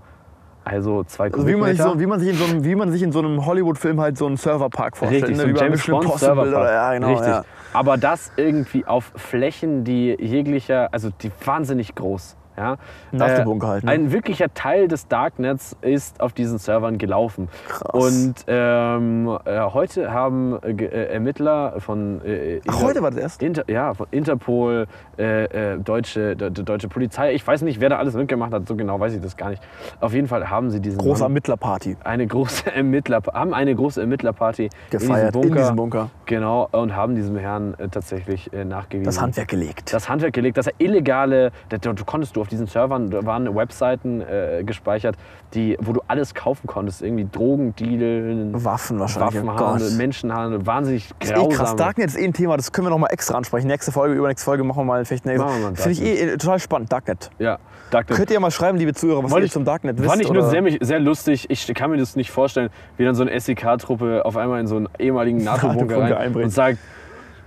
Speaker 3: also zwei
Speaker 1: Also wie, man sich
Speaker 3: Kubikmeter.
Speaker 1: so, wie, man sich in so einem, wie man sich in so einem Hollywood-Film halt so einen Serverpark vorstellt.
Speaker 3: Richtig,
Speaker 1: ne?
Speaker 3: so
Speaker 1: wie
Speaker 3: ein
Speaker 1: bei
Speaker 3: James
Speaker 1: Mission
Speaker 3: Bond
Speaker 1: Impossible
Speaker 3: Serverpark.
Speaker 1: Oder, ja, genau.
Speaker 3: Richtig.
Speaker 1: Ja.
Speaker 3: Aber das irgendwie auf Flächen, die jeglicher, also die wahnsinnig groß. Ja? Äh,
Speaker 1: Nachgebunken halt, ne?
Speaker 3: Ein wirklicher Teil des Darknets ist auf diesen Servern gelaufen.
Speaker 1: Krass.
Speaker 3: Und ähm, äh, heute haben äh, ge- äh, Ermittler von äh,
Speaker 1: Ach,
Speaker 3: Inter-
Speaker 1: heute war das erst?
Speaker 3: Inter, ja, von Interpol, äh, äh, deutsche, de, de, deutsche Polizei. Ich weiß nicht, wer da alles mitgemacht hat, so genau weiß ich das gar nicht. Auf jeden Fall haben sie diesen
Speaker 1: Große
Speaker 3: Mann,
Speaker 1: Ermittlerparty
Speaker 3: eine große Ermittler, haben eine große Ermittlerparty
Speaker 1: gefeiert
Speaker 3: in diesem Bunker.
Speaker 1: Bunker.
Speaker 3: Genau, und haben diesem Herrn äh, tatsächlich äh, nachgewiesen.
Speaker 1: Das Handwerk gelegt.
Speaker 3: das Handwerk gelegt, dass er illegale, da, da, du konntest du auf diesen Servern, da waren Webseiten äh, gespeichert, die, wo du alles kaufen konntest, irgendwie Drogendealen,
Speaker 1: Waffen wahrscheinlich. oh Gott.
Speaker 3: Waffenhandel, Menschenhandel, wahnsinnig
Speaker 1: Das ist eh
Speaker 3: grausam.
Speaker 1: krass. Darknet ist eh ein Thema, das können wir nochmal extra ansprechen. Nächste Folge, übernächste Folge machen wir mal vielleicht eine.
Speaker 3: Machen wir mal ein
Speaker 1: Finde ich eh total spannend, Darknet.
Speaker 3: Ja, Darknet.
Speaker 1: Könnt ihr mal schreiben, liebe Zuhörer, was
Speaker 3: Wollte
Speaker 1: ihr
Speaker 3: ich-
Speaker 1: zum Darknet wisst?
Speaker 3: Fand ich nur
Speaker 1: oder-
Speaker 3: sehr, mich- sehr lustig. Ich kann mir das nicht vorstellen, wie dann so eine SEK-Truppe auf einmal in so einen ehemaligen NATO-Bunker
Speaker 1: NATO-Bunker
Speaker 3: rein
Speaker 1: einbricht.
Speaker 3: und sagt,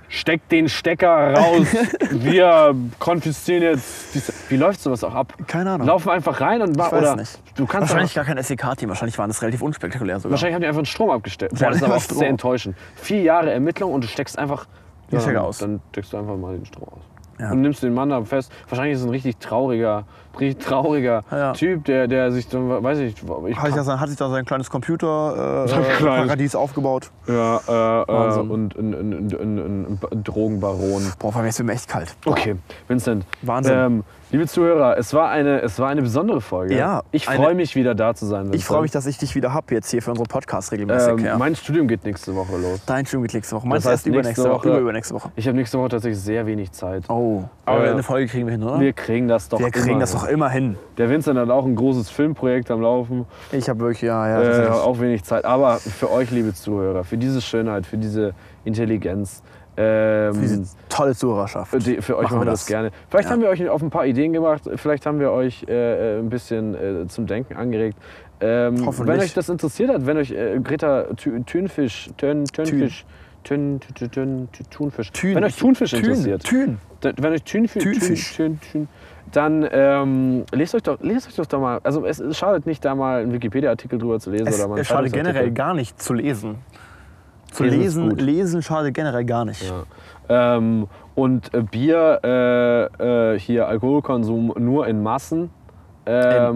Speaker 3: steckt den Stecker raus, wir konfiszieren jetzt. diese-" Wie läuft sowas auch ab?
Speaker 1: Keine Ahnung.
Speaker 3: Laufen einfach rein und
Speaker 1: Ich weiß
Speaker 3: oder
Speaker 1: nicht.
Speaker 3: du kannst
Speaker 1: Wahrscheinlich gar kein SEK-Team. Wahrscheinlich waren das relativ unspektakulär sogar.
Speaker 3: Wahrscheinlich haben die einfach den Strom abgestellt. Boah,
Speaker 1: Ja,
Speaker 3: das ist aber auch
Speaker 1: Strom.
Speaker 3: sehr enttäuschend. Vier Jahre Ermittlung und du steckst einfach.
Speaker 1: Den Stecker
Speaker 3: dann-
Speaker 1: aus.
Speaker 3: Dann steckst du einfach mal den Strom aus.
Speaker 1: Ja.
Speaker 3: Und nimmst den Mann da fest. Wahrscheinlich ist es ein richtig trauriger, richtig trauriger
Speaker 1: Ja, ja.
Speaker 3: Typ, der, der sich dann, weiß ich, ich
Speaker 1: Hat sich, da sein, hat sich da sein kleines
Speaker 3: Sein kleines-
Speaker 1: Computer-Paradies aufgebaut.
Speaker 3: ja, äh, äh,
Speaker 1: Wahnsinn.
Speaker 3: und ein, ein, ein, ein, ein Drogenbaron.
Speaker 1: Boah, war mir jetzt mir echt kalt.
Speaker 3: Okay, Vincent.
Speaker 1: Wahnsinn.
Speaker 3: Ähm, liebe Zuhörer, es war eine, es war eine besondere Folge.
Speaker 1: Ja,
Speaker 3: Ich
Speaker 1: eine-
Speaker 3: freue mich wieder da zu sein. Vincent.
Speaker 1: Ich freue mich, dass ich dich wieder hab jetzt hier für unseren Podcast regelmäßig.
Speaker 3: ähm,
Speaker 1: ja.
Speaker 3: Mein Studium geht nächste Woche los.
Speaker 1: Dein Stream geht nächste Woche. Meinst
Speaker 3: heißt,
Speaker 1: erst übernächste
Speaker 3: nächste
Speaker 1: Woche?
Speaker 3: Woche-
Speaker 1: Über, übernächste Woche.
Speaker 3: Ich habe nächste Woche tatsächlich sehr wenig Zeit.
Speaker 1: Oh. Aber
Speaker 3: Äh,
Speaker 1: eine Folge kriegen wir hin, oder?
Speaker 3: Wir kriegen das doch.
Speaker 1: Wir kriegen
Speaker 3: immer
Speaker 1: das
Speaker 3: hin.
Speaker 1: doch immer hin.
Speaker 3: Der Vincent hat auch ein großes Filmprojekt am Laufen.
Speaker 1: Ich habe wirklich, ja, ja.
Speaker 3: Äh,
Speaker 1: tatsächlich.
Speaker 3: auch wenig Zeit. Aber für euch, liebe Zuhörer, für diese Schönheit, für diese Intelligenz. Ähm,
Speaker 1: Diese tolle Zuhörerschaft.
Speaker 3: die, für euch machen wir das, gerne. Vielleicht
Speaker 1: Ja.
Speaker 3: haben wir euch auf ein paar Ideen gemacht, vielleicht haben wir euch äh, äh, ein bisschen äh, zum Denken angeregt. Ähm,
Speaker 1: Hoffentlich.
Speaker 3: Wenn euch das interessiert hat, wenn euch äh, Greta Thü- Thünfisch, Thün, Thünfisch, Thün, Thün, Thün, Thün, Thunfisch,
Speaker 1: Thün.
Speaker 3: wenn euch Thunfisch
Speaker 1: Thün.
Speaker 3: interessiert,
Speaker 1: Thün.
Speaker 3: dann- wenn euch Thünfisch,
Speaker 1: Thünfisch.
Speaker 3: Thün, Thün, Thün, dann ähm, lest euch doch, lest euch doch da mal. Also es, es schadet nicht, da mal einen Wikipedia-Artikel drüber zu lesen
Speaker 1: Es,
Speaker 3: oder mal. einen
Speaker 1: es schadet
Speaker 3: Zeitungsartikel.
Speaker 1: generell gar nicht zu lesen. Zu
Speaker 3: Lesen ist
Speaker 1: lesen,
Speaker 3: gut.
Speaker 1: lesen schadet generell gar nicht.
Speaker 3: Ja. Ähm, und äh, Bier, äh, äh, hier Alkoholkonsum nur in Massen. Ähm,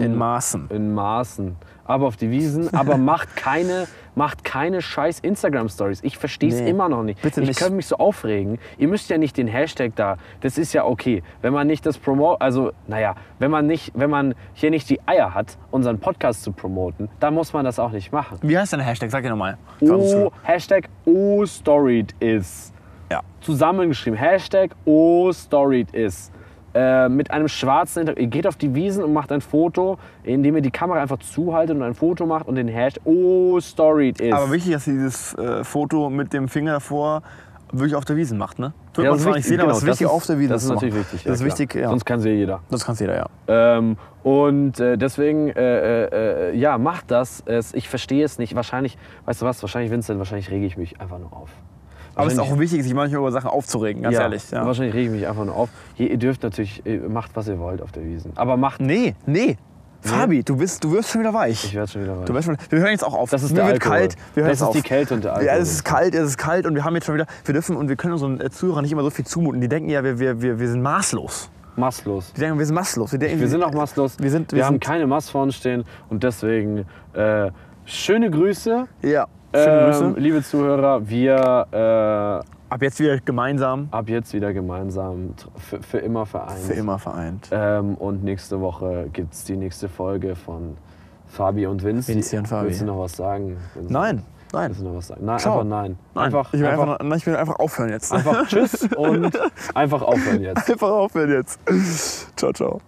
Speaker 1: In, in Maßen.
Speaker 3: in Maßen. Aber auf die Wiesen. Aber macht keine, macht keine scheiß Instagram-Stories. Ich verstehe es
Speaker 1: Nee,
Speaker 3: immer noch nicht.
Speaker 1: bitte
Speaker 3: ich
Speaker 1: nicht.
Speaker 3: kann mich so aufregen. Ihr müsst ja nicht den Hashtag da. Das ist ja okay. Wenn man nicht das Promo, also naja, wenn man nicht, wenn man hier nicht die Eier hat, unseren Podcast zu promoten, dann muss man das auch nicht machen.
Speaker 1: Wie heißt dein Hashtag? Sag dir nochmal.
Speaker 3: O, Hashtag O-Storied is.
Speaker 1: Ja.
Speaker 3: Zusammengeschrieben. Hashtag O-Storied is. Äh, mit einem schwarzen Hintergrund. Ihr geht auf die Wiesen und macht ein Foto, indem ihr die Kamera einfach zuhaltet und ein Foto macht und den Hashtag O-Storied is.
Speaker 1: Aber wichtig, dass ihr dieses äh, Foto mit dem Finger davor wirklich auf der Wiesen macht, ne? Wird
Speaker 3: Ja,
Speaker 1: man
Speaker 3: das
Speaker 1: zwar nicht
Speaker 3: ist wichtig,
Speaker 1: sehen, aber es ist
Speaker 3: genau, das
Speaker 1: wichtig, auf der Wiesen
Speaker 3: Das ist
Speaker 1: zu
Speaker 3: natürlich
Speaker 1: machen.
Speaker 3: wichtig.
Speaker 1: Das ist
Speaker 3: ja,
Speaker 1: wichtig,
Speaker 3: klar.
Speaker 1: ja.
Speaker 3: Sonst kann sie jeder.
Speaker 1: Das kannst jeder, ja.
Speaker 3: Ähm, und äh, deswegen, äh, äh, äh, ja, macht das. Es, ich verstehe es nicht. Wahrscheinlich, weißt du was, wahrscheinlich, Vincent, wahrscheinlich rege ich mich einfach nur auf.
Speaker 1: Aber es ist
Speaker 3: Wahrscheinlich-
Speaker 1: auch wichtig, sich manchmal über Sachen aufzuregen, ganz ehrlich. Ja.
Speaker 3: Wahrscheinlich rege ich mich einfach nur auf. Ihr, ihr dürft natürlich, ihr macht was ihr wollt auf der Wiesen. Aber macht nicht.
Speaker 1: Nee, nee. Fabi, du, bist, du wirst schon wieder weich.
Speaker 3: Ich werde schon wieder
Speaker 1: Du
Speaker 3: rein.
Speaker 1: weißt schon, wir hören jetzt auch auf.
Speaker 3: Das ist
Speaker 1: Mir
Speaker 3: der
Speaker 1: wird
Speaker 3: Alkohol.
Speaker 1: kalt. Wir hören
Speaker 3: das
Speaker 1: jetzt
Speaker 3: ist
Speaker 1: auf.
Speaker 3: die Kälte und der Alkohol.
Speaker 1: Ja, es ist kalt, es ist kalt und wir haben jetzt schon wieder, wir dürfen und wir können unseren äh, Zuhörern nicht immer so viel zumuten. Die denken ja, wir, wir, wir, wir sind maßlos.
Speaker 3: maßlos.
Speaker 1: Die denken, wir sind maßlos. Wir, denken, äh,
Speaker 3: Wir sind auch maßlos.
Speaker 1: Wir sind- wir
Speaker 3: haben
Speaker 1: sind-
Speaker 3: keine Maß vorne stehen und deswegen äh, schöne Grüße.
Speaker 1: Ja, schöne
Speaker 3: Ähm,
Speaker 1: Grüße.
Speaker 3: liebe Zuhörer, wir äh,
Speaker 1: Ab jetzt wieder gemeinsam,
Speaker 3: ab jetzt wieder gemeinsam tr- für, für immer vereint.
Speaker 1: für immer vereint.
Speaker 3: Ähm, und nächste Woche gibt es die nächste Folge von Fabi und Vinci.
Speaker 1: Vinci und Fabi.
Speaker 3: Willst du noch was sagen? Vincent?
Speaker 1: Nein, nein.
Speaker 3: Willst du noch was sagen? Nein,
Speaker 1: Ciao.
Speaker 3: einfach nein.
Speaker 1: nein.
Speaker 3: Einfach,
Speaker 1: ich will
Speaker 3: einfach,
Speaker 1: einfach, nein, ich will einfach aufhören jetzt.
Speaker 3: einfach tschüss und einfach aufhören jetzt.
Speaker 1: Einfach aufhören jetzt. Ciao, ciao.